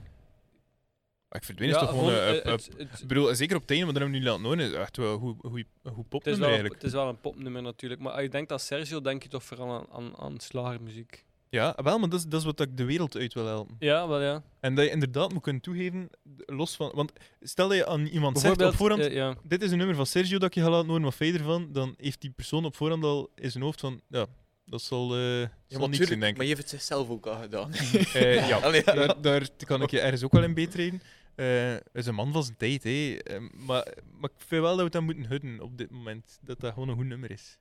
Speaker 1: Ik Verdween is toch gewoon...
Speaker 5: gewoon,
Speaker 1: eh,
Speaker 5: eh,
Speaker 1: eh,
Speaker 5: het-
Speaker 1: eh,
Speaker 5: het-
Speaker 1: ik bedoel, zeker op het einde, want dat hebben we nu laten horen, is echt wel een goed- goed- een
Speaker 5: Het is,
Speaker 1: goed popnummer
Speaker 5: wel een,
Speaker 1: eigenlijk.
Speaker 5: het is wel een popnummer natuurlijk, maar als je denkt aan Sergio, denk je toch vooral aan, aan, aan slagermuziek.
Speaker 1: Ja, wel, maar dat is, dat is wat ik de wereld uit wil helpen.
Speaker 5: Ja, wel ja.
Speaker 1: En dat je inderdaad moet kunnen toegeven, d- los van... Want stel dat je aan iemand zegt op
Speaker 5: Bijvoorbeeld,
Speaker 1: voorhand,
Speaker 5: eh, ja.
Speaker 1: dit is een nummer van Sergio dat ik je ga laten horen, wat vind je ervan? Dan heeft die persoon op voorhand al in zijn hoofd van, ja, dat zal, eh zal
Speaker 3: Ja, maar,
Speaker 1: niks zijn,
Speaker 3: tuurlijk,
Speaker 1: denk
Speaker 3: maar
Speaker 1: ik.
Speaker 3: je hebt het zelf ook al gedaan.
Speaker 1: Eh, ja,
Speaker 3: Allee, ja.
Speaker 1: daar, daar kan ik je ergens ook wel in betreden. Eh, Hij is een man van zijn tijd, hè. Eh, maar, maar ik vind wel dat we dat moeten hudden op dit moment. Dat dat gewoon een goed nummer is.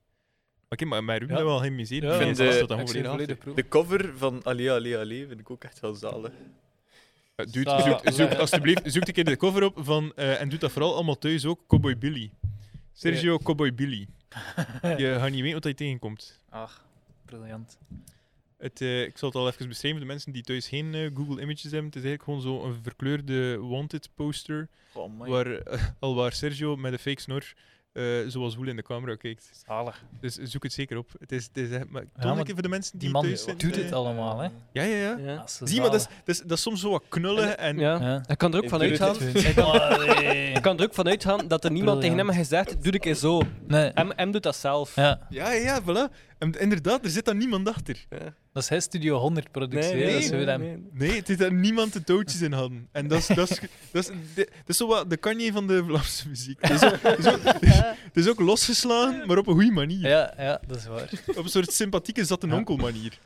Speaker 1: Maar kijk, maar met Ruben
Speaker 2: Ja.
Speaker 1: hebben we al geen museum.
Speaker 2: Ja,
Speaker 1: Ik
Speaker 3: vind,
Speaker 1: vind dat
Speaker 3: eh,
Speaker 1: dat dan gewoon
Speaker 2: ik zie
Speaker 1: weer
Speaker 2: volledig
Speaker 1: af.
Speaker 2: proef.
Speaker 3: De cover van Allee, Allee, Allee vind ik ook echt wel zalig.
Speaker 1: Eh, Dude,
Speaker 2: Sa-
Speaker 1: zoek, zoek,
Speaker 2: le-
Speaker 1: alsjeblieft, zoek een keer de cover op van, eh, en doe dat vooral allemaal thuis ook, Cowboy Billy. Sergio Cowboy Billy. Je gaat niet weten wat hij tegenkomt.
Speaker 2: Ach, briljant.
Speaker 1: Het, eh, ik zal het al even beschrijven voor de mensen die thuis geen eh, Google Images hebben. Het is eigenlijk gewoon zo'n verkleurde wanted poster
Speaker 3: Oh my.
Speaker 1: Waar, eh, al waar Sergio met een fake snor eh, zoals woel in de camera kijkt.
Speaker 2: Zalig.
Speaker 1: Dus zoek het zeker op. Het is, het is, echt- maar toon
Speaker 2: maar
Speaker 1: een keer voor de mensen die,
Speaker 2: Die man
Speaker 1: thuis zijn,
Speaker 2: doet
Speaker 1: eh,
Speaker 2: het allemaal, hè?
Speaker 1: Ja, ja, ja.
Speaker 5: ja.
Speaker 2: Ah, ze
Speaker 1: Zie, maar dat is,
Speaker 2: zalig.
Speaker 1: dat, is, dat is soms zo wat knullen. En,
Speaker 5: ja.
Speaker 2: Ja.
Speaker 5: Ik kan er ook
Speaker 3: Ik
Speaker 5: van
Speaker 3: doe het
Speaker 5: uitgaan.
Speaker 2: niet.
Speaker 5: Ik kan,
Speaker 2: Allee.
Speaker 5: ik kan er ook van uitgaan dat er niemand tegen hem heeft gezegd: doe ik eens zo.
Speaker 2: Nee.
Speaker 5: Hem, hem doet dat zelf.
Speaker 2: Ja,
Speaker 1: ja, ja, ja, voilà. En inderdaad, er zit dan niemand achter.
Speaker 2: dat is hij Studio 100 productie. hè, dat is hoe dat-
Speaker 1: Nee, het is dat niemand de touwtjes in hadden. En dat is, dat is, dat is, dat is zo wat de Kanye van de Vlaamse muziek. Het is, ook, het, is ook, het is ook losgeslagen, maar op een goede manier.
Speaker 2: Ja, ja, dat is waar.
Speaker 1: Op een soort sympathieke zatte-onkel manier.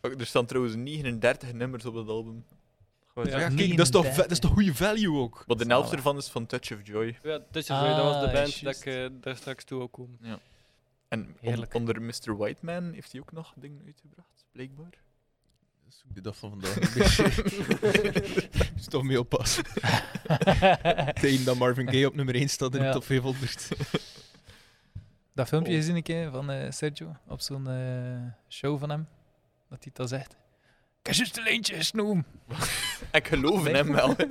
Speaker 3: Fuck, Er staan trouwens 39 nummers op dat album.
Speaker 1: Ja, kijk, dat is toch, va- dat is toch goede value ook.
Speaker 3: Maar de helft ervan is van Touch of Joy.
Speaker 5: Ja, Touch of Joy, dat was
Speaker 2: Ah,
Speaker 5: de band dat
Speaker 2: juist.
Speaker 5: ik eh, daar straks toe wou komen.
Speaker 3: En on-
Speaker 2: Heerlijk.
Speaker 3: onder Mr. Whiteman heeft hij ook nog dingen uitgebracht, blijkbaar.
Speaker 1: Zoek de dag van vandaag. Is toch mee oppassen. Tegen dat Marvin Gaye op nummer 1 staat in
Speaker 2: Ja.
Speaker 1: de top 500.
Speaker 2: Dat filmpje
Speaker 3: Oh.
Speaker 2: gezien ik hè, van eh, Sergio op zo'n eh, show van hem. Dat hij dat zegt. Kan je het leentje snoem?
Speaker 3: Ik geloof in hem wel.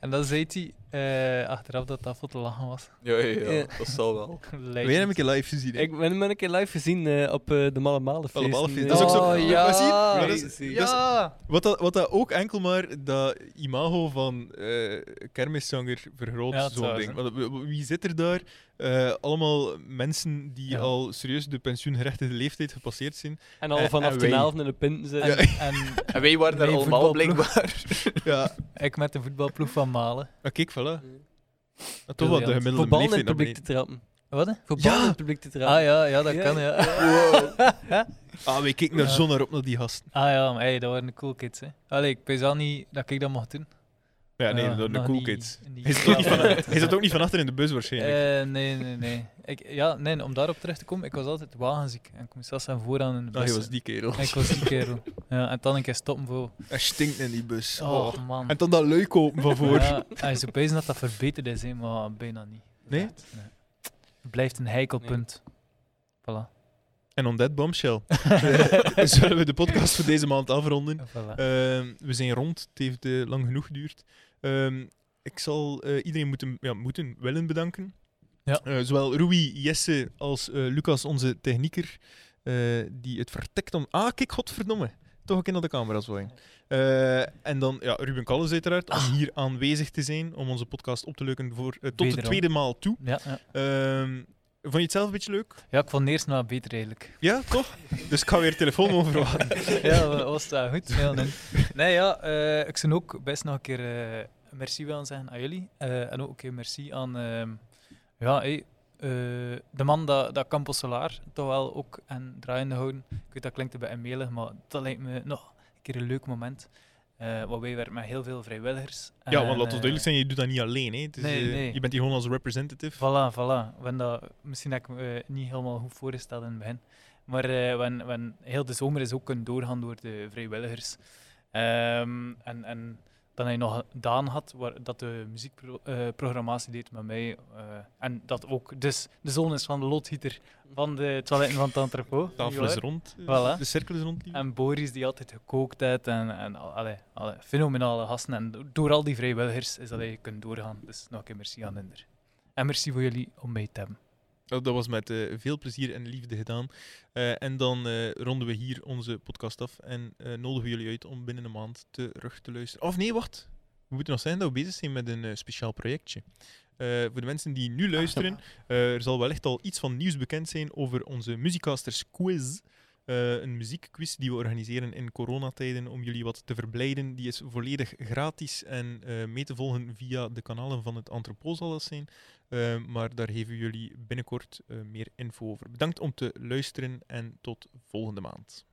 Speaker 2: En dan zei hij eh, achteraf dat dat voor te lachen was.
Speaker 3: Ja, ja, ja,
Speaker 5: Ja.
Speaker 3: dat zal wel.
Speaker 1: Wij
Speaker 2: Legend.
Speaker 1: hebben een keer live gezien. hè?
Speaker 5: Ik ben hem een keer live gezien eh, op eh, de Malle Malenfeesten.
Speaker 1: Malenfeesten.
Speaker 5: Eh,
Speaker 1: Dat is ook zo-
Speaker 2: Oh,
Speaker 1: maar
Speaker 2: ja.
Speaker 1: zie je, maar dat is-
Speaker 5: Crazy.
Speaker 1: dat is- Wat, dat, wat dat ook enkel maar dat imago van eh kermiszanger vergroot,
Speaker 2: Ja, dat is
Speaker 1: zo'n
Speaker 2: waar,
Speaker 1: ding.
Speaker 2: hè.
Speaker 1: Want w- w- Wie zit er daar? Eh, allemaal mensen die
Speaker 2: Ja.
Speaker 1: al serieus de pensioengerechtigde leeftijd gepasseerd zijn.
Speaker 5: En al
Speaker 1: En-
Speaker 5: vanaf
Speaker 1: en
Speaker 5: de
Speaker 1: wij.
Speaker 5: helft in de punten
Speaker 2: En,
Speaker 5: zijn.
Speaker 2: en
Speaker 3: En wij waren daar
Speaker 2: Nee,
Speaker 3: allemaal
Speaker 2: voetbalploeg.
Speaker 3: blijkbaar.
Speaker 1: Ja,
Speaker 2: ik met de voetbalploeg van Malen.
Speaker 1: maar kijk, voilà. Maar toch wat
Speaker 2: Briljant.
Speaker 1: de
Speaker 5: Voor
Speaker 1: gemiddelde
Speaker 5: ballen in het
Speaker 1: leeftijd naar
Speaker 5: publiek te trappen.
Speaker 1: beneden.
Speaker 2: Wat? hè?
Speaker 5: Voor
Speaker 1: Ja.
Speaker 5: ballen in het publiek te trappen.
Speaker 2: Ah ja, ja dat
Speaker 5: Ja,
Speaker 2: kan ja.
Speaker 1: Ah, wij kijken daar
Speaker 2: Ja.
Speaker 1: zo naar op, naar die gasten.
Speaker 2: Ah ja, maar hey, dat waren de cool kids. Hè. Allee, ik weet al niet dat ik dat mocht doen.
Speaker 1: Ja, nee, de, de
Speaker 2: nog
Speaker 1: cool
Speaker 2: niet-
Speaker 1: kids.
Speaker 2: niet-
Speaker 1: Hij zat, ook niet van,
Speaker 2: Ja.
Speaker 1: hij zat ook niet van achter in de bus waarschijnlijk.
Speaker 2: Eh, nee, nee, nee. Ik, ja, nee. Om daarop terecht te komen, ik was altijd wagenziek. En ik moest zelfs aan vooraan in de
Speaker 1: Ah,
Speaker 2: bus.
Speaker 1: hij was die kerel.
Speaker 2: Ik was die kerel. Ja, en dan een keer stoppen voor...
Speaker 1: Hij stinkt in die bus.
Speaker 2: Oh,
Speaker 1: Oh.
Speaker 2: man.
Speaker 1: En dan dat leuk open van voor.
Speaker 2: Ja, hij is opeens dat dat verbeterd is, hè, maar bijna niet.
Speaker 1: Nee?
Speaker 2: nee. Het blijft een heikelpunt. Voilà.
Speaker 1: En on that bombshell eh, zullen we de podcast voor deze maand afronden.
Speaker 2: voilà.
Speaker 1: Ehm, we zijn rond. Het heeft eh, lang genoeg geduurd. Ehm, ik zal eh, iedereen moeten, ja, moeten willen bedanken.
Speaker 2: Ja.
Speaker 1: Eh, zowel Rui, Jesse als eh, Lucas, onze technieker, eh, die het vertekt om... Ah, kijk, godverdomme. Toch een keer naar de camera's willen. Eh en dan ja, Ruben Kalles uiteraard, om
Speaker 2: Ah.
Speaker 1: hier aanwezig te zijn, om onze podcast op te leuken voor, eh, tot de
Speaker 2: Wederom.
Speaker 1: tweede maal toe.
Speaker 2: ja, ja.
Speaker 1: Ehm, vond je het zelf een beetje leuk?
Speaker 2: ja, ik vond eerst maar beter eigenlijk.
Speaker 1: Ja, toch? Dus ik ga weer telefoon overwachten.
Speaker 2: ja, wa- was dat goed? Ja, nee. nee, ja, eh, ik zou ook best nog een keer eh, merci willen zeggen aan jullie. Eh, en ook een keer merci aan ehm, ja, hey, eh, de man dat, dat Campos Solar toch wel ook en draaiende houden. Ik weet dat klinkt een beetje melig, maar dat lijkt me nog een keer een leuk moment. Eh want wij werken met heel veel vrijwilligers.
Speaker 1: Ja, want
Speaker 2: En,
Speaker 1: laat ons
Speaker 2: eh,
Speaker 1: duidelijk zijn, je doet dat niet alleen. Hè. Het is,
Speaker 2: Nee,
Speaker 1: eh,
Speaker 2: nee.
Speaker 1: Je bent hier gewoon als representative.
Speaker 2: Voilà, voilà. We hebben dat, misschien heb ik me eh, niet helemaal goed voorgesteld in het begin. Maar eh, we hebben- we hebben- heel de zomer is ook kunnen doorgaan door de vrijwilligers. Ehm, en, en dan heb je nog Daan had, waar, dat de muziekprogrammatie deed met mij. eh, en dat ook dus de zoon is van de loodgieter van de toiletten van het entrepot.
Speaker 1: De tafel
Speaker 2: Niet
Speaker 1: is
Speaker 2: waar?
Speaker 1: rond. eh,
Speaker 2: Voilà.
Speaker 1: De cirkel is rond.
Speaker 2: En Boris die altijd gekookt heeft en, en al- allee, allee, fenomenale gasten. En do- door al die vrijwilligers is dat je kunt doorgaan. Dus nog een keer merci aan Inder. En merci voor jullie om mee te hebben.
Speaker 1: Dat dat was met eh, veel plezier en liefde gedaan. Eh, en dan eh, ronden we hier onze podcast af en eh, nodigen we jullie uit om binnen een maand terug te luisteren. Of nee, wacht. We moeten nog zijn dat we bezig zijn met een eh, speciaal projectje. Eh, voor de mensen die nu luisteren, eh, er zal wellicht al iets van nieuws bekend zijn over onze Musicasters Quiz. Eh, een muziekquiz die we organiseren in coronatijden om jullie wat te verblijden. Die is volledig gratis en eh, mee te volgen via de kanalen van het Antropo zal dat zijn. Eh, maar daar geven we jullie binnenkort eh, meer info over. Bedankt om te luisteren en tot volgende maand.